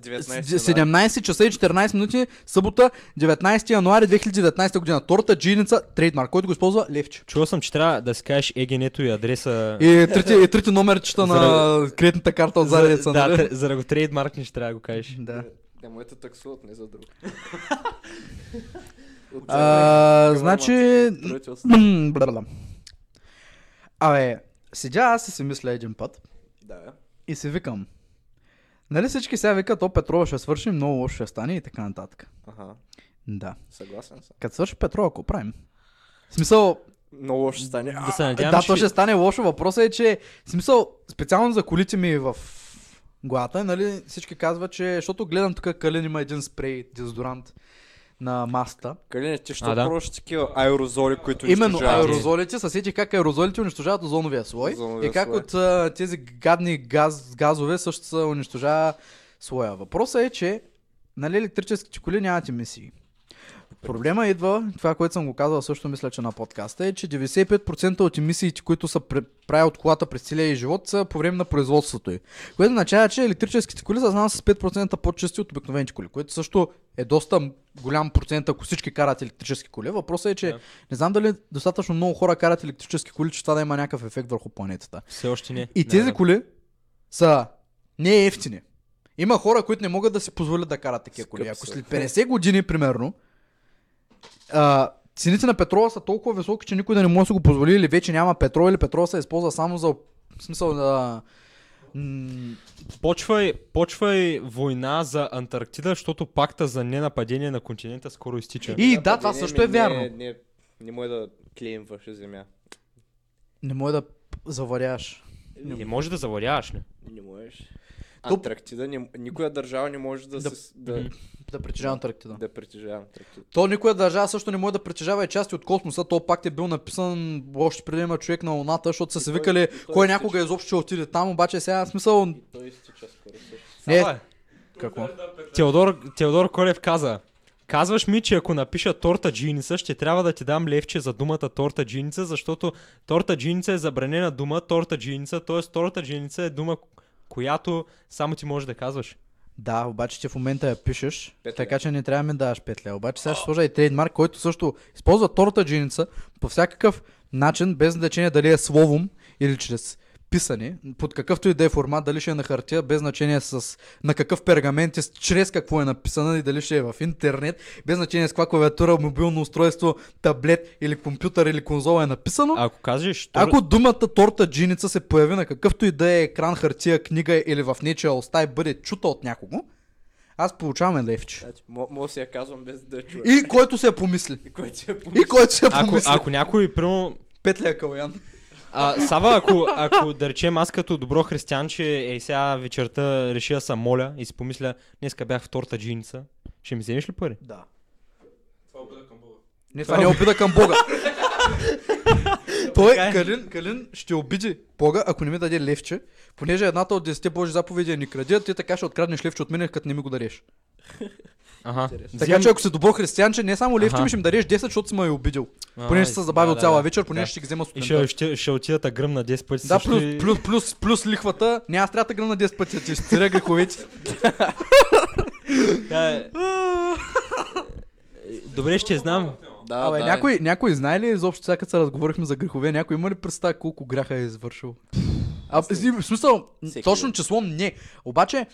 Speaker 3: 19.
Speaker 1: 17 часа и 14 минути, събота, 19 януари 2019 година. Торта джиница, трейдмарк, който го използва Левче.
Speaker 2: Чувал съм, че трябва да си кажеш егенето и адреса.
Speaker 1: И трите, и трите номерчета
Speaker 2: За-
Speaker 1: на кредитната карта от задница.
Speaker 2: да,
Speaker 1: нали?
Speaker 2: тр- за да го трейдмаркнеш трябва да го кажеш.
Speaker 1: да.
Speaker 3: Не му ето таксуват, не за друг. От-
Speaker 1: А,
Speaker 3: От-
Speaker 1: значи...
Speaker 3: Правителство.
Speaker 1: м, бла-бла-бла. Абе, седя аз и си мисля един път
Speaker 3: Да, е. бе.
Speaker 1: и си викам. Нали всички сега викат, о, Петрова ще свърши, много лошо ще стане и така нататък.
Speaker 3: Аха,
Speaker 1: Да.
Speaker 3: съгласен съм.
Speaker 1: Като свърши Петрова, ако правим? В смисъл,
Speaker 3: Много лошо ще стане.
Speaker 2: Да се надявам,
Speaker 1: Да,
Speaker 2: че...
Speaker 1: то ще стане лошо. Въпросът е, че в смисъл, специално за колите ми в главата, нали, всички казват, че, защото гледам тук Калин има един спрей, дезодорант на маста.
Speaker 3: Калине, ти ще
Speaker 2: А, да.
Speaker 3: прош такива аерозоли, които
Speaker 1: Именно
Speaker 3: унищожават.
Speaker 1: аерозолите, се сетих как аерозолите унищожават озоновия слой
Speaker 3: Озоновия
Speaker 1: и как
Speaker 3: слой.
Speaker 1: от а, тези гадни газ, газове също се унищожава слоя. Въпросът е, че нали, електрическите коли нямат емисии. Проблема идва, това, което съм го казал също мисля, че на подкаста, е, че 95% от емисиите, които са пре- прави от колата през целия й живот, са по време на производството й. Което означава, че електрическите коли са знам с 5% по-чисти от обикновените коли, което също е доста м- голям процент, ако всички карат електрически коли. Въпросът е, че
Speaker 2: Да.
Speaker 1: не знам дали достатъчно много хора карат електрически коли, че това да има някакъв ефект върху планетата.
Speaker 2: Все още не.
Speaker 1: И
Speaker 2: Не,
Speaker 1: тези
Speaker 2: да.
Speaker 1: коли са не ефтини. Има хора, които не могат да си позволят да карат такива коли. Ако след 50 години, примерно, а, цените на петрола са толкова високи, че никой да не може да си го позволи или вече няма петрол, или петрол се използва само за в смисъл да... м,
Speaker 2: Почвай, почвай война за Антарктида, защото пакта за ненападение на континента скоро изтича.
Speaker 1: И да, това също е
Speaker 6: Не,
Speaker 1: вярно.
Speaker 6: не, не може да клеим ваша земя.
Speaker 1: Не може да заваряваш.
Speaker 2: Не може да завладяваш, не?
Speaker 6: Не можеш. Антарктида, не, никоя държава не може да,
Speaker 1: Да-
Speaker 6: да, се, да,
Speaker 1: Да притежава Антарктида.
Speaker 6: да притежава Антарктида.
Speaker 1: То никоя държава също не може да притежава и части от космоса. То пакт е бил написан още преди да има човек на Луната, защото са се
Speaker 6: той-
Speaker 1: викали
Speaker 6: и той е
Speaker 1: кой
Speaker 6: изтича.
Speaker 1: някога е изобщо ще отиде там, обаче сега в смисъл...
Speaker 6: И той изтича скоро също.
Speaker 1: Не,
Speaker 2: Ала,
Speaker 1: какво?
Speaker 2: Теодор, Теодор Колев каза, казваш ми, че ако напиша торта джиница, ще трябва да ти дам левче за думата торта джиница, защото торта джиница е забранена дума, торта джиница, т.е. торта джиница е дума, която само ти можеш да казваш.
Speaker 1: Да, обаче ти в момента я пишеш,
Speaker 6: Петля.
Speaker 1: така че не трябва да ми даваш петля. Обаче сега ще сложа и трейдмарк, който също използва торта джиница по всякакъв начин, без значение дали е словом или чрез писане, под какъвто и да е формат, дали ще е на хартия, без значение с на какъв пергамент е, с- чрез какво е написана и дали ще е в интернет, без значение с каква клавиатура, мобилно устройство, таблет или компютър или конзола е написано.
Speaker 2: А ако кажеш, тор...
Speaker 1: Ако думата торта джиница се появи на какъвто и да е екран, хартия, книга или в нечия уста и бъде чута от някого, аз получавам левче.
Speaker 6: Значи, мо- мога да си я казвам без да я чуя.
Speaker 1: И който се я помисли.
Speaker 6: И кой ти е по...
Speaker 1: И който се я
Speaker 2: ако,
Speaker 1: помисли.
Speaker 2: ако някой, примерно,
Speaker 1: Петля Калоян.
Speaker 2: А, Сава, ако, ако да речем аз като добро християнче, ей сега вечерта реши да се моля и си помисля, днеска бях в торта джиница, ще ми вземеш ли пари?
Speaker 1: Да.
Speaker 4: Това е обида към Бога.
Speaker 1: Не, това не е обида към Бога. Той,
Speaker 2: Така е.
Speaker 1: Калин, Калин ще обиди Бога, ако не ми даде левче, понеже едната от 10 Божи заповеди е ни кради, а ти така ще откраднеш левче от мен, като не ми го дареш.
Speaker 2: Ага.
Speaker 1: Така че ако си добро християнче, не само левче
Speaker 2: Аха.
Speaker 1: ми ще ми дареш 10, защото си ме е обидел.
Speaker 2: А,
Speaker 1: Понеже ще се забавил
Speaker 2: да, да,
Speaker 1: цяла
Speaker 2: да.
Speaker 1: вечер, понеже
Speaker 2: Да.
Speaker 1: ще ги взема
Speaker 2: И
Speaker 1: сутринта.
Speaker 2: ще, ще, ще отида да гръмна 10 пъти.
Speaker 1: Да,
Speaker 2: също
Speaker 1: плюс,
Speaker 2: и-
Speaker 1: плюс, плюс, плюс лихвата. Не, аз трябва да гръмна 10 пъти, ти ще циря греховете.
Speaker 2: Да, е. Добре, ще знам.
Speaker 3: Да,
Speaker 1: Абе,
Speaker 3: да. е.
Speaker 1: някой, някой знае ли изобщо, сега като се разговорихме за грехове, някой има ли представа колко гряха е извършил? А, в смисъл,
Speaker 3: Всеки
Speaker 1: точно
Speaker 3: ден.
Speaker 1: число не. Обаче,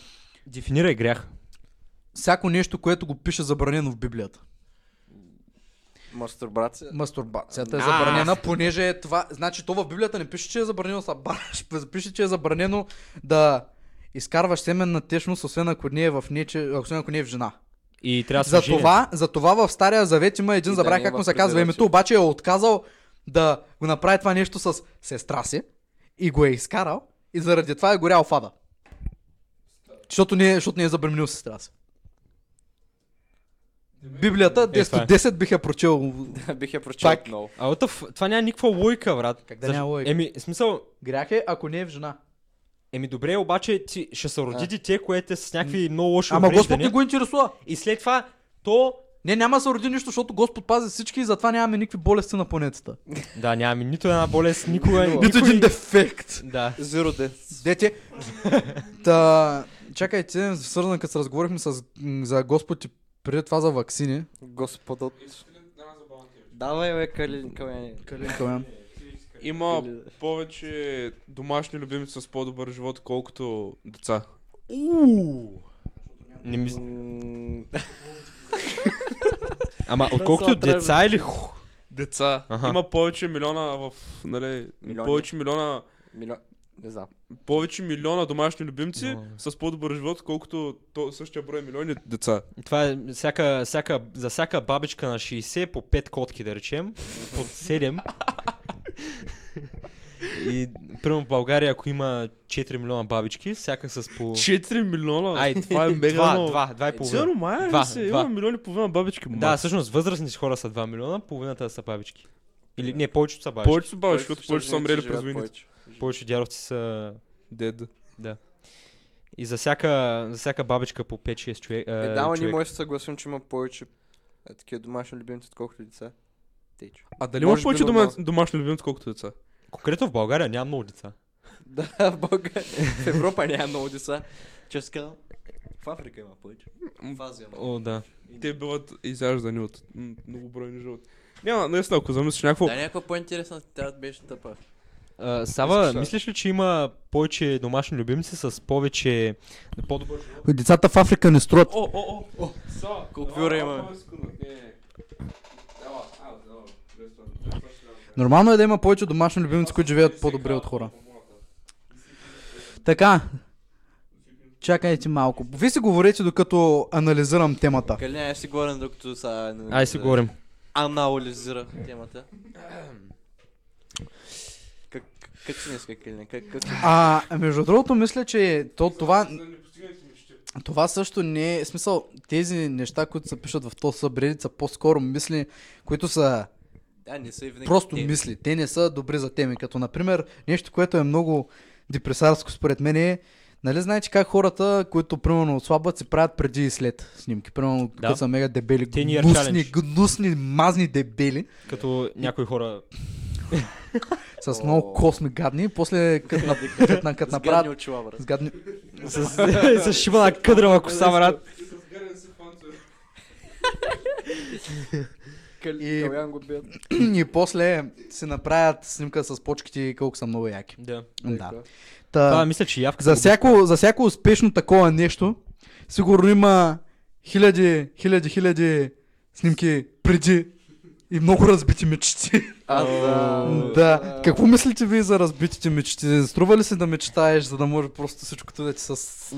Speaker 2: Дефинирай грях.
Speaker 1: всяко нещо, което го пише забранено в Библията.
Speaker 3: Мастурбация.
Speaker 1: Мастурбацията е забранена, понеже е това. Значи, то в Библията не пише, че е забранено да се бараш, пише, че е забранено да изкарваш семен на течност, освен ако не е в нече, освен ако не е в жена.
Speaker 2: И трябва да
Speaker 1: За
Speaker 2: се жени.
Speaker 1: това, за това в Стария Завет има един,
Speaker 3: И да
Speaker 1: забравя
Speaker 3: не
Speaker 1: как му
Speaker 3: има
Speaker 1: се казва
Speaker 3: презерватив.
Speaker 1: името, обаче е отказал да го направи това нещо с сестра си и го е изкарал и заради това е горял фада. Защото не, е- защото не е забременил сестра си. Библията 10
Speaker 2: това е.
Speaker 1: от 10 бих я прочел.
Speaker 6: Да, бих я прочел
Speaker 1: Пак.
Speaker 6: отново.
Speaker 2: А, what the f- това няма никаква лойка, брат.
Speaker 1: Как да няма логика?
Speaker 2: Еми, в смисъл,
Speaker 1: Грях е, ако не е в жена.
Speaker 2: еми добре, обаче ти ще се роди
Speaker 1: А.
Speaker 2: дете, което е с някакви много лоши
Speaker 1: Ама Господ
Speaker 2: увреждания.
Speaker 1: не го интересува.
Speaker 2: И след това, то
Speaker 1: Не, няма да се роди нищо, защото Господ пази всички и затова нямаме никакви болести на планетата.
Speaker 2: Да, нямаме нито една болест, никога.
Speaker 1: Нито един дефект.
Speaker 2: Да.
Speaker 6: Zero death.
Speaker 1: Дете. Та, чакайте, свързан като се разговорихме с, м, за Господ и преди това за ваксини.
Speaker 6: Господът. Давай, бе, Калин, Калин.
Speaker 4: Има повече домашни любимци с по-добър живот, колкото деца.
Speaker 2: Не ми... Ама отколкото деца или ху...
Speaker 4: Деца.
Speaker 2: Аха.
Speaker 4: Има повече милиона в... Нали,
Speaker 6: Милиони.
Speaker 4: повече милиона...
Speaker 6: Милион. Не знам.
Speaker 4: Повече милиона домашни любимци
Speaker 2: Да.
Speaker 4: с по-добър живот, колкото то, същия брой милиони деца.
Speaker 2: Това е всяка, всяка, за всяка бабичка на 60 по 5 котки да речем, по 7. И примерно в България, ако има 4 милиона бабички, всяка с по...
Speaker 4: 4 милиона?
Speaker 2: Ай,
Speaker 4: това е мега
Speaker 2: Два,
Speaker 4: много.
Speaker 2: два, два и половина.
Speaker 4: Сигурно, мая
Speaker 2: Два,
Speaker 4: ли се?
Speaker 2: два.
Speaker 4: Има милиони и половина бабички.
Speaker 2: Да, всъщност възрастните хора са 2 милиона, половината са бабички. Или не, повечето са бабички.
Speaker 4: повече са бабички, защото повече са умрели през войните.
Speaker 2: Повече дяровци са
Speaker 4: Дед.
Speaker 2: Да. И за всяка, за всяка бабичка по 5-6 човек. Е,
Speaker 6: Е, да, ама ние
Speaker 2: човек.
Speaker 6: може да се съгласим, че има повече а, такива домашни любимци, отколкото деца. Тейчо.
Speaker 4: А дали
Speaker 6: Може
Speaker 4: имаш
Speaker 6: би
Speaker 4: повече дома,
Speaker 6: нормално.
Speaker 4: домашни любимци, колкото деца?
Speaker 2: Конкретно в България няма много деца.
Speaker 3: Да, в България. В Европа няма много деца. Ческа. В Африка има повече. В Азия има.
Speaker 2: О, да.
Speaker 4: Те биват изяждани от м, многобройни животи. Няма, наистина, ако замислиш някакво...
Speaker 3: Да, някаква по-интересна трябва да беше тъпа.
Speaker 2: А, Сава,
Speaker 6: Искаш, а?
Speaker 2: мислиш ли, че има повече домашни любимци с повече... По-добър...
Speaker 1: Децата в Африка не струват.
Speaker 4: О, о, о, о! Са,
Speaker 3: Колко вюра има?
Speaker 1: Нормално е да има повече домашни любимци, които живеят по-добре от хора. Така. Чакайте малко. Вие си говорете докато анализирам темата.
Speaker 3: Калина, аз си говорим докато са... е,
Speaker 2: Ай си говорим.
Speaker 3: Анализира темата. Как, как си днес, Калина? Как, как...
Speaker 1: А, между другото, мисля, че то, това, това също не е... в Смисъл, тези неща, които се пишат в този събредит, са по-скоро мисли, които са
Speaker 3: Да, не са и винаги.
Speaker 1: просто
Speaker 2: е.
Speaker 3: те.
Speaker 1: мисли. Те не са добри за теми. Като, например, нещо, което е много депресарско според мен е, нали знаете как хората, които примерно отслабват, се правят преди и след снимки. Примерно,
Speaker 2: Да.
Speaker 1: да. са мега дебели,
Speaker 2: Ten year
Speaker 1: гнусни,
Speaker 2: challenge.
Speaker 1: гнусни, мазни дебели,
Speaker 2: Като някои хора...
Speaker 1: с много косми гадни, и после като, на, като, на- като
Speaker 3: С гадни
Speaker 1: направят...
Speaker 3: очила, брат.
Speaker 1: С гадни...
Speaker 2: с, с шибана къдрава коса, брат.
Speaker 1: И-
Speaker 6: Калян го бият.
Speaker 1: и после си направят снимка с почките и колко са много яки.
Speaker 2: Е, Да.
Speaker 1: Да.
Speaker 6: Така.
Speaker 1: Та,
Speaker 2: Това мисля, че е явка...
Speaker 1: за, всяко, за всяко успешно такова нещо, сигурно има хиляди, хиляди, хиляди снимки преди и много разбити мечти.
Speaker 6: А, да.
Speaker 1: да. Какво мислите вие за разбитите мечти? Струва ли си да мечтаеш, за да може просто всичкото да ти с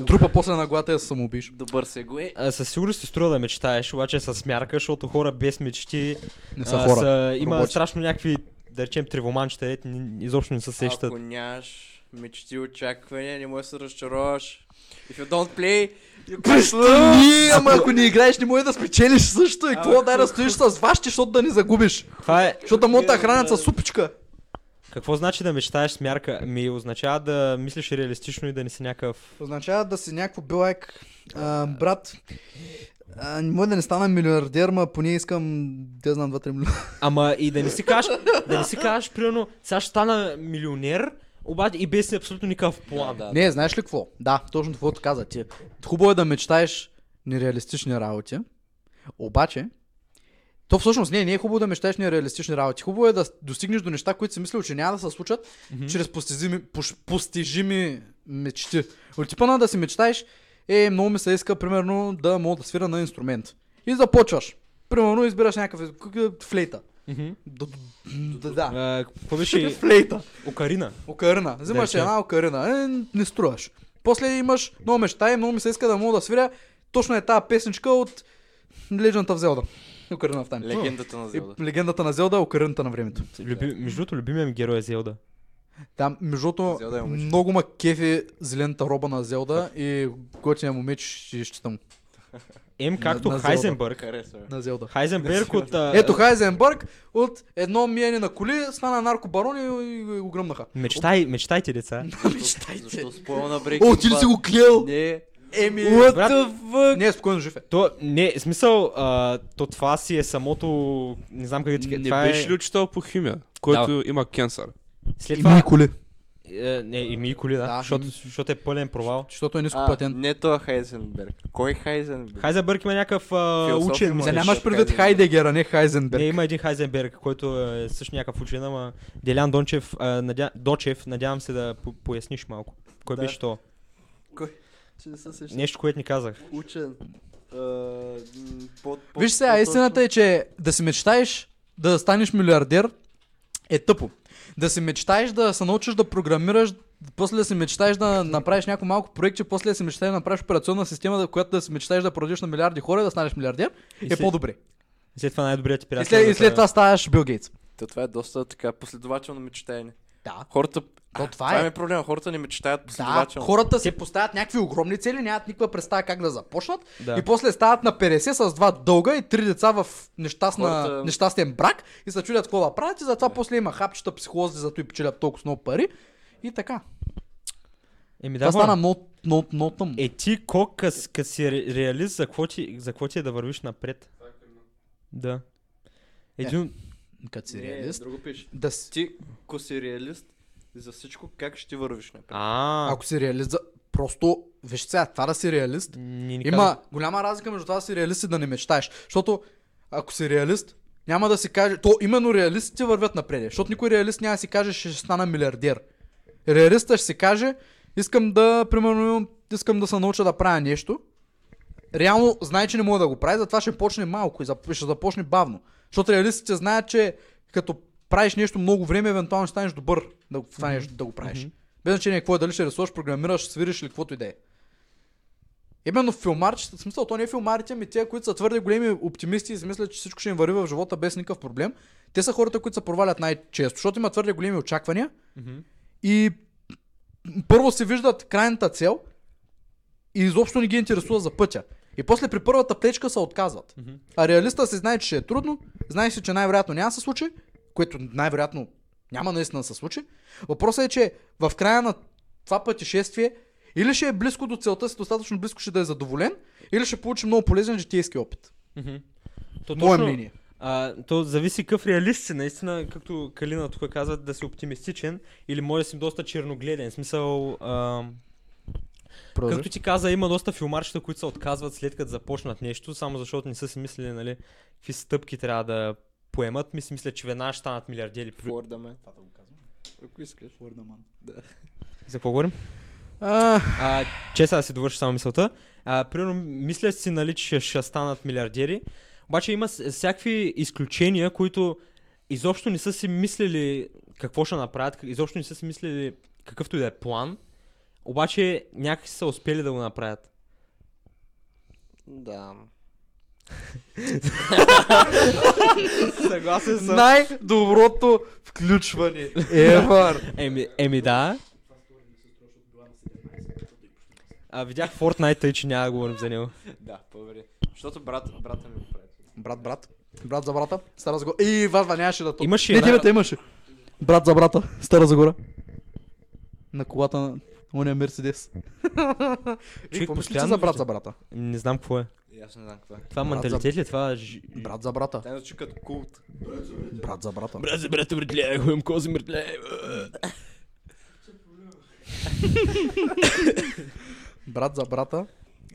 Speaker 1: трупа после на главата и да се самоубиш?
Speaker 3: Добър се го е.
Speaker 2: А, със сигурност ти струва да мечтаеш, обаче с мярка, защото хора без мечти
Speaker 1: Не са
Speaker 2: а,
Speaker 1: хора.
Speaker 2: са- има
Speaker 1: роботи.
Speaker 2: страшно някакви, да речем, тревоманчета, дето ни- изобщо не се сещат.
Speaker 6: Ако нямаш мечти, очаквания, не можеш да се разочароваш. If you don't play,
Speaker 1: Престани, ама ако не играеш, не може да спечелиш също. И какво да разстоиш с вашите, защото да не загубиш.
Speaker 2: Това е...
Speaker 1: Защото могат да хранят с супичка.
Speaker 2: Какво значи да мечтаеш с мярка? Ми означава да мислиш реалистично и да не си някакъв...
Speaker 1: Означава да си някакво билайк. А, брат, а, не мога да не стана милиардер, ма поне искам, да знам, 2-3 милиона.
Speaker 2: Ама и да не си кажеш, да не си кажеш, примерно, сега ще стана милионер, обаче и без абсолютно никакъв план.
Speaker 3: Да,
Speaker 1: Не, знаеш ли какво? Да, точно това каза ти. Хубаво е да мечтаеш нереалистични работи, обаче, то всъщност не, не е хубаво да мечтаеш нереалистични работи. Хубаво е да достигнеш до неща, които си мислил, че няма да се случат, mm-hmm. чрез постижими, пош- постижими мечти. От типа на да си мечтаеш, е, много ми се иска, примерно, да мога да свира на инструмент. И започваш. Примерно избираш някакъв к- флейта.
Speaker 2: Мгм.
Speaker 1: Да, да,
Speaker 3: Е,
Speaker 1: да.
Speaker 2: А, какво беше?
Speaker 1: Флейта.
Speaker 2: Окарина.
Speaker 1: Окарина. Взимаш
Speaker 2: Да,
Speaker 1: една окарина. Е, не струваш. После имаш много мечта и много ми се иска да мога да свиря. Точно е тази песничка от Legend of Zelda. Окарина в тайм.
Speaker 3: Легендата на Зелда.
Speaker 1: Легендата на Зелда е окарината на времето.
Speaker 2: Люби... Между другото, любимия ми герой е Зелда.
Speaker 1: Там, между
Speaker 6: Зелда е
Speaker 1: другото,
Speaker 6: момиче.
Speaker 1: много ма кефи зелената роба на Зелда и готиния момич ще считам
Speaker 2: Ем както
Speaker 1: на Зелда.
Speaker 2: Хайзенбърг.
Speaker 3: Харесва.
Speaker 1: на Зелда.
Speaker 2: Хайзенберг от... а,
Speaker 1: Ето Хайзенбърг от едно миене на коли стана наркобарон и, и, и го гръмнаха.
Speaker 2: Мечтай, мечтайте, деца.
Speaker 3: Мечтайте. Защо спомня на Брейк?
Speaker 1: О, ти ли си го клел?
Speaker 3: Не.
Speaker 1: Еми,
Speaker 2: Брат,
Speaker 1: не, спокойно жив е.
Speaker 2: То, не, в смисъл, а, то това си е самото, не знам как да ти кажа,
Speaker 4: Не
Speaker 2: това
Speaker 4: беше ли
Speaker 2: е,
Speaker 4: учител по химия, който има кенсър?
Speaker 2: след това,
Speaker 1: коли.
Speaker 2: е, не, и ми и коли, да,
Speaker 1: Да.
Speaker 2: защото, защото е пълен провал.
Speaker 1: Защото е ниско
Speaker 6: а,
Speaker 1: платен.
Speaker 6: не то Хайзенберг. Кой Хайзенберг?
Speaker 2: Хайзенберг има някакъв а,
Speaker 6: Философия
Speaker 2: учен,
Speaker 1: Не,
Speaker 6: има
Speaker 2: мисля,
Speaker 6: нещо.
Speaker 1: нямаш предвид
Speaker 6: Хайзенберг.
Speaker 1: Хайдегер, а не
Speaker 2: че- не,
Speaker 1: Хайзенберг.
Speaker 2: има един Хайзенберг, който е също някакъв учен, ама Делян Дончев, а, надя... Дочев, надявам се да по- поясниш малко. Кой
Speaker 6: Да.
Speaker 2: беше то?
Speaker 6: Че не се сеща.
Speaker 2: Нещо, което ни казах.
Speaker 6: Учен. А, м, под- под-
Speaker 1: Виж сега,
Speaker 6: под-
Speaker 1: истината е, че да си мечтаеш да станеш милиардер е тъпо. Да си мечтаеш да се научиш да програмираш, после да си мечтаеш да направиш някакво малко проектче, после да си мечтаеш да направиш операционна система, да- която да си мечтаеш да продадеш на милиарди хора и да станеш милиардер,
Speaker 2: И
Speaker 1: е
Speaker 2: след-
Speaker 1: по-добре.
Speaker 2: И след това най-добрият ти
Speaker 1: И
Speaker 2: приятел.
Speaker 1: след, и
Speaker 2: да-
Speaker 1: след това ставаш Бил Гейтс.
Speaker 6: Та това е доста така последователно мечтаем.
Speaker 1: Да,
Speaker 6: Хората...
Speaker 1: то това
Speaker 6: Това ми
Speaker 1: е.
Speaker 6: е проблема. Хората не мечтаят
Speaker 1: Да,
Speaker 6: последователно.
Speaker 1: хората си поставят някакви огромни цели, нямат никаква представа как да започнат
Speaker 2: Да.
Speaker 1: и после стават на 50 с два дълга и три деца в нещастна,
Speaker 6: Хората-
Speaker 1: нещастен брак и се чудят какво да правят и затова после има хапчета психолози, зато и печелят толкова много пари и така.
Speaker 2: Еми да,
Speaker 1: Това стана
Speaker 2: хора.
Speaker 1: много, много, много тъмно.
Speaker 2: Е ти ко, къс, къс си ре- реалист, за какво ти, за какво ти е да вървиш напред? Да. Един...
Speaker 1: Е. Като си
Speaker 6: Не,
Speaker 1: реалист,
Speaker 6: Друго пише.
Speaker 1: да си.
Speaker 6: Ти, ако си реалист, за всичко как ще вървиш напред.
Speaker 2: А,
Speaker 1: Ако си реалист, за- просто, виж сега, това да си реалист,
Speaker 2: ни, ни казва-
Speaker 1: има голяма разлика между това да си реалист и да не мечтаеш. Защото ако си реалист, няма да си каже, то именно реалистите вървят напред. Защото никой реалист няма да си каже, ще стана милиардер. Реалистът ще си каже, искам да, примерно, имам- искам да се науча да правя нещо. Реално знае, че не мога да го прави, затова ще почне малко и зап- ще започне бавно. Защото реалистите знаят, че като правиш нещо много време, евентуално ще станеш добър да го, станеш, да го правиш. Без значение какво е, дали ще рисуваш, програмираш, свириш или каквото и да е. Именно филмарчета, в смисъл, то не е филмарите, ами тия, които са твърде големи оптимисти и си мислят, че всичко ще им върви в живота без никакъв проблем, те са хората, които се провалят най-често, защото имат твърде големи очаквания и първо си виждат крайната цел и изобщо не ги интересува за пътя. И после при първата плечка се отказват. А реалиста се знае, че ще е трудно, знае си, че най-вероятно няма да се случи, което най-вероятно няма наистина да се случи. Въпросът е, че в края на това пътешествие или ще е близко до целта си, достатъчно близко ще да е задоволен, или ще получи много полезен житейски опит.
Speaker 2: То
Speaker 1: Мое
Speaker 2: точно-
Speaker 1: мнение.
Speaker 2: А, то зависи какъв реалист си, наистина, както Калина тук казва, да си оптимистичен или може да си доста черногледен. В смисъл, а, както ти каза, има доста филмарчета, които се отказват след като започнат нещо, само защото не са си мислили, нали, какви стъпки трябва да поемат. Ми си мислят, че веднъж станат милиардери.
Speaker 6: Форда ме. Ако искаш.
Speaker 2: За какво говорим?
Speaker 1: А,
Speaker 2: А, че сега да си довърша само мисълта. А, примерно, мисля си, нали, че ще, ще станат милиардери. Обаче има с- всякакви изключения, които изобщо не са си мислили какво ще направят, как- изобщо не са си мислили какъвто и да е план. Обаче някак са успели да го направят.
Speaker 3: Да.
Speaker 2: Съгласен Е,
Speaker 1: най-доброто включване ever.
Speaker 2: Еми, еми да. А, видях Fortnite, тъй че няма да говорим за него.
Speaker 3: Да, по-добре. Защото брат, брата ми го прави.
Speaker 1: брат, брат. Брат за брата. Стара Загора. И, важва, нямаше да то.
Speaker 2: Имаше
Speaker 1: Не,
Speaker 2: една-
Speaker 1: темата имаше. Брат за брата. Стара Загора. На колата на ония Мерседес. И какво мислите
Speaker 2: постоянно
Speaker 1: за брат
Speaker 2: вижда.
Speaker 1: за брата?
Speaker 2: Не знам какво е.
Speaker 3: И аз не знам какво е.
Speaker 2: Това
Speaker 1: Брат,
Speaker 2: менталитет ли? е? Това... ж-
Speaker 1: Брат за брата.
Speaker 6: Тя звучи като култ.
Speaker 1: Брат за брата.
Speaker 2: Брат, брат, мъртля, хуем кози мъртля.
Speaker 1: Брат за брата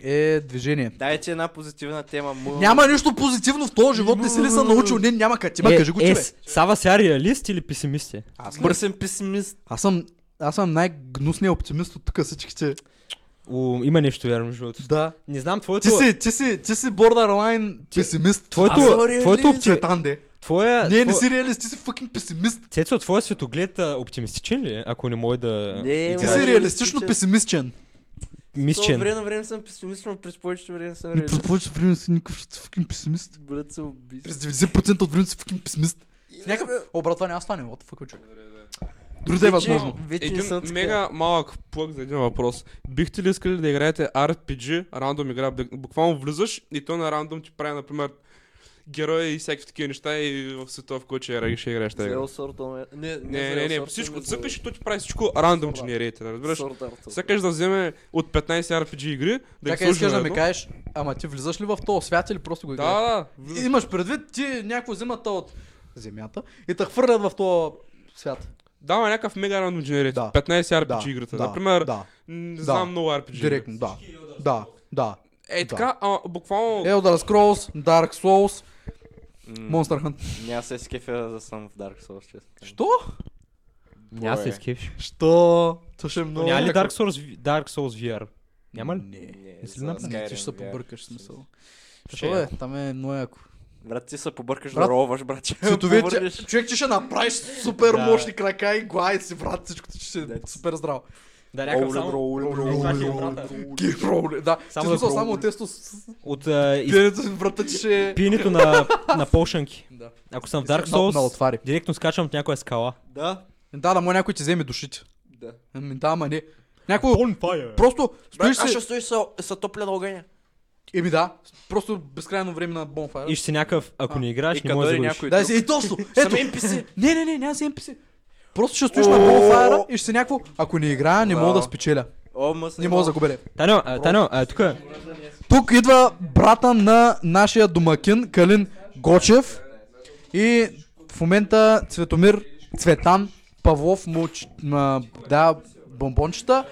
Speaker 1: е движение.
Speaker 6: Дайте една позитивна тема. Му...
Speaker 1: Няма нищо позитивно в този живот, не си ли са научил? Не, няма катима, кажи го,
Speaker 2: е,
Speaker 1: че
Speaker 2: с- Сава сега реалист или песимист е?
Speaker 1: Аз,
Speaker 6: Бърсен песимист.
Speaker 1: аз съм, аз съм най-гнусният оптимист от тук всичките.
Speaker 2: О, има нещо вярно, между другото.
Speaker 1: Да.
Speaker 2: Не знам, твоето...
Speaker 1: Ти си, ти си, ти си borderline песимист.
Speaker 2: Твоето...
Speaker 1: Аз съм
Speaker 2: Твоето...
Speaker 1: реалист,
Speaker 2: опти-
Speaker 1: Цветан, де.
Speaker 2: Твоя...
Speaker 1: Не, не
Speaker 2: твоя-
Speaker 1: си реалист, ти си fucking песимист.
Speaker 2: Цецо, твоя светоглед а, оптимистичен ли е? Ако не може да...
Speaker 6: Не,
Speaker 1: Ти
Speaker 6: ма,
Speaker 1: си
Speaker 6: Реалистичен.
Speaker 1: реалистично песимистчен.
Speaker 6: От
Speaker 2: Мисчен.
Speaker 6: време на време съм песимист, но през повечето време съм
Speaker 1: И През
Speaker 6: реалист.
Speaker 1: повече време си никакъв ще си fucking песимист.
Speaker 6: Брат се убийство.
Speaker 1: През 90% от времето си fucking песимист. С някакъв... О, брат, това няма да стане. What the fuck, бе, човек. Дори да е възможно.
Speaker 6: Вече не съм
Speaker 4: Един
Speaker 6: така.
Speaker 4: мега малък плък за един въпрос. Бихте ли искали да играете RPG, рандом игра, да- буквално влизаш и то на рандом ти прави, например, герои и всякакви такива неща и в света, в който ще играеш, ще играеш тази игра.
Speaker 6: Зел сорт,
Speaker 3: е-
Speaker 6: ама- Не,
Speaker 4: Не, не, не, всичко цъпиш и то ти прави всичко рандом генерейте, разбираш?
Speaker 6: Разбираш?
Speaker 4: Сякаш да вземе от 15 RPG игри, да ги
Speaker 1: Чакай,
Speaker 4: сложи
Speaker 1: искаш
Speaker 4: на
Speaker 1: да ми
Speaker 4: едно.
Speaker 1: кажеш, ама ти влизаш ли в този свят или просто го
Speaker 4: Да,
Speaker 1: играеш?
Speaker 4: да,
Speaker 1: И
Speaker 4: влизаш.
Speaker 1: Имаш предвид, ти някой взимата от земята и те хвърлят в този свят.
Speaker 4: да, ма някакъв мега рандом генерейте.
Speaker 1: Да.
Speaker 4: 15
Speaker 1: Да,
Speaker 4: RPG играта.
Speaker 1: да,
Speaker 4: Например,
Speaker 1: да,
Speaker 4: не знам много RPG. игри.
Speaker 1: директно, да. Да, да.
Speaker 4: Е,
Speaker 1: Да.
Speaker 4: така, а, буквално...
Speaker 1: Elder Scrolls, Dark Souls, Monster Hunter.
Speaker 3: Няма се скефя да съм в Dark Souls, честно.
Speaker 1: Що?
Speaker 2: Няма да се изкефиш.
Speaker 1: Що? То ще е много...
Speaker 2: Няма ли
Speaker 1: яко.
Speaker 2: Dark Souls, Dark Souls VR? Няма ли?
Speaker 1: Не.
Speaker 2: Мисли на-
Speaker 1: Не, ти ще се побъркаш смисъл.
Speaker 2: Ще
Speaker 1: Що е? Там е много яко.
Speaker 3: Брат, ти се побъркаш
Speaker 1: Брат,
Speaker 3: да роваш, брат. Че
Speaker 1: Цветовете,
Speaker 3: побърнеш.
Speaker 1: човек, ти ще направиш супер
Speaker 2: Да.
Speaker 1: мощни крака и глава и си брат, всичко ти ще е супер здраво.
Speaker 2: Да, някакъв само... Е,
Speaker 1: Гироли, да.
Speaker 2: Само
Speaker 1: Ти
Speaker 2: да
Speaker 1: смисъл
Speaker 2: гроули.
Speaker 1: само от тесто с
Speaker 2: От а, из-
Speaker 1: пиенето си в врата ти ще е...
Speaker 2: пиенето на, на полшанки.
Speaker 1: Да. Е,
Speaker 2: Ако съм в Dark
Speaker 1: На- на
Speaker 2: Souls,
Speaker 1: отваря.
Speaker 2: директно скачам от някоя скала.
Speaker 6: Да,
Speaker 1: Да, да, му някой ти вземе душите.
Speaker 6: да.
Speaker 1: Ами да, ама не. Някой
Speaker 2: Bonfire!
Speaker 1: просто стоиш
Speaker 3: Брат, аз ще
Speaker 1: се...
Speaker 3: стоиш са, са топля на огъня.
Speaker 1: Еми да, просто безкрайно време на бонфайр.
Speaker 2: И ще си някакъв, ако не
Speaker 3: И
Speaker 2: играеш, не
Speaker 3: като
Speaker 2: можеш да
Speaker 3: дойде
Speaker 2: го
Speaker 3: някой
Speaker 1: Да,
Speaker 3: друг,
Speaker 1: си, и точно!
Speaker 3: съм
Speaker 1: Ето!
Speaker 3: NPC.
Speaker 1: Не, не, не, няма си NPC. Просто ще стоиш на бонфайра и ще си някакво... Ако не играя, не мога да
Speaker 3: Вау.
Speaker 1: спечеля.
Speaker 3: О, мъс,
Speaker 1: Не мога да загубя лев.
Speaker 2: Тано, а, Тано, а, тук. е.
Speaker 1: Тук идва брата на нашия домакин Калин Гочев и в момента Цветомир Цветан Павлов му ч- ма, да бомбончета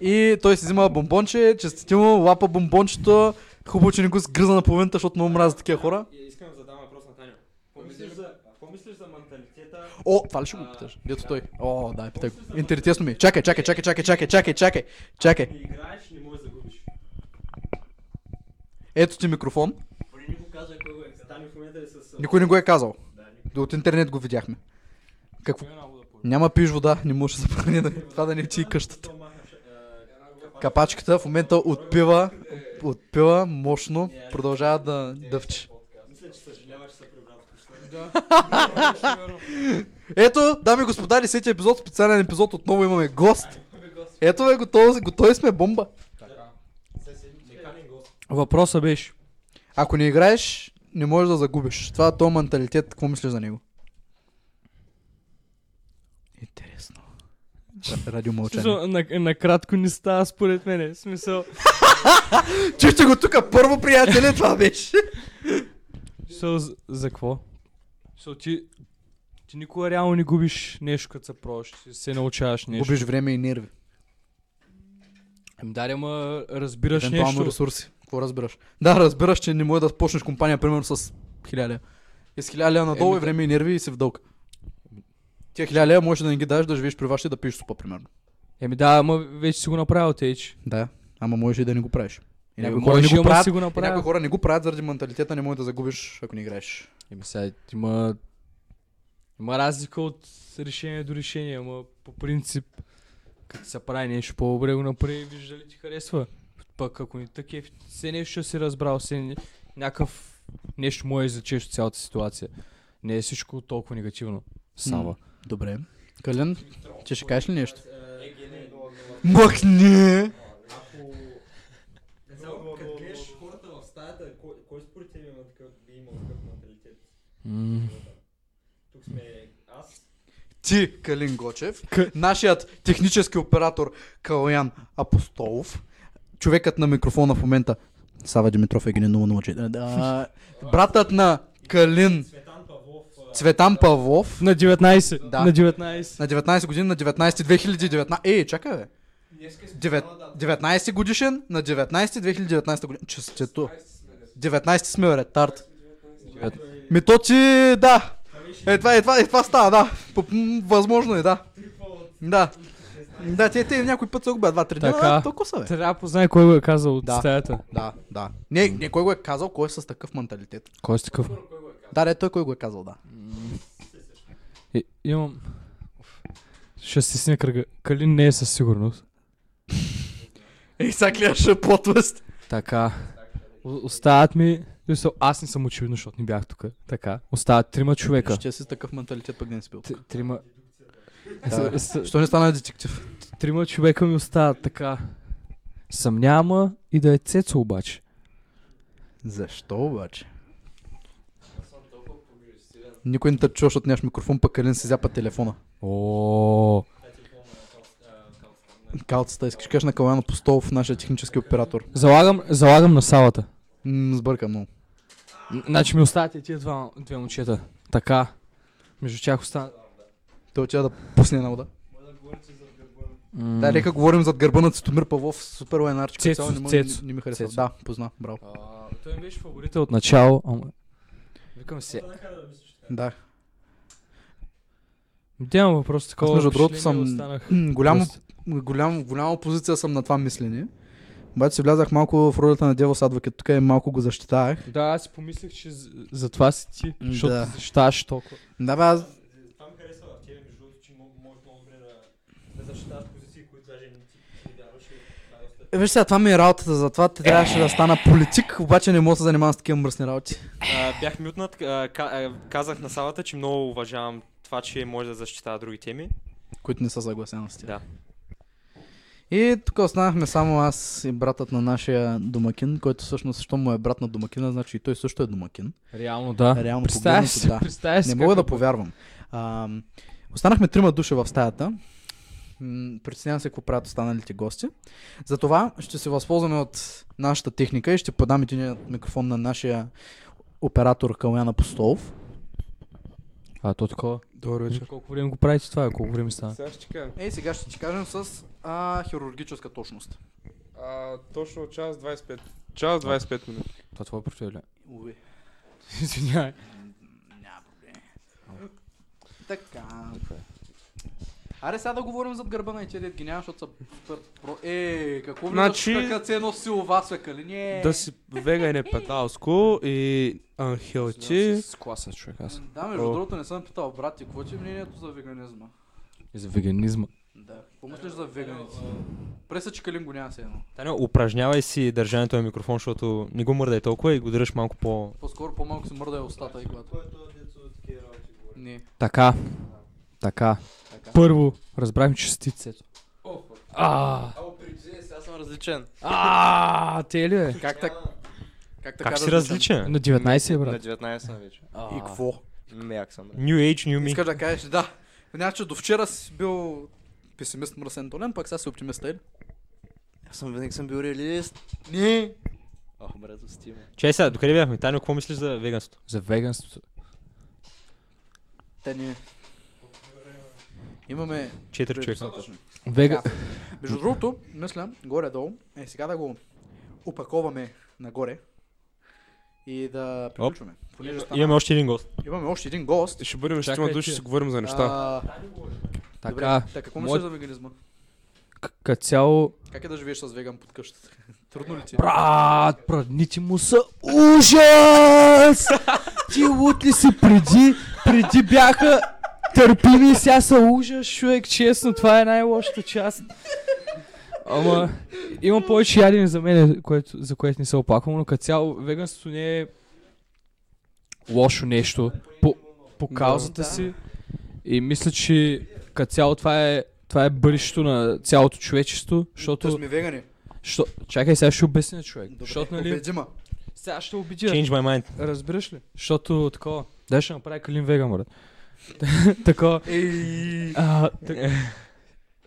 Speaker 1: и той си взима бомбонче, честити му, лапа бомбончето, хубаво, че не го сгръза на половината, защото много мразят такива хора.
Speaker 2: Искам да задам въпрос на Тано. Какво мислиш за менталитета?
Speaker 1: О, това ли ще го питаш? Дето той. О, да, питай го. Интересно ми. е. Чакай, чакай, чакай, чакай, чакай, чакай, чакай, чакай.
Speaker 2: Играеш, не можеш да губиш.
Speaker 1: Ето ти микрофон.
Speaker 2: Поне не го казвай кой го е. Тано в момента е с...
Speaker 1: Никой не го е казал. Да, от интернет го видяхме. Какво? Няма пиш вода, не може да забрани да, това да не ти и къщата. Капачката в момента отпива, отпива мощно, продължава да дъвчи. Ето, дами и господа, 10 епизод, специален епизод, отново имаме гост. Ето е, готови, готови сме, бомба.
Speaker 4: Въпросът беше.
Speaker 1: Ако не играеш, не можеш да загубиш. Това е то менталитет, какво мислиш за него? Интересно. Ра- Радио мълчание.
Speaker 4: Накратко не става според мене. Смисъл.
Speaker 1: Чухте го тук, първо приятели, това беше.
Speaker 4: Смисъл, за, за какво? Смисъл, ти, ти никога реално не губиш нещо, като се пробваш. Ти се научаваш нещо.
Speaker 1: Губиш време и нерви.
Speaker 4: Ами да, ама разбираш
Speaker 1: Евентуално
Speaker 4: нещо.
Speaker 1: ресурси. Какво разбираш? Да, разбираш, че не може да почнеш компания, примерно с 1000 лева. И с 1000 лева надолу е време и нерви и си в дълг. Тия 1000 лева можеш да не ги дадеш, да живееш при вашите да пиеш супа, примерно.
Speaker 4: Еми да, ама вече си го направил, Тейч.
Speaker 1: Да, ама можеш и да не го правиш. И
Speaker 4: Еми,
Speaker 1: някои хора не
Speaker 4: можеш,
Speaker 1: го
Speaker 4: ама
Speaker 1: правят,
Speaker 4: си го
Speaker 1: И някои
Speaker 4: направил.
Speaker 1: хора не го правят заради менталитета, не може да загубиш, ако не играеш.
Speaker 4: Еми сега има... Има разлика от решение до решение, ама по принцип, като се прави нещо по-добре го направи, виж дали ти харесва. Пък ако не такива, все нещо ще си разбрал, все ня- някакъв нещо му е излечеш от цялата ситуация. Не е всичко толкова негативно. Сава.
Speaker 1: Добре. Калин, ти ще кажеш ли нещо?
Speaker 2: Е,
Speaker 1: Махни!
Speaker 2: Като гледаш хората в стаята, кой, кой според тебе има такъв, би имал такъв менталитет? Тук сме аз.
Speaker 1: Ти, Калин Гочев, нашият технически оператор Калоян Апостолов, човекът на микрофона в момента, Сава Димитров е ген 004. Да, братът на Калин
Speaker 2: Цветан Павлов.
Speaker 1: Цветан Павлов
Speaker 4: На 19.
Speaker 1: Да.
Speaker 4: На 19.
Speaker 1: на 19 години, на 19 2019. Ей, Е, чакай, бе. Девет- 19 годишен на 19 2019 година. Честито. 19 сме бе, ретард. Ми то ти, да. Е, това, е, това, е, това става, да. По- м, Възможно е, да. Да. Да, те, те някой път се губят два-три дни.
Speaker 4: Така.
Speaker 1: Толкова са, бе.
Speaker 4: Трябва да познай кой го е казал от
Speaker 1: Да.
Speaker 4: стаята.
Speaker 1: Да, да. Не, не, кой го е казал, кой е с такъв менталитет.
Speaker 4: Кой е такъв?
Speaker 1: Да, не, той кой го е казал, да.
Speaker 4: И, имам... Уф. Ще стисне кръга. Калин не е със сигурност.
Speaker 1: Ей, сега гледаш плотвест.
Speaker 4: Така. О- Остават ми... Мисъл, Аз не съм очевидно, защото не бях тук. Така. Остават трима човека.
Speaker 1: Ще си с такъв менталитет, пък не си бил.
Speaker 4: Т- Трима...
Speaker 1: Да.
Speaker 4: С- с-
Speaker 1: Що не стана детектив?
Speaker 4: Трима човека ми остават така. Съм няма и да е Цецо обаче.
Speaker 1: Защо обаче? Никой не те чува, защото нямаш микрофон, пък Калин си зяпа телефона.
Speaker 4: О,
Speaker 1: Калцата, искаш да кажеш на Калана Постолов, нашия технически оператор.
Speaker 4: залагам, залагам на салата.
Speaker 1: М, сбъркам много.
Speaker 4: Н- Значи ми остават и тия два, две момчета. Така. Между тях остават...
Speaker 1: Той отида да пусне една вода. Да, лека говорим зад гърба на Цитомир Павлов, супер лайнарчик.
Speaker 4: Цецо,
Speaker 1: цяло не, му-
Speaker 4: Цецо.
Speaker 1: не, не ми харесва.
Speaker 4: Цецо.
Speaker 1: Да, позна, браво.
Speaker 4: А, Той ми беше фаворита от начало, ама... Викам се...
Speaker 1: Да.
Speaker 4: Ти имам въпрос такова.
Speaker 1: Аз между
Speaker 4: впечатление
Speaker 1: другото съм-
Speaker 4: Останах...
Speaker 1: М, Голямо,
Speaker 4: Просто-
Speaker 1: голям, голяма позиция съм на това мислене. Обаче се влязах малко в ролята на Девос Адвокат, тук и малко го защитавах.
Speaker 4: Да, аз си помислих, че за, за това си ти,
Speaker 1: М,
Speaker 4: защото
Speaker 1: да.
Speaker 4: да. защитаваш толкова.
Speaker 1: Да бе, аз...
Speaker 2: Това ми харесва в тебе, между другото, че може много добре да, да защитаваш позиции, които даже не ти ти вярваш.
Speaker 1: Виж сега, това ми е работата, затова те трябваше да стана политик, обаче не мога да се занимавам с такива мръсни работи.
Speaker 2: Бях мютнат, а, ка- а, казах на салата, че много уважавам това, че може да защитава други теми.
Speaker 1: които не са съгласени с тях.
Speaker 2: Да.
Speaker 1: И тук останахме само аз и братът на нашия домакин, който всъщност, що му е брат на домакина, значи и той също е домакин.
Speaker 4: Реално да.
Speaker 1: Реално
Speaker 4: Представяш
Speaker 7: Е,
Speaker 1: погледнато,
Speaker 4: си,
Speaker 1: да.
Speaker 4: представяш си.
Speaker 1: Не мога да
Speaker 4: какво-
Speaker 1: повярвам. А, останахме трима души в стаята. М, Притеснявам се какво правят останалите гости. Затова ще се възползваме от нашата техника и ще подам един микрофон на нашия оператор Калян Апостолов.
Speaker 7: А то такова.
Speaker 4: Добър вечер.
Speaker 7: Колко време го правите
Speaker 4: е,
Speaker 7: това? Колко време стана?
Speaker 4: Сега ще ти кажа.
Speaker 1: Ей, сега ще ти кажем с а, хирургическа точност.
Speaker 4: А, точно час 25. Час 25 минути.
Speaker 7: Това твой портфел ли?
Speaker 1: Уи.
Speaker 7: Извинявай.
Speaker 1: Няма проблем. Така. Аре сега да говорим зад гърба на тези, дет ги няма, защото са супер про... Е, какво
Speaker 4: Значи-
Speaker 1: влизаш така цено силова свека ли? Не.
Speaker 4: Да си веган е педалско и анхелти.
Speaker 7: С класен човек аз.
Speaker 1: Да, между
Speaker 4: О.
Speaker 1: другото не съм питал, брат, ти какво ти е мнението за веганизма?
Speaker 7: За веганизма.
Speaker 1: Да. Какво мислиш за веганите? Преса Чикалин го няма се едно.
Speaker 2: Таня, упражнявай си държането на микрофон, защото не го мърдай толкова и го държиш малко по...
Speaker 1: По-скоро по-малко се мърда устата и главата. Не.
Speaker 7: Така. Така. Първо, разбрахме, че стицето. А,
Speaker 3: Аз съм различен.
Speaker 7: а, те ли е?
Speaker 1: Как так? Как така
Speaker 2: Как си различен?
Speaker 7: На 19 е,
Speaker 3: На
Speaker 7: брат.
Speaker 3: 19 съм вече.
Speaker 1: И какво?
Speaker 3: Мяк съм. бе.
Speaker 2: New Age, New Me.
Speaker 1: Искаш да кажеш, да. Значи до вчера си бил песимист мръсен долен, пак сега си оптимист, нали? или?
Speaker 3: Аз съм винаги съм бил реалист.
Speaker 1: Не.
Speaker 3: Ох, брат, усти ме.
Speaker 2: Чай сега, докъде бяхме? Таня, какво мислиш за веганството?
Speaker 7: За веганството.
Speaker 1: Те не. Имаме...
Speaker 2: Четири човека.
Speaker 1: достатъчно.
Speaker 7: Вега...
Speaker 1: Между другото, мисля, горе-долу, е сега да го опаковаме нагоре и да приключваме. Понеже стана-
Speaker 2: Имаме още един гост.
Speaker 1: Имаме още един гост.
Speaker 4: Ще бъдем
Speaker 7: Чакай,
Speaker 4: шестима души,
Speaker 7: че-
Speaker 4: ще си говорим за неща.
Speaker 1: А,
Speaker 7: Така.
Speaker 1: Добре, така, какво
Speaker 7: мой-
Speaker 1: мислиш за веганизма?
Speaker 7: к- Като цяло...
Speaker 1: Как е да живееш с веган под къщата? Трудно ли ти? е?
Speaker 7: Брат, прадните му са ужас! Ти лут ли си преди? Преди бяха търпими, сега са ужас, човек, честно, това е най-лошата част. Ама, има повече ядене за мен, което, за което не се оплаквам, но като цяло веганството не е лошо нещо по, по каузата си. И мисля, че като цяло това е, това е бъдещето на цялото човечество,
Speaker 1: Да
Speaker 7: защото...
Speaker 1: сме вегани.
Speaker 7: Що... Чакай, сега ще обясня човек.
Speaker 1: е Добре,
Speaker 7: Защото, нали...
Speaker 1: Обеди ма.
Speaker 7: Сега ще обидя.
Speaker 2: Change my mind.
Speaker 7: Разбираш ли? Защото такова. Да, ще направя Калин Веган, брат. такова.
Speaker 1: Ей,
Speaker 7: А, так...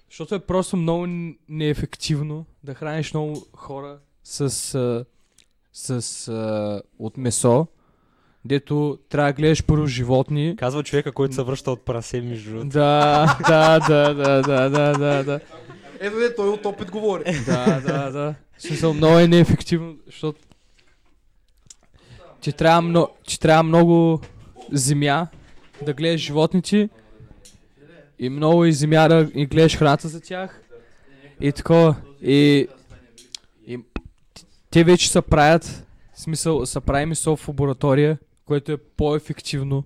Speaker 7: Защото е просто много н- неефективно да храниш много хора с, а, с а, от месо, дето трябва да гледаш първо животни.
Speaker 2: Казва човека, който се връща от прасе, между другото.
Speaker 7: Да, да, да, да, да, да, да, да.
Speaker 1: Ето де, той от опит говори.
Speaker 7: Да, да, да. В смисъл, много е неефективно, защото ти трябва, мно... ти трябва много земя да гледаш животните и много и земя да и гледаш храната за тях и такова. И, и т- те вече са правят, в смисъл, са прави месо в лаборатория, което е по-ефективно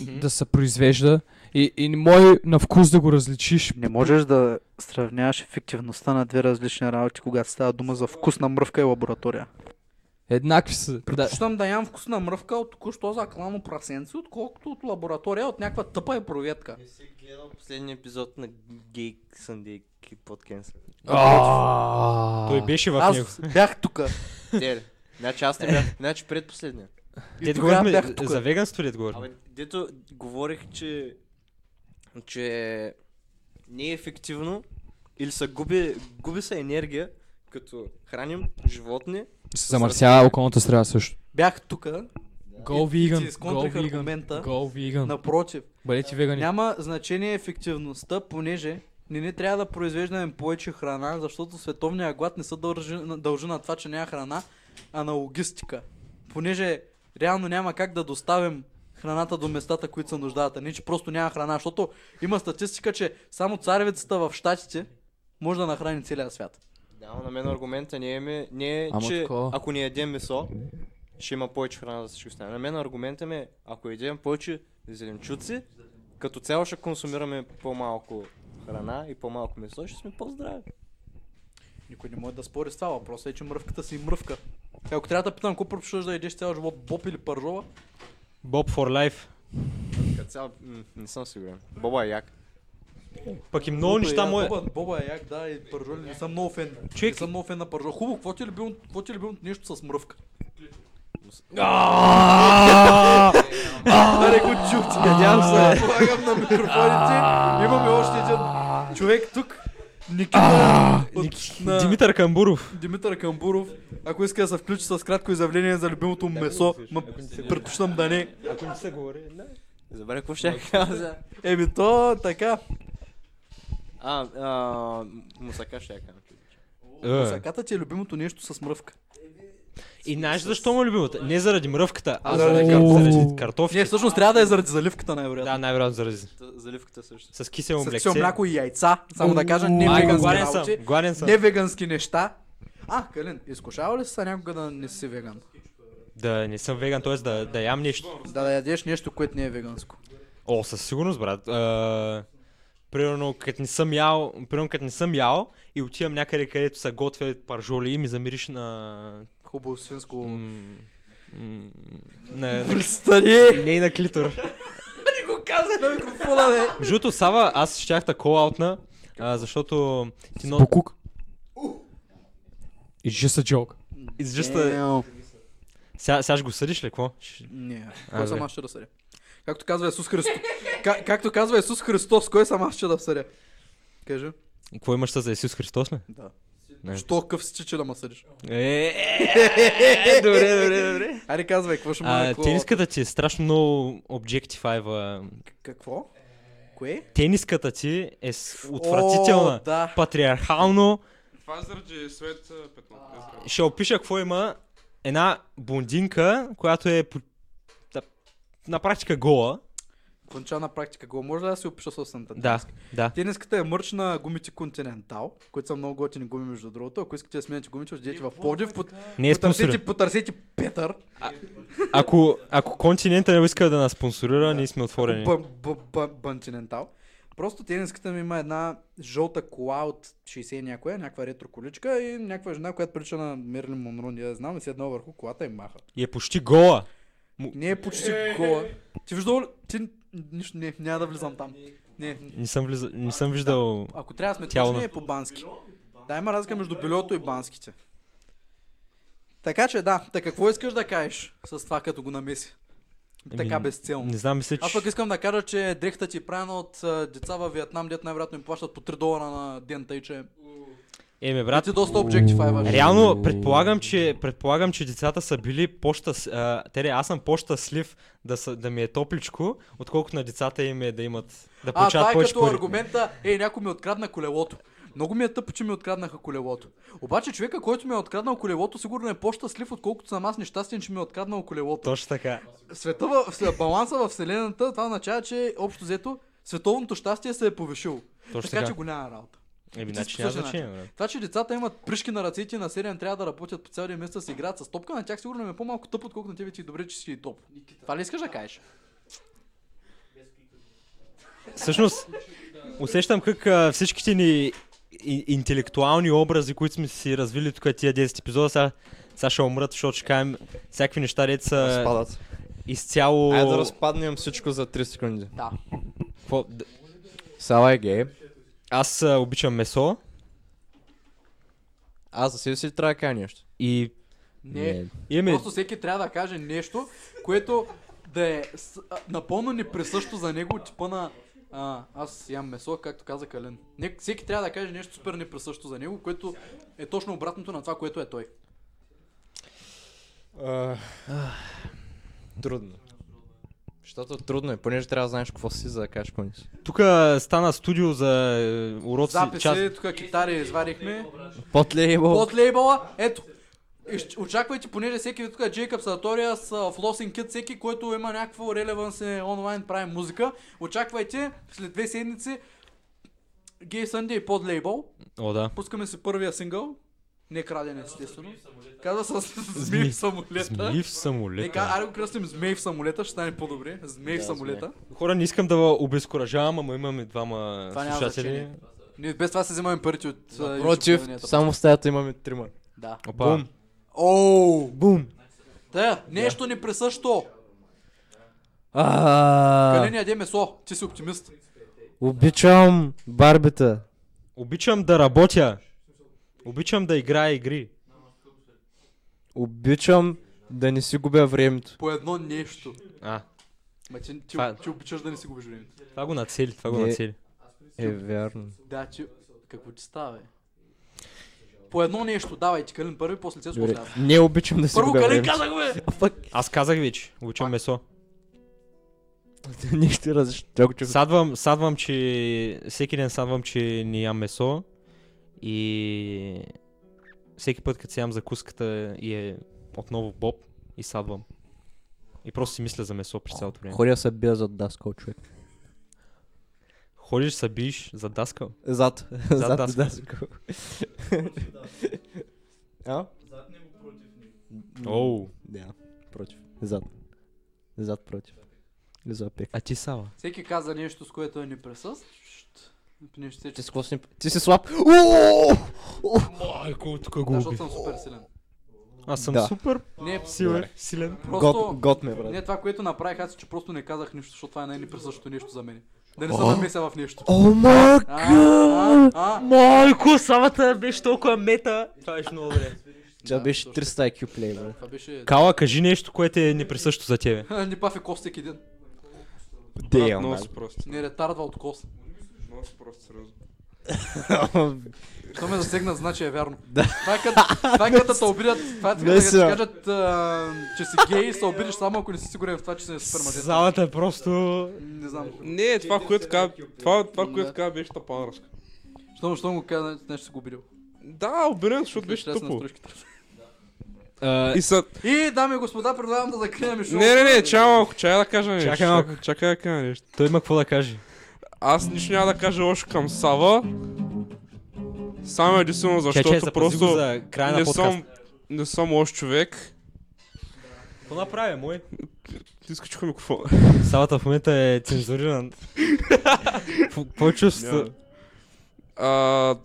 Speaker 7: да се произвежда и, и не може на вкус да го различиш.
Speaker 6: Не можеш да сравняваш ефективността на две различни работи, когато става дума за вкусна мръвка и лаборатория.
Speaker 7: Еднакви са. Да.
Speaker 1: Щом да ям вкусна мръвка от току-що заклано прасенце, отколкото от лаборатория от някаква тъпа е проветка.
Speaker 3: Не си гледал последния епизод на Geek Sunday Podcast.
Speaker 2: Той беше в него.
Speaker 1: Аз бях тука.
Speaker 3: Те ли? Значи аз не бях. Значи предпоследния.
Speaker 1: И
Speaker 2: Дед
Speaker 1: тогава
Speaker 2: говорихме
Speaker 1: бях тук.
Speaker 2: за веганството, дед говорихме.
Speaker 3: Абе, дето говорих, че... че не е ефективно или се губи, губи се енергия, като храним животни.
Speaker 7: се замърсява околната среда също.
Speaker 1: Бях тука.
Speaker 7: Go
Speaker 1: И- и
Speaker 7: vegan,
Speaker 1: ти изконтрих
Speaker 7: go vegan,
Speaker 1: аргумента.
Speaker 7: go vegan.
Speaker 1: Напротив,
Speaker 7: Бъдете вегани.
Speaker 1: няма значение ефективността, понеже не ни трябва да произвеждаме повече храна, защото световния глад не се дължи, на- дължи на това, че няма храна, а на логистика. Понеже реално няма как да доставим храната до местата, които се нуждаят. а Не, че просто няма храна, защото има статистика, че само царевицата в щатите може да нахрани целия свят.
Speaker 3: Да, но на мен аргумента не е, ми, не е
Speaker 7: Ама
Speaker 3: че
Speaker 7: такова.
Speaker 3: ако не ядем месо, ще има повече храна за всички останали. На мен аргумента ми е, ако ядем повече зеленчуци, като цяло ще консумираме по-малко храна и по-малко месо, и ще сме по-здрави.
Speaker 1: Никой не може да спори с това. Въпросът е, че мръвката си мръвка. Ако трябва да питам, какво предпочиташ да ядеш цял живот, боб или пържова?
Speaker 2: Bob for Life.
Speaker 3: Като цяло, м- не съм сигурен. Боба е як.
Speaker 2: Пък и много
Speaker 1: Боба
Speaker 2: неща
Speaker 1: е-
Speaker 2: му е...
Speaker 1: Боба, боба е як, да, и пържоли. Не съм много фен.
Speaker 2: Човек-
Speaker 1: Не съм много фен на пържоли. Хубаво, какво ти е любим, какво ти е любим нещо с мръвка? Аре го чухте. Надявам се. Полагам на микрофоните. Имаме още един Човек тук,
Speaker 2: А,
Speaker 1: От-
Speaker 2: Ник-
Speaker 1: на-
Speaker 2: Димитър Камбуров.
Speaker 1: Димитър Камбуров, ако иска да се включи с кратко изявление за любимото му месо, ма предпочитам да не.
Speaker 2: Ако не се говори, не.
Speaker 3: Забравя какво ще кажа.
Speaker 1: Еми то, е така.
Speaker 3: А, а, мусака ще я кажа.
Speaker 1: Саката ти е любимото нещо с мръвка.
Speaker 2: И знаеш защо му е любимата? Не заради мръвката, а
Speaker 1: О.
Speaker 2: заради, кар- заради картофи.
Speaker 1: Не, всъщност трябва да е заради заливката най-вероятно.
Speaker 2: Да, най-вероятно заради.
Speaker 3: Та- Заливката също.
Speaker 2: С кисело
Speaker 1: С
Speaker 2: млекце.
Speaker 1: кисело мляко и яйца, само да кажа, не
Speaker 2: Майко,
Speaker 1: вегански
Speaker 2: гладен съм,
Speaker 1: работи,
Speaker 2: гладен съм.
Speaker 1: не вегански неща. А, Калин, изкушава ли се някога да не си веган?
Speaker 2: Да не съм веган, т.е. да, да ям нещо.
Speaker 1: Да, да ядеш нещо, което не е веганско.
Speaker 2: О, със сигурност, брат. А, примерно, като не съм ял, примерно, като не съм ял и отивам някъде, където са готвят паржоли и ми замириш на...
Speaker 1: Хубаво свинско.
Speaker 2: м, м, на, на
Speaker 1: Престани!
Speaker 2: не и на клитор.
Speaker 1: Го каза на микрофона, бе!
Speaker 2: Между другото, Сава, аз щях да колаутна, а, защото ти но...
Speaker 7: Букук. It's just a joke.
Speaker 2: It's just a... Сега, сега ще го съдиш ли, какво? Ще-
Speaker 1: Не,
Speaker 2: А,
Speaker 1: кой съм
Speaker 2: добре.
Speaker 1: аз ще да съдя? Както казва Исус Христос, Ка- както казва Исус Христос, кой съм аз ще да съдя? Кажи.
Speaker 2: Какво имаш за Исус Христос, ли?
Speaker 1: Да.
Speaker 2: Не.
Speaker 1: Що къв си, че- че да ме съдиш?
Speaker 2: Е, добре, добре, добре.
Speaker 1: Ари, казвай, какво ще му
Speaker 2: А,
Speaker 1: е
Speaker 2: тениската ти е страшно много обжектифайва.
Speaker 1: Какво? Кое?
Speaker 2: Тениската ти е с- отвратителна.
Speaker 1: О, да.
Speaker 2: Патриархално.
Speaker 4: Това е заради свет а, петно. не заради-
Speaker 2: Ще опиша какво има. Една блондинка, която е по- да, на практика гола.
Speaker 1: Кончана практика. Го може ли да си опиша собствената
Speaker 2: Да,
Speaker 1: тениска?
Speaker 2: да.
Speaker 1: Тениската е мърч на гумите Continental, които са много готини гуми, между другото. Ако искате да сменяте гумите, отидете в Пловдив, пот-
Speaker 2: Не е
Speaker 1: потърсете,
Speaker 2: спонсорирана.
Speaker 1: потърсете Петър,
Speaker 2: Ако, ако континента не иска да нас спонсорира, ние сме отворени.
Speaker 1: Б- б- б- Continental. Просто тениската ми има една жълта кола от 60 някоя, някаква ретро количка и някаква жена, която прилича на Мерлин Монро, не я знам, и седна върху колата и маха.
Speaker 2: И е почти гола.
Speaker 1: Не е почти кола. Ти виждал ли? Ти... Нищо, не, няма да влизам там. Не,
Speaker 2: Не съм, влиза... не съм виждал...
Speaker 1: Ако трябва да сме
Speaker 2: Тяло
Speaker 1: точни,
Speaker 2: на-
Speaker 1: е по бански. Да, има разлика между бельото и банските. Така че да, така какво искаш да кажеш с това, като го намеси?
Speaker 2: Еми,
Speaker 1: Така безцелно.
Speaker 2: Ами, Не знам, мисля,
Speaker 1: Аз
Speaker 2: че...
Speaker 1: пък искам да кажа, че дрехта ти е правена от а, деца във Виетнам, дет най-вероятно им плащат по 3 долара на ден, тъй че
Speaker 2: Еме,
Speaker 1: а,
Speaker 2: брат,
Speaker 1: ти доста обжектифайваш.
Speaker 2: Реално предполагам, че, предполагам, че децата са били по-щастлив. Тере, аз съм по-щастлив да, са, да ми е топличко, отколкото на децата им е да имат. Да
Speaker 1: А,
Speaker 2: получават
Speaker 1: това е
Speaker 2: повече
Speaker 1: като
Speaker 2: пари.
Speaker 1: аргумента, е, някой ми открадна колелото. Много ми е тъпо, че ми откраднаха колелото. Обаче човека, който ми е откраднал колелото, сигурно е по-щастлив, отколкото съм аз нещастен, че ми е откраднал колелото.
Speaker 2: Точно така.
Speaker 1: света в, в баланса в вселената, това означава, че общо взето световното щастие се е повишило. така,
Speaker 2: Точно така.
Speaker 1: че го няма работа.
Speaker 2: Еми,
Speaker 1: Ти
Speaker 2: значи
Speaker 1: си
Speaker 2: няма
Speaker 1: по същия
Speaker 2: значение, брат.
Speaker 1: Това, че децата имат пришки на ръцете и на 7 трябва да работят по цял ден вместо да се играят с топка, на тях сигурно им е по-малко тъп, отколкото на тебе ти е добре, че си и топ. Това ли искаш да кажеш?
Speaker 2: Всъщност, усещам как а, всичките ни и- интелектуални образи, които сме си развили тук тия 10 епизода, сега, сега ще умрат, защото ще кажем всякакви неща, дет са
Speaker 3: Разпадат.
Speaker 2: изцяло...
Speaker 3: Айде да разпаднем всичко за 3 секунди.
Speaker 1: Да.
Speaker 2: Какво? Д-
Speaker 3: Сава е гей.
Speaker 2: Аз а, обичам месо
Speaker 3: Аз за себе си трябва да кажа нещо.
Speaker 2: и...
Speaker 1: Не.
Speaker 2: Имаме...
Speaker 1: Просто всеки трябва да каже нещо, което да е с- а, напълно неприсъщо за него от типа на а, аз ям месо, както каза Калин. Не, всеки трябва да каже нещо супер неприсъщо за него, което е точно обратното на това, което е той.
Speaker 3: А, Трудно. Защото трудно е, понеже трябва да знаеш какво си, за да кажеш какво не си.
Speaker 2: Тук стана студио за е, уроци.
Speaker 1: Записи,
Speaker 2: част-
Speaker 1: тук китари извадихме.
Speaker 3: Под лейбъл.
Speaker 1: Под лейбъла, ето. Ищ- Очаквайте, понеже всеки е тук е Jacobs Atorias, в Losing Kid, всеки, който има някакво релеванс е онлайн, прави музика. Очаквайте след две седмици Gay Sunday под лейбъл.
Speaker 2: О, да.
Speaker 1: Пускаме си първия сингъл. Не краден, естествено. Казва с змий в самолета.
Speaker 2: Змии в самолета.
Speaker 1: Нека, аре го кръстим змей в самолета, ще стане по-добре. Змей в самолета.
Speaker 2: Хора, не искам да ви обезкуражавам, ама имаме двама
Speaker 1: Това няма
Speaker 2: слушатели.
Speaker 1: значение. Ние без това се взимаме парите от а, YouTube
Speaker 3: Против,
Speaker 1: планета.
Speaker 3: само в стаята имаме трима.
Speaker 1: Да.
Speaker 2: Опа.
Speaker 3: Бум.
Speaker 1: Оу!
Speaker 3: Бум!
Speaker 1: Та, нещо ни присъщо.
Speaker 3: А,
Speaker 1: Каления яде месо, е ти си оптимист.
Speaker 3: обичам барбита.
Speaker 2: Обичам да работя. Обичам да играя игри.
Speaker 3: Обичам да не си губя времето.
Speaker 1: По едно нещо.
Speaker 2: А,
Speaker 1: Ма ти, ти,
Speaker 2: Това- е-
Speaker 1: ти обичаш да не си губиш времето.
Speaker 2: това го нацели, това го
Speaker 3: Не.
Speaker 2: нацели. Е, вярно.
Speaker 1: Да, че... Какво ти става, бе? По едно нещо, давай ти Калин първи, после се
Speaker 2: Добре.
Speaker 1: спорта.
Speaker 2: Не обичам да си
Speaker 1: Първо
Speaker 2: губя
Speaker 1: Калин
Speaker 2: времето.
Speaker 1: казах, бе!
Speaker 2: Аз казах вече, уча месо.
Speaker 7: Нищо различно. Тяко чух.
Speaker 2: Садвам, садвам, че... Всеки ден садвам, че не ям месо. И... Всеки път, като си ям закуската и е отново боб, и садвам. И просто си мисля за месо през цялото време.
Speaker 8: Ходя се бия зад даскал, човек.
Speaker 2: Ходиш са биш за даскал?
Speaker 8: Зад.
Speaker 2: Зад
Speaker 8: Зад
Speaker 2: даскал.
Speaker 8: даскал. А?
Speaker 2: Оу.
Speaker 8: Да. Против. Зад. Зад против. Запек.
Speaker 2: А ти Сава?
Speaker 1: Всеки каза нещо, с което е неприсъстващ. Нещо се, че...
Speaker 8: Ти си какво си... Ти си слаб.
Speaker 2: Майко, тук го
Speaker 1: Защото съм супер силен.
Speaker 2: Аз съм
Speaker 8: Да.
Speaker 2: супер
Speaker 1: Не,
Speaker 2: силен. Силен.
Speaker 1: просто...
Speaker 8: Гот ме, брат.
Speaker 1: Не, това, което направих, аз е, че просто не казах нищо, защото това е най-неприсъщото нещо за мен. Да не се намеся в нещо.
Speaker 8: О, мак!
Speaker 1: А, а, а,
Speaker 2: Майко, Ами, Савата беше толкова мета. Това беше много добре.
Speaker 8: Това
Speaker 1: Да,
Speaker 8: беше
Speaker 1: точно.
Speaker 8: 300 IQ плей, брат.
Speaker 1: Това беше...
Speaker 2: Кала, кажи нещо, което е неприсъщо за тебе.
Speaker 1: Не пафи кост всеки ден.
Speaker 4: Брат,
Speaker 8: Дейм,
Speaker 2: нали?
Speaker 4: много си прост.
Speaker 1: Не ретардва от кост.
Speaker 4: Много си прост, сериозно.
Speaker 1: Що ме засегна, значи е вярно. Това е като, това е като те обидят, това е като да ти
Speaker 8: Наистина.
Speaker 1: кажат, а, че си гей и се обидиш само ако не си сигурен в това, че си супер мъжец.
Speaker 2: Залата е просто...
Speaker 1: Не знам.
Speaker 4: Не, това, което каза, това, това,
Speaker 1: Да.
Speaker 4: което каза беше тапанарска.
Speaker 1: Щом, щом го каза, значи си го обидил.
Speaker 4: Да, обирен, защото беше
Speaker 1: Трябва да се
Speaker 4: тъпо.
Speaker 1: настройките.
Speaker 4: И са...
Speaker 1: И, дами и господа, предлагам да закрием шоу.
Speaker 4: Не, не, не, чакай малко, чакай да кажа нещо.
Speaker 2: Чакай малко.
Speaker 4: Чакай да кажа нещо.
Speaker 2: Той има какво да каже.
Speaker 4: Аз нищо няма да кажа още към Сава. Само единствено защото
Speaker 2: Чече, запази го
Speaker 4: просто
Speaker 2: е за края на
Speaker 4: не
Speaker 2: подкаста.
Speaker 4: съм, не съм лош човек.
Speaker 2: Какво направя, мой?
Speaker 4: Ти изключиха микрофона.
Speaker 2: Салата в момента е цензуриран. Какво е чувство?
Speaker 4: Няма. А,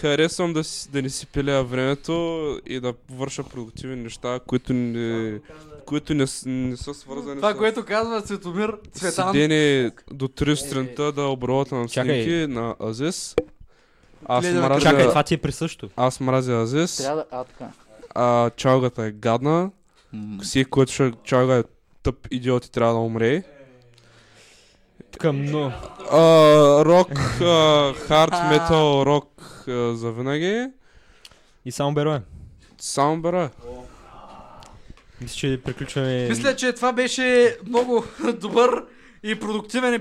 Speaker 4: харесвам да, си, да не си пилея времето и да върша продуктивни неща, които не, които не, с- не са свързани
Speaker 1: Това,
Speaker 4: с
Speaker 1: което е казва Светомир Цветан.
Speaker 4: седене до 3 сутринта да обработвам
Speaker 2: Чакай.
Speaker 4: снимки на Азис. Аз
Speaker 1: Гледаме
Speaker 4: мразя,
Speaker 2: Чакай, това ти е присъщо.
Speaker 4: аз мразя Азис,
Speaker 6: Трябва да... А, така.
Speaker 4: а чалгата е гадна. Всеки, който ще чалга е тъп идиот и трябва да умре.
Speaker 2: Към но.
Speaker 4: А, рок, а, хард метал, рок а, за винаги.
Speaker 2: И само берое.
Speaker 4: Само бера.
Speaker 2: Мисля, че приключваме...
Speaker 1: Мисля, че това беше много добър и продуктивен